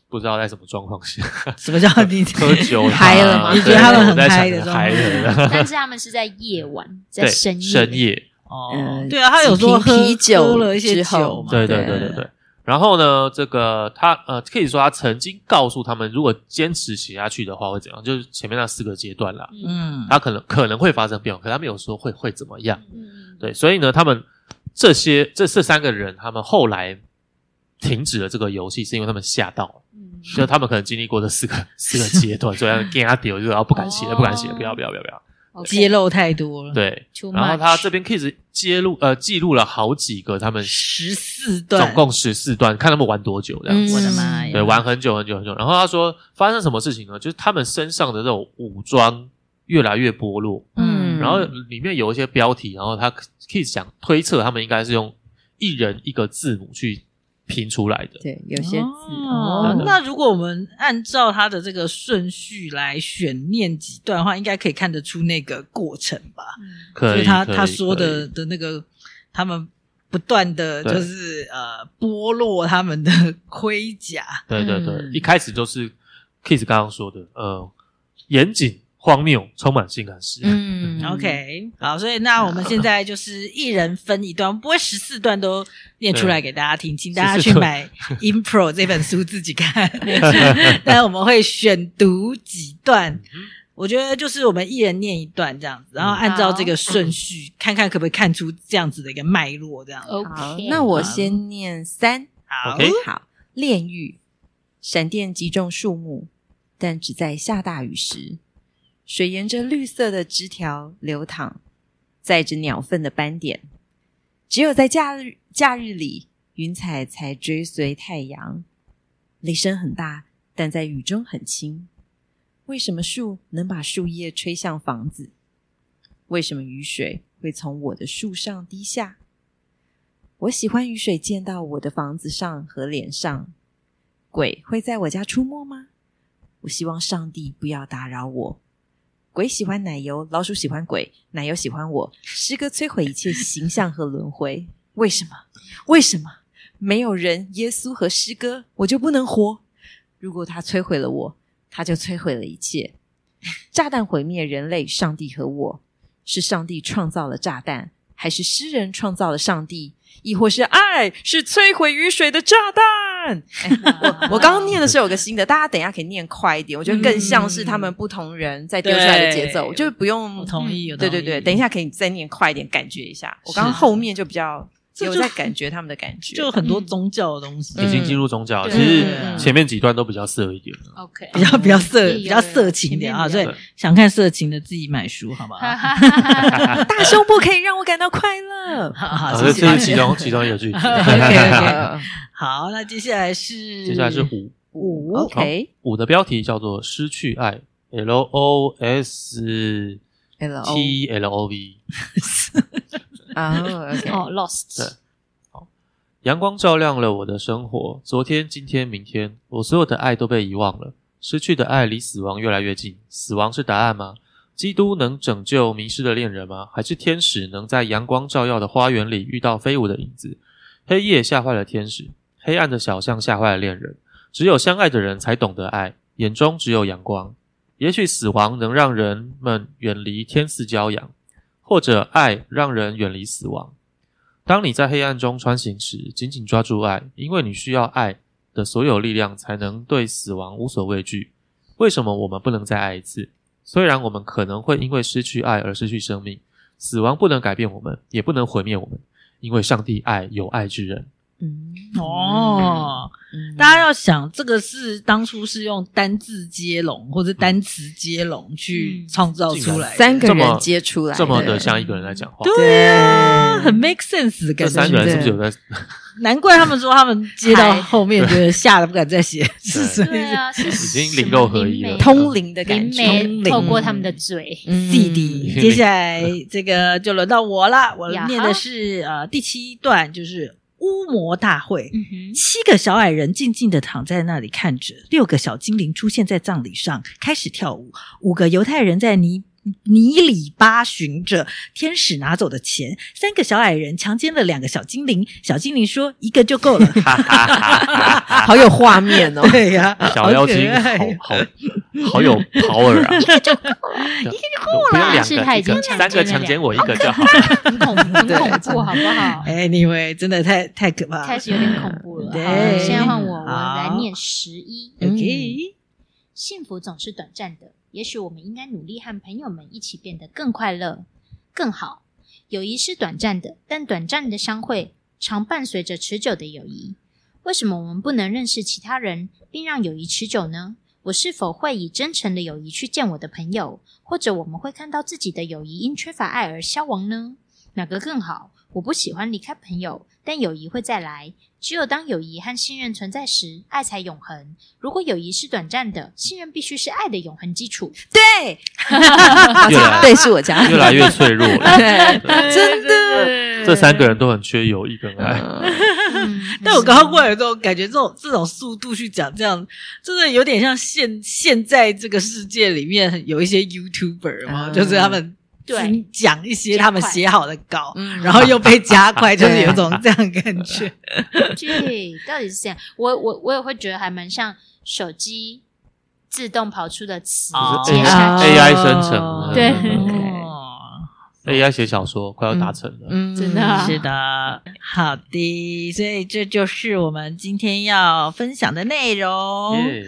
[SPEAKER 3] 不知道在什么状况下
[SPEAKER 4] 什么叫你？
[SPEAKER 3] 喝 酒啦
[SPEAKER 1] 嗨了吗
[SPEAKER 3] 对
[SPEAKER 1] 你觉得他
[SPEAKER 4] 们很
[SPEAKER 3] 我在想
[SPEAKER 4] 嗨的状态
[SPEAKER 3] 嗨
[SPEAKER 2] 嗯
[SPEAKER 3] 了，
[SPEAKER 2] 但是他们是在夜晚，在
[SPEAKER 3] 对，
[SPEAKER 2] 深夜，
[SPEAKER 3] 深夜，
[SPEAKER 4] 哦
[SPEAKER 1] 呃，
[SPEAKER 4] 对啊，他有说
[SPEAKER 1] 几
[SPEAKER 4] 喝
[SPEAKER 1] 瓶啤酒
[SPEAKER 4] 喝了一些
[SPEAKER 1] 之后
[SPEAKER 4] 酒嘛，
[SPEAKER 3] 对对
[SPEAKER 1] 对
[SPEAKER 3] 对对对。然后呢，这个他呃，可以说他曾经告诉他们，如果坚持写下去的话会怎样，就是前面那四个阶段啦，
[SPEAKER 2] 嗯
[SPEAKER 4] 嗯，
[SPEAKER 3] 他可能可能会发生变化，可他没有说会会怎么样。
[SPEAKER 2] 嗯，
[SPEAKER 3] 对，所以呢，他们这些这这三个人，他们后来停止了这个游戏，是因为他们吓到了，
[SPEAKER 2] 嗯，
[SPEAKER 3] 就是他们可能经历过这四个 四个阶段，所以他们跟他丢，就是啊不敢写
[SPEAKER 4] 哦
[SPEAKER 3] 了，不敢写了，不要不要不要不要。
[SPEAKER 2] OK
[SPEAKER 4] 揭露太多了，，
[SPEAKER 3] 对
[SPEAKER 2] Too，
[SPEAKER 3] 然后他
[SPEAKER 2] much
[SPEAKER 3] 这边 Kiss 揭露呃记录了好几个他们
[SPEAKER 4] 十四
[SPEAKER 3] 总
[SPEAKER 4] 段，嗯
[SPEAKER 3] 共十四段，看他们玩多久这样子。
[SPEAKER 4] 我的妈
[SPEAKER 1] 嗯
[SPEAKER 4] 呀，
[SPEAKER 3] 对，玩很久很久很久。然后他说发生什么事情呢？就是他们身上的这种武装越来越剥落，
[SPEAKER 1] 嗯
[SPEAKER 3] 然后里面有一些标题，然后他 Kiss 想推测他们应该是用一人一个字母去拼出来的。
[SPEAKER 1] 对有些字
[SPEAKER 4] 哦
[SPEAKER 1] 哦
[SPEAKER 4] 那如果我们按照它的这个顺序来选念几段的话，应该可以看得出那个过程吧？
[SPEAKER 2] 嗯
[SPEAKER 3] 可
[SPEAKER 4] 就
[SPEAKER 3] 以，
[SPEAKER 4] 是他
[SPEAKER 3] 可以
[SPEAKER 4] 他说
[SPEAKER 3] 可
[SPEAKER 4] 的
[SPEAKER 3] 以
[SPEAKER 4] 的那个，他们不断的
[SPEAKER 3] 对
[SPEAKER 4] 就是呃剥落他们的 盔甲，
[SPEAKER 3] 对对对，
[SPEAKER 1] 嗯
[SPEAKER 3] 一开始就是 Kiss 刚刚说的，呃，严谨、荒谬、充满性感诗。
[SPEAKER 1] 嗯
[SPEAKER 4] OK，好，所以那我们现在就是一人分一段，不会十四段都念出来给大家听，请大家去买《Impro》这 本书自己看。但我们会选读几段，
[SPEAKER 3] 嗯
[SPEAKER 4] 我觉得就是我们一人念一段这样子，然后按照这个顺序，看看可不可以看出这样子的一个脉络，这样。
[SPEAKER 1] 好
[SPEAKER 2] OK，，
[SPEAKER 1] 那我先念三。
[SPEAKER 4] 好
[SPEAKER 3] OK
[SPEAKER 1] 好，炼狱，闪电击中树木，但只在下大雨时。水沿着绿色的枝条流淌，载着鸟粪的斑点。只有在假日假日里，云彩才追随太阳。雷声很大，但在雨中很轻。为什么树能把树叶吹向房子？为什么雨水会从我的树上滴下？我喜欢雨水溅到我的房子上和脸上。鬼会在我家出没吗？我希望上帝不要打扰我。鬼喜欢奶油，老鼠喜欢鬼，奶油喜欢我。诗歌摧毁一切形象和轮回。为什么？为什么没有人、耶稣和诗歌，我就不能活？如果他摧毁了我，他就摧毁了一切。炸弹毁灭人类、上帝和我，是上帝创造了炸弹，还是诗人创造了上帝？亦或是爱是摧毁雨水的炸弹？哎
[SPEAKER 4] 啊
[SPEAKER 1] 我我刚刚念的是有个新的，大家等一下可以念快一点，我觉得更像是他们不同人在丢出来的节奏，
[SPEAKER 4] 对
[SPEAKER 1] 就是不用
[SPEAKER 4] 我同意，我
[SPEAKER 1] 对
[SPEAKER 4] 同
[SPEAKER 1] 对
[SPEAKER 4] 意
[SPEAKER 1] 对，等一。下可以再念快一点，感觉一下。我刚刚
[SPEAKER 4] 是
[SPEAKER 1] 后面就比较
[SPEAKER 4] 这
[SPEAKER 1] 有
[SPEAKER 4] 就
[SPEAKER 1] 在感觉他们的感觉，
[SPEAKER 4] 就很多宗教的东西，
[SPEAKER 3] 已经进入宗教
[SPEAKER 2] 嗯
[SPEAKER 3] 了，其实
[SPEAKER 4] 对
[SPEAKER 3] 前面几段都比较色一点。
[SPEAKER 2] OK，
[SPEAKER 4] 比较比较色，
[SPEAKER 2] 嗯
[SPEAKER 4] 比较色情一点啊。
[SPEAKER 2] 前
[SPEAKER 4] 所
[SPEAKER 2] 面
[SPEAKER 4] 以
[SPEAKER 2] 比较
[SPEAKER 4] 想看色情的自己买书，好不好？
[SPEAKER 1] 大胸部可以让我感到快 乐。
[SPEAKER 4] 好
[SPEAKER 3] 啊，
[SPEAKER 4] 好，
[SPEAKER 3] 这
[SPEAKER 4] 谢
[SPEAKER 3] 这
[SPEAKER 4] 谢。
[SPEAKER 3] 是其中其中一个句子。
[SPEAKER 1] 呃
[SPEAKER 4] OK，OK 好，那接下来是
[SPEAKER 3] 接下来是五
[SPEAKER 1] 五
[SPEAKER 4] 好
[SPEAKER 1] OK
[SPEAKER 3] 五的标题叫做《失去爱》，L O S
[SPEAKER 1] L O
[SPEAKER 3] T L O V。
[SPEAKER 1] 哦 OK
[SPEAKER 2] 哦，Lost，
[SPEAKER 3] 对阳光照亮了我的生活，昨天、今天、明天，我所有的爱都被遗忘了。失去的爱离死亡越来越近，死亡是答案吗？基督能拯救迷失的恋人吗？还是天使能在阳光照耀的花园里遇到飞舞的影子？黑夜吓坏了天使，黑暗的小巷吓坏了恋人。只有相爱的人才懂得爱，眼中只有阳光。也许死亡能让人们远离天赐骄阳，或者爱让人远离死亡。当你在黑暗中穿行时，紧紧抓住爱，因为你需要爱的所有力量，才能对死亡无所畏惧。为什么我们不能再爱一次？虽然我们可能会因为失去爱而失去生命，死亡不能改变我们，也不能毁灭我们，因为上帝爱有爱之人，
[SPEAKER 1] 嗯，
[SPEAKER 4] 哦，
[SPEAKER 1] 嗯
[SPEAKER 4] 大家要想，这个是当初是用单字接龙或者单词接龙去
[SPEAKER 2] 嗯
[SPEAKER 4] 创造出来的，
[SPEAKER 1] 三个
[SPEAKER 3] 这么
[SPEAKER 1] 人接出来，
[SPEAKER 3] 这么的
[SPEAKER 1] 对
[SPEAKER 3] 像一个人在讲话。
[SPEAKER 4] 对啊，很 make sense 的感
[SPEAKER 3] 这
[SPEAKER 4] 觉。
[SPEAKER 3] 三个人是不 是有在？
[SPEAKER 4] 难怪他们说他们接到后面觉得吓得不敢 再写，是是
[SPEAKER 2] 对啊，是
[SPEAKER 3] 已经灵肉合一了
[SPEAKER 2] 什么灵媒
[SPEAKER 1] 通灵的感
[SPEAKER 2] 灵
[SPEAKER 1] 觉，
[SPEAKER 2] 媒透过他们的
[SPEAKER 1] 嗯
[SPEAKER 2] 嘴，
[SPEAKER 4] 弟弟，接下来这个就轮到我了。我
[SPEAKER 2] 呀哈
[SPEAKER 4] 念的是呃第七段，就是巫魔大会。
[SPEAKER 2] 嗯哼，
[SPEAKER 4] 七个小矮人静静的躺在那里看着，六个小精灵出现在葬礼上，开始跳舞。五个犹太人在泥泥里巴寻着天使拿走的钱。三个小矮人强奸了两个小精灵，小精灵说一个 就够了。。
[SPEAKER 1] 啊好有画面哦
[SPEAKER 4] 对呀、
[SPEAKER 3] 小妖精
[SPEAKER 4] 好可爱
[SPEAKER 3] 好好好有 power 啊！一个就够
[SPEAKER 2] 了
[SPEAKER 3] 两
[SPEAKER 2] 是他
[SPEAKER 3] 个，
[SPEAKER 2] 已
[SPEAKER 3] 一
[SPEAKER 2] 经
[SPEAKER 3] 个
[SPEAKER 2] 强
[SPEAKER 3] 三个
[SPEAKER 2] 奸了
[SPEAKER 3] 强奸
[SPEAKER 2] 两
[SPEAKER 3] 我一个就好。
[SPEAKER 2] 很恐怖，很
[SPEAKER 1] 对
[SPEAKER 2] 恐怖，好 不好？
[SPEAKER 4] Anyway，真的太太可怕
[SPEAKER 2] 开
[SPEAKER 4] 了。
[SPEAKER 2] 始有点恐怖了。
[SPEAKER 4] 对
[SPEAKER 2] 好，现在换我，我
[SPEAKER 4] 好
[SPEAKER 2] 来念十一。
[SPEAKER 1] 嗯
[SPEAKER 4] OK，
[SPEAKER 2] 幸福总是短暂的，也许我们应该努力和朋友们一起变得更快乐、更好。友谊是短暂的，但短暂的相会常伴随着持久的友谊。为什么我们不能认识其他人，并让友谊持久呢？我是否会以真诚的友谊去见我的朋友，或者我们会看到自己的友谊因缺乏爱而消亡呢？哪个更好？我不喜欢离开朋友，但友谊会再来。只有当友谊和信任存在时，爱才永恒。如果友谊是短暂的，信任必须是爱的永恒基础。
[SPEAKER 1] 对，
[SPEAKER 3] 越来
[SPEAKER 1] 对，是我家，
[SPEAKER 3] 越来越脆弱了。
[SPEAKER 1] 对，
[SPEAKER 4] 啊
[SPEAKER 1] 真的。
[SPEAKER 3] 这三个人都很缺友谊跟爱，
[SPEAKER 1] 嗯
[SPEAKER 4] 但我刚刚过来之后，感觉这种这种速度去讲，这样真的有点像现现在这个世界里面很有一些 YouTuber 嘛，
[SPEAKER 1] 嗯
[SPEAKER 4] 就是他们
[SPEAKER 2] 对
[SPEAKER 4] 只讲一些他们写好的稿，
[SPEAKER 1] 嗯
[SPEAKER 4] 然后又被加快，就是有种这样的感觉。
[SPEAKER 2] 对，到底是这样？我我我也会觉得还蛮像手机自动跑出的词
[SPEAKER 4] 哦
[SPEAKER 2] 接下去，
[SPEAKER 3] AI 生成
[SPEAKER 2] 对
[SPEAKER 4] 哦
[SPEAKER 3] AI 哎写小说快要达成了。
[SPEAKER 1] 嗯
[SPEAKER 2] 真的啊
[SPEAKER 4] 是的，好的，所以这就是我们今天要分享的内容。
[SPEAKER 3] 耶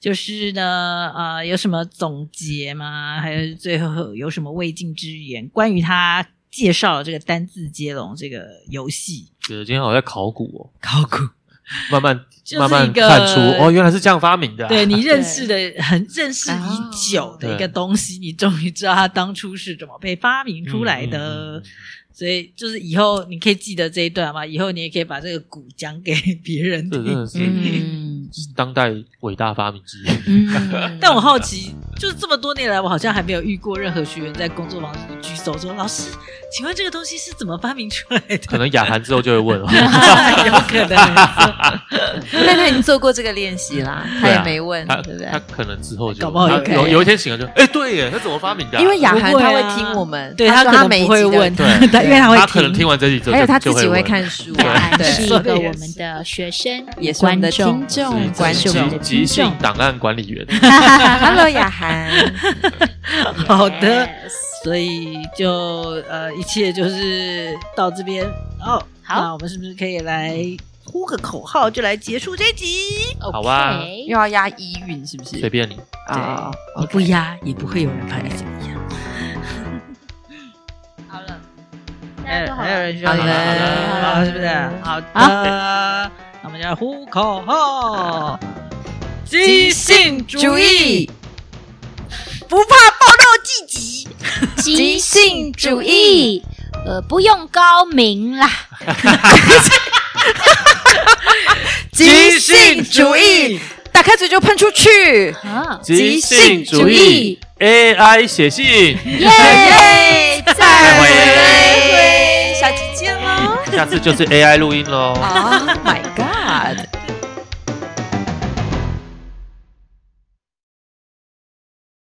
[SPEAKER 4] 就是呢，呃，有什么总结吗？还有最后有什么未尽之言？关于他介绍这个单字接龙这个 游戏，
[SPEAKER 3] 觉得今天好像在考古
[SPEAKER 4] 考古，
[SPEAKER 3] 哦，慢慢
[SPEAKER 4] 就是
[SPEAKER 3] 慢慢
[SPEAKER 4] 一个
[SPEAKER 3] 看出哦，原来是这样发明的啊。
[SPEAKER 4] 对你认识的很认识已久的一个
[SPEAKER 3] 哦
[SPEAKER 4] 东西，你终于知道它当初是怎么被发明出来
[SPEAKER 3] 嗯嗯嗯
[SPEAKER 4] 的
[SPEAKER 3] 嗯。
[SPEAKER 4] 所以就是以后你可以记得这一段嘛，以后你也可以把这个鼓讲给别人
[SPEAKER 3] 嗯这真
[SPEAKER 4] 听。
[SPEAKER 3] 的是
[SPEAKER 1] 嗯
[SPEAKER 3] 当代伟大发明之一。
[SPEAKER 1] 嗯，
[SPEAKER 4] 但我好奇，就是这么多年来，我好像还没有遇过任何学员在工作坊举手说：“老师，请问这个东西是怎么发明出来的
[SPEAKER 3] 可能雅涵之后就会问哦，？”
[SPEAKER 4] 有可能，
[SPEAKER 1] 但他已经做过这个练习啦，他
[SPEAKER 3] 对
[SPEAKER 1] 也
[SPEAKER 3] 啊
[SPEAKER 1] 没问，
[SPEAKER 3] 他
[SPEAKER 1] 对哎不对
[SPEAKER 3] 他？可能之后就
[SPEAKER 4] 搞不好
[SPEAKER 3] 他
[SPEAKER 1] 有
[SPEAKER 3] 有
[SPEAKER 1] 可以
[SPEAKER 3] 有一天醒了就哎，对耶，他怎么发明的啊？
[SPEAKER 1] 因为雅涵
[SPEAKER 4] 不会
[SPEAKER 1] 他
[SPEAKER 4] 啊
[SPEAKER 1] 会听我们，
[SPEAKER 4] 对
[SPEAKER 1] 他
[SPEAKER 4] 他
[SPEAKER 1] 说
[SPEAKER 4] 可能
[SPEAKER 1] 每一
[SPEAKER 4] 不
[SPEAKER 1] 集
[SPEAKER 4] 会
[SPEAKER 1] 都
[SPEAKER 4] 问，
[SPEAKER 3] 对
[SPEAKER 4] 他因为他
[SPEAKER 3] 他
[SPEAKER 4] 会
[SPEAKER 3] 可能听完这集之后就，
[SPEAKER 1] 还有他自己
[SPEAKER 3] 就
[SPEAKER 1] 会
[SPEAKER 3] 问
[SPEAKER 1] 看书
[SPEAKER 2] 雅
[SPEAKER 1] 啊，
[SPEAKER 2] 涵是
[SPEAKER 1] 对
[SPEAKER 2] 一，
[SPEAKER 4] 说得
[SPEAKER 2] 个
[SPEAKER 4] 也
[SPEAKER 2] 我
[SPEAKER 4] 是
[SPEAKER 2] 们的学生，
[SPEAKER 1] 也是我们
[SPEAKER 2] 观
[SPEAKER 1] 的听
[SPEAKER 2] 众，
[SPEAKER 1] 众
[SPEAKER 3] 关
[SPEAKER 1] 观
[SPEAKER 3] 系
[SPEAKER 1] 众。
[SPEAKER 3] 即兴档案管 理员，
[SPEAKER 1] Hello，雅涵，
[SPEAKER 4] 好的
[SPEAKER 2] Yes
[SPEAKER 4] 所以就呃，一切就是到这边哦。
[SPEAKER 2] 好
[SPEAKER 4] 那我们是不是可以来呼个口号，就来结束这一集？
[SPEAKER 3] 好啊
[SPEAKER 2] OK
[SPEAKER 1] 又要压一韵是不是？
[SPEAKER 3] 随便你。
[SPEAKER 1] 啊，
[SPEAKER 4] 你不压，也不会有人把你怎么样。
[SPEAKER 2] 好了，
[SPEAKER 4] 还
[SPEAKER 2] 大家都
[SPEAKER 4] 有
[SPEAKER 2] 好
[SPEAKER 4] 哎还有
[SPEAKER 2] 了。
[SPEAKER 4] 人需要
[SPEAKER 1] 好嘞
[SPEAKER 4] 好了，是不是？好的，那我们就来呼口号，即兴
[SPEAKER 1] 注意，
[SPEAKER 4] 不怕暴露自己。
[SPEAKER 1] 即兴主义，
[SPEAKER 2] 呃，不用高明啦，
[SPEAKER 1] 即兴主义，打开嘴就喷出去，
[SPEAKER 2] 啊，
[SPEAKER 1] 即兴主义
[SPEAKER 3] ，AI 写信，
[SPEAKER 1] 耶！再
[SPEAKER 3] 再
[SPEAKER 1] 会，下期见喽！
[SPEAKER 3] 下次就是 AI 录音喽。
[SPEAKER 1] Oh my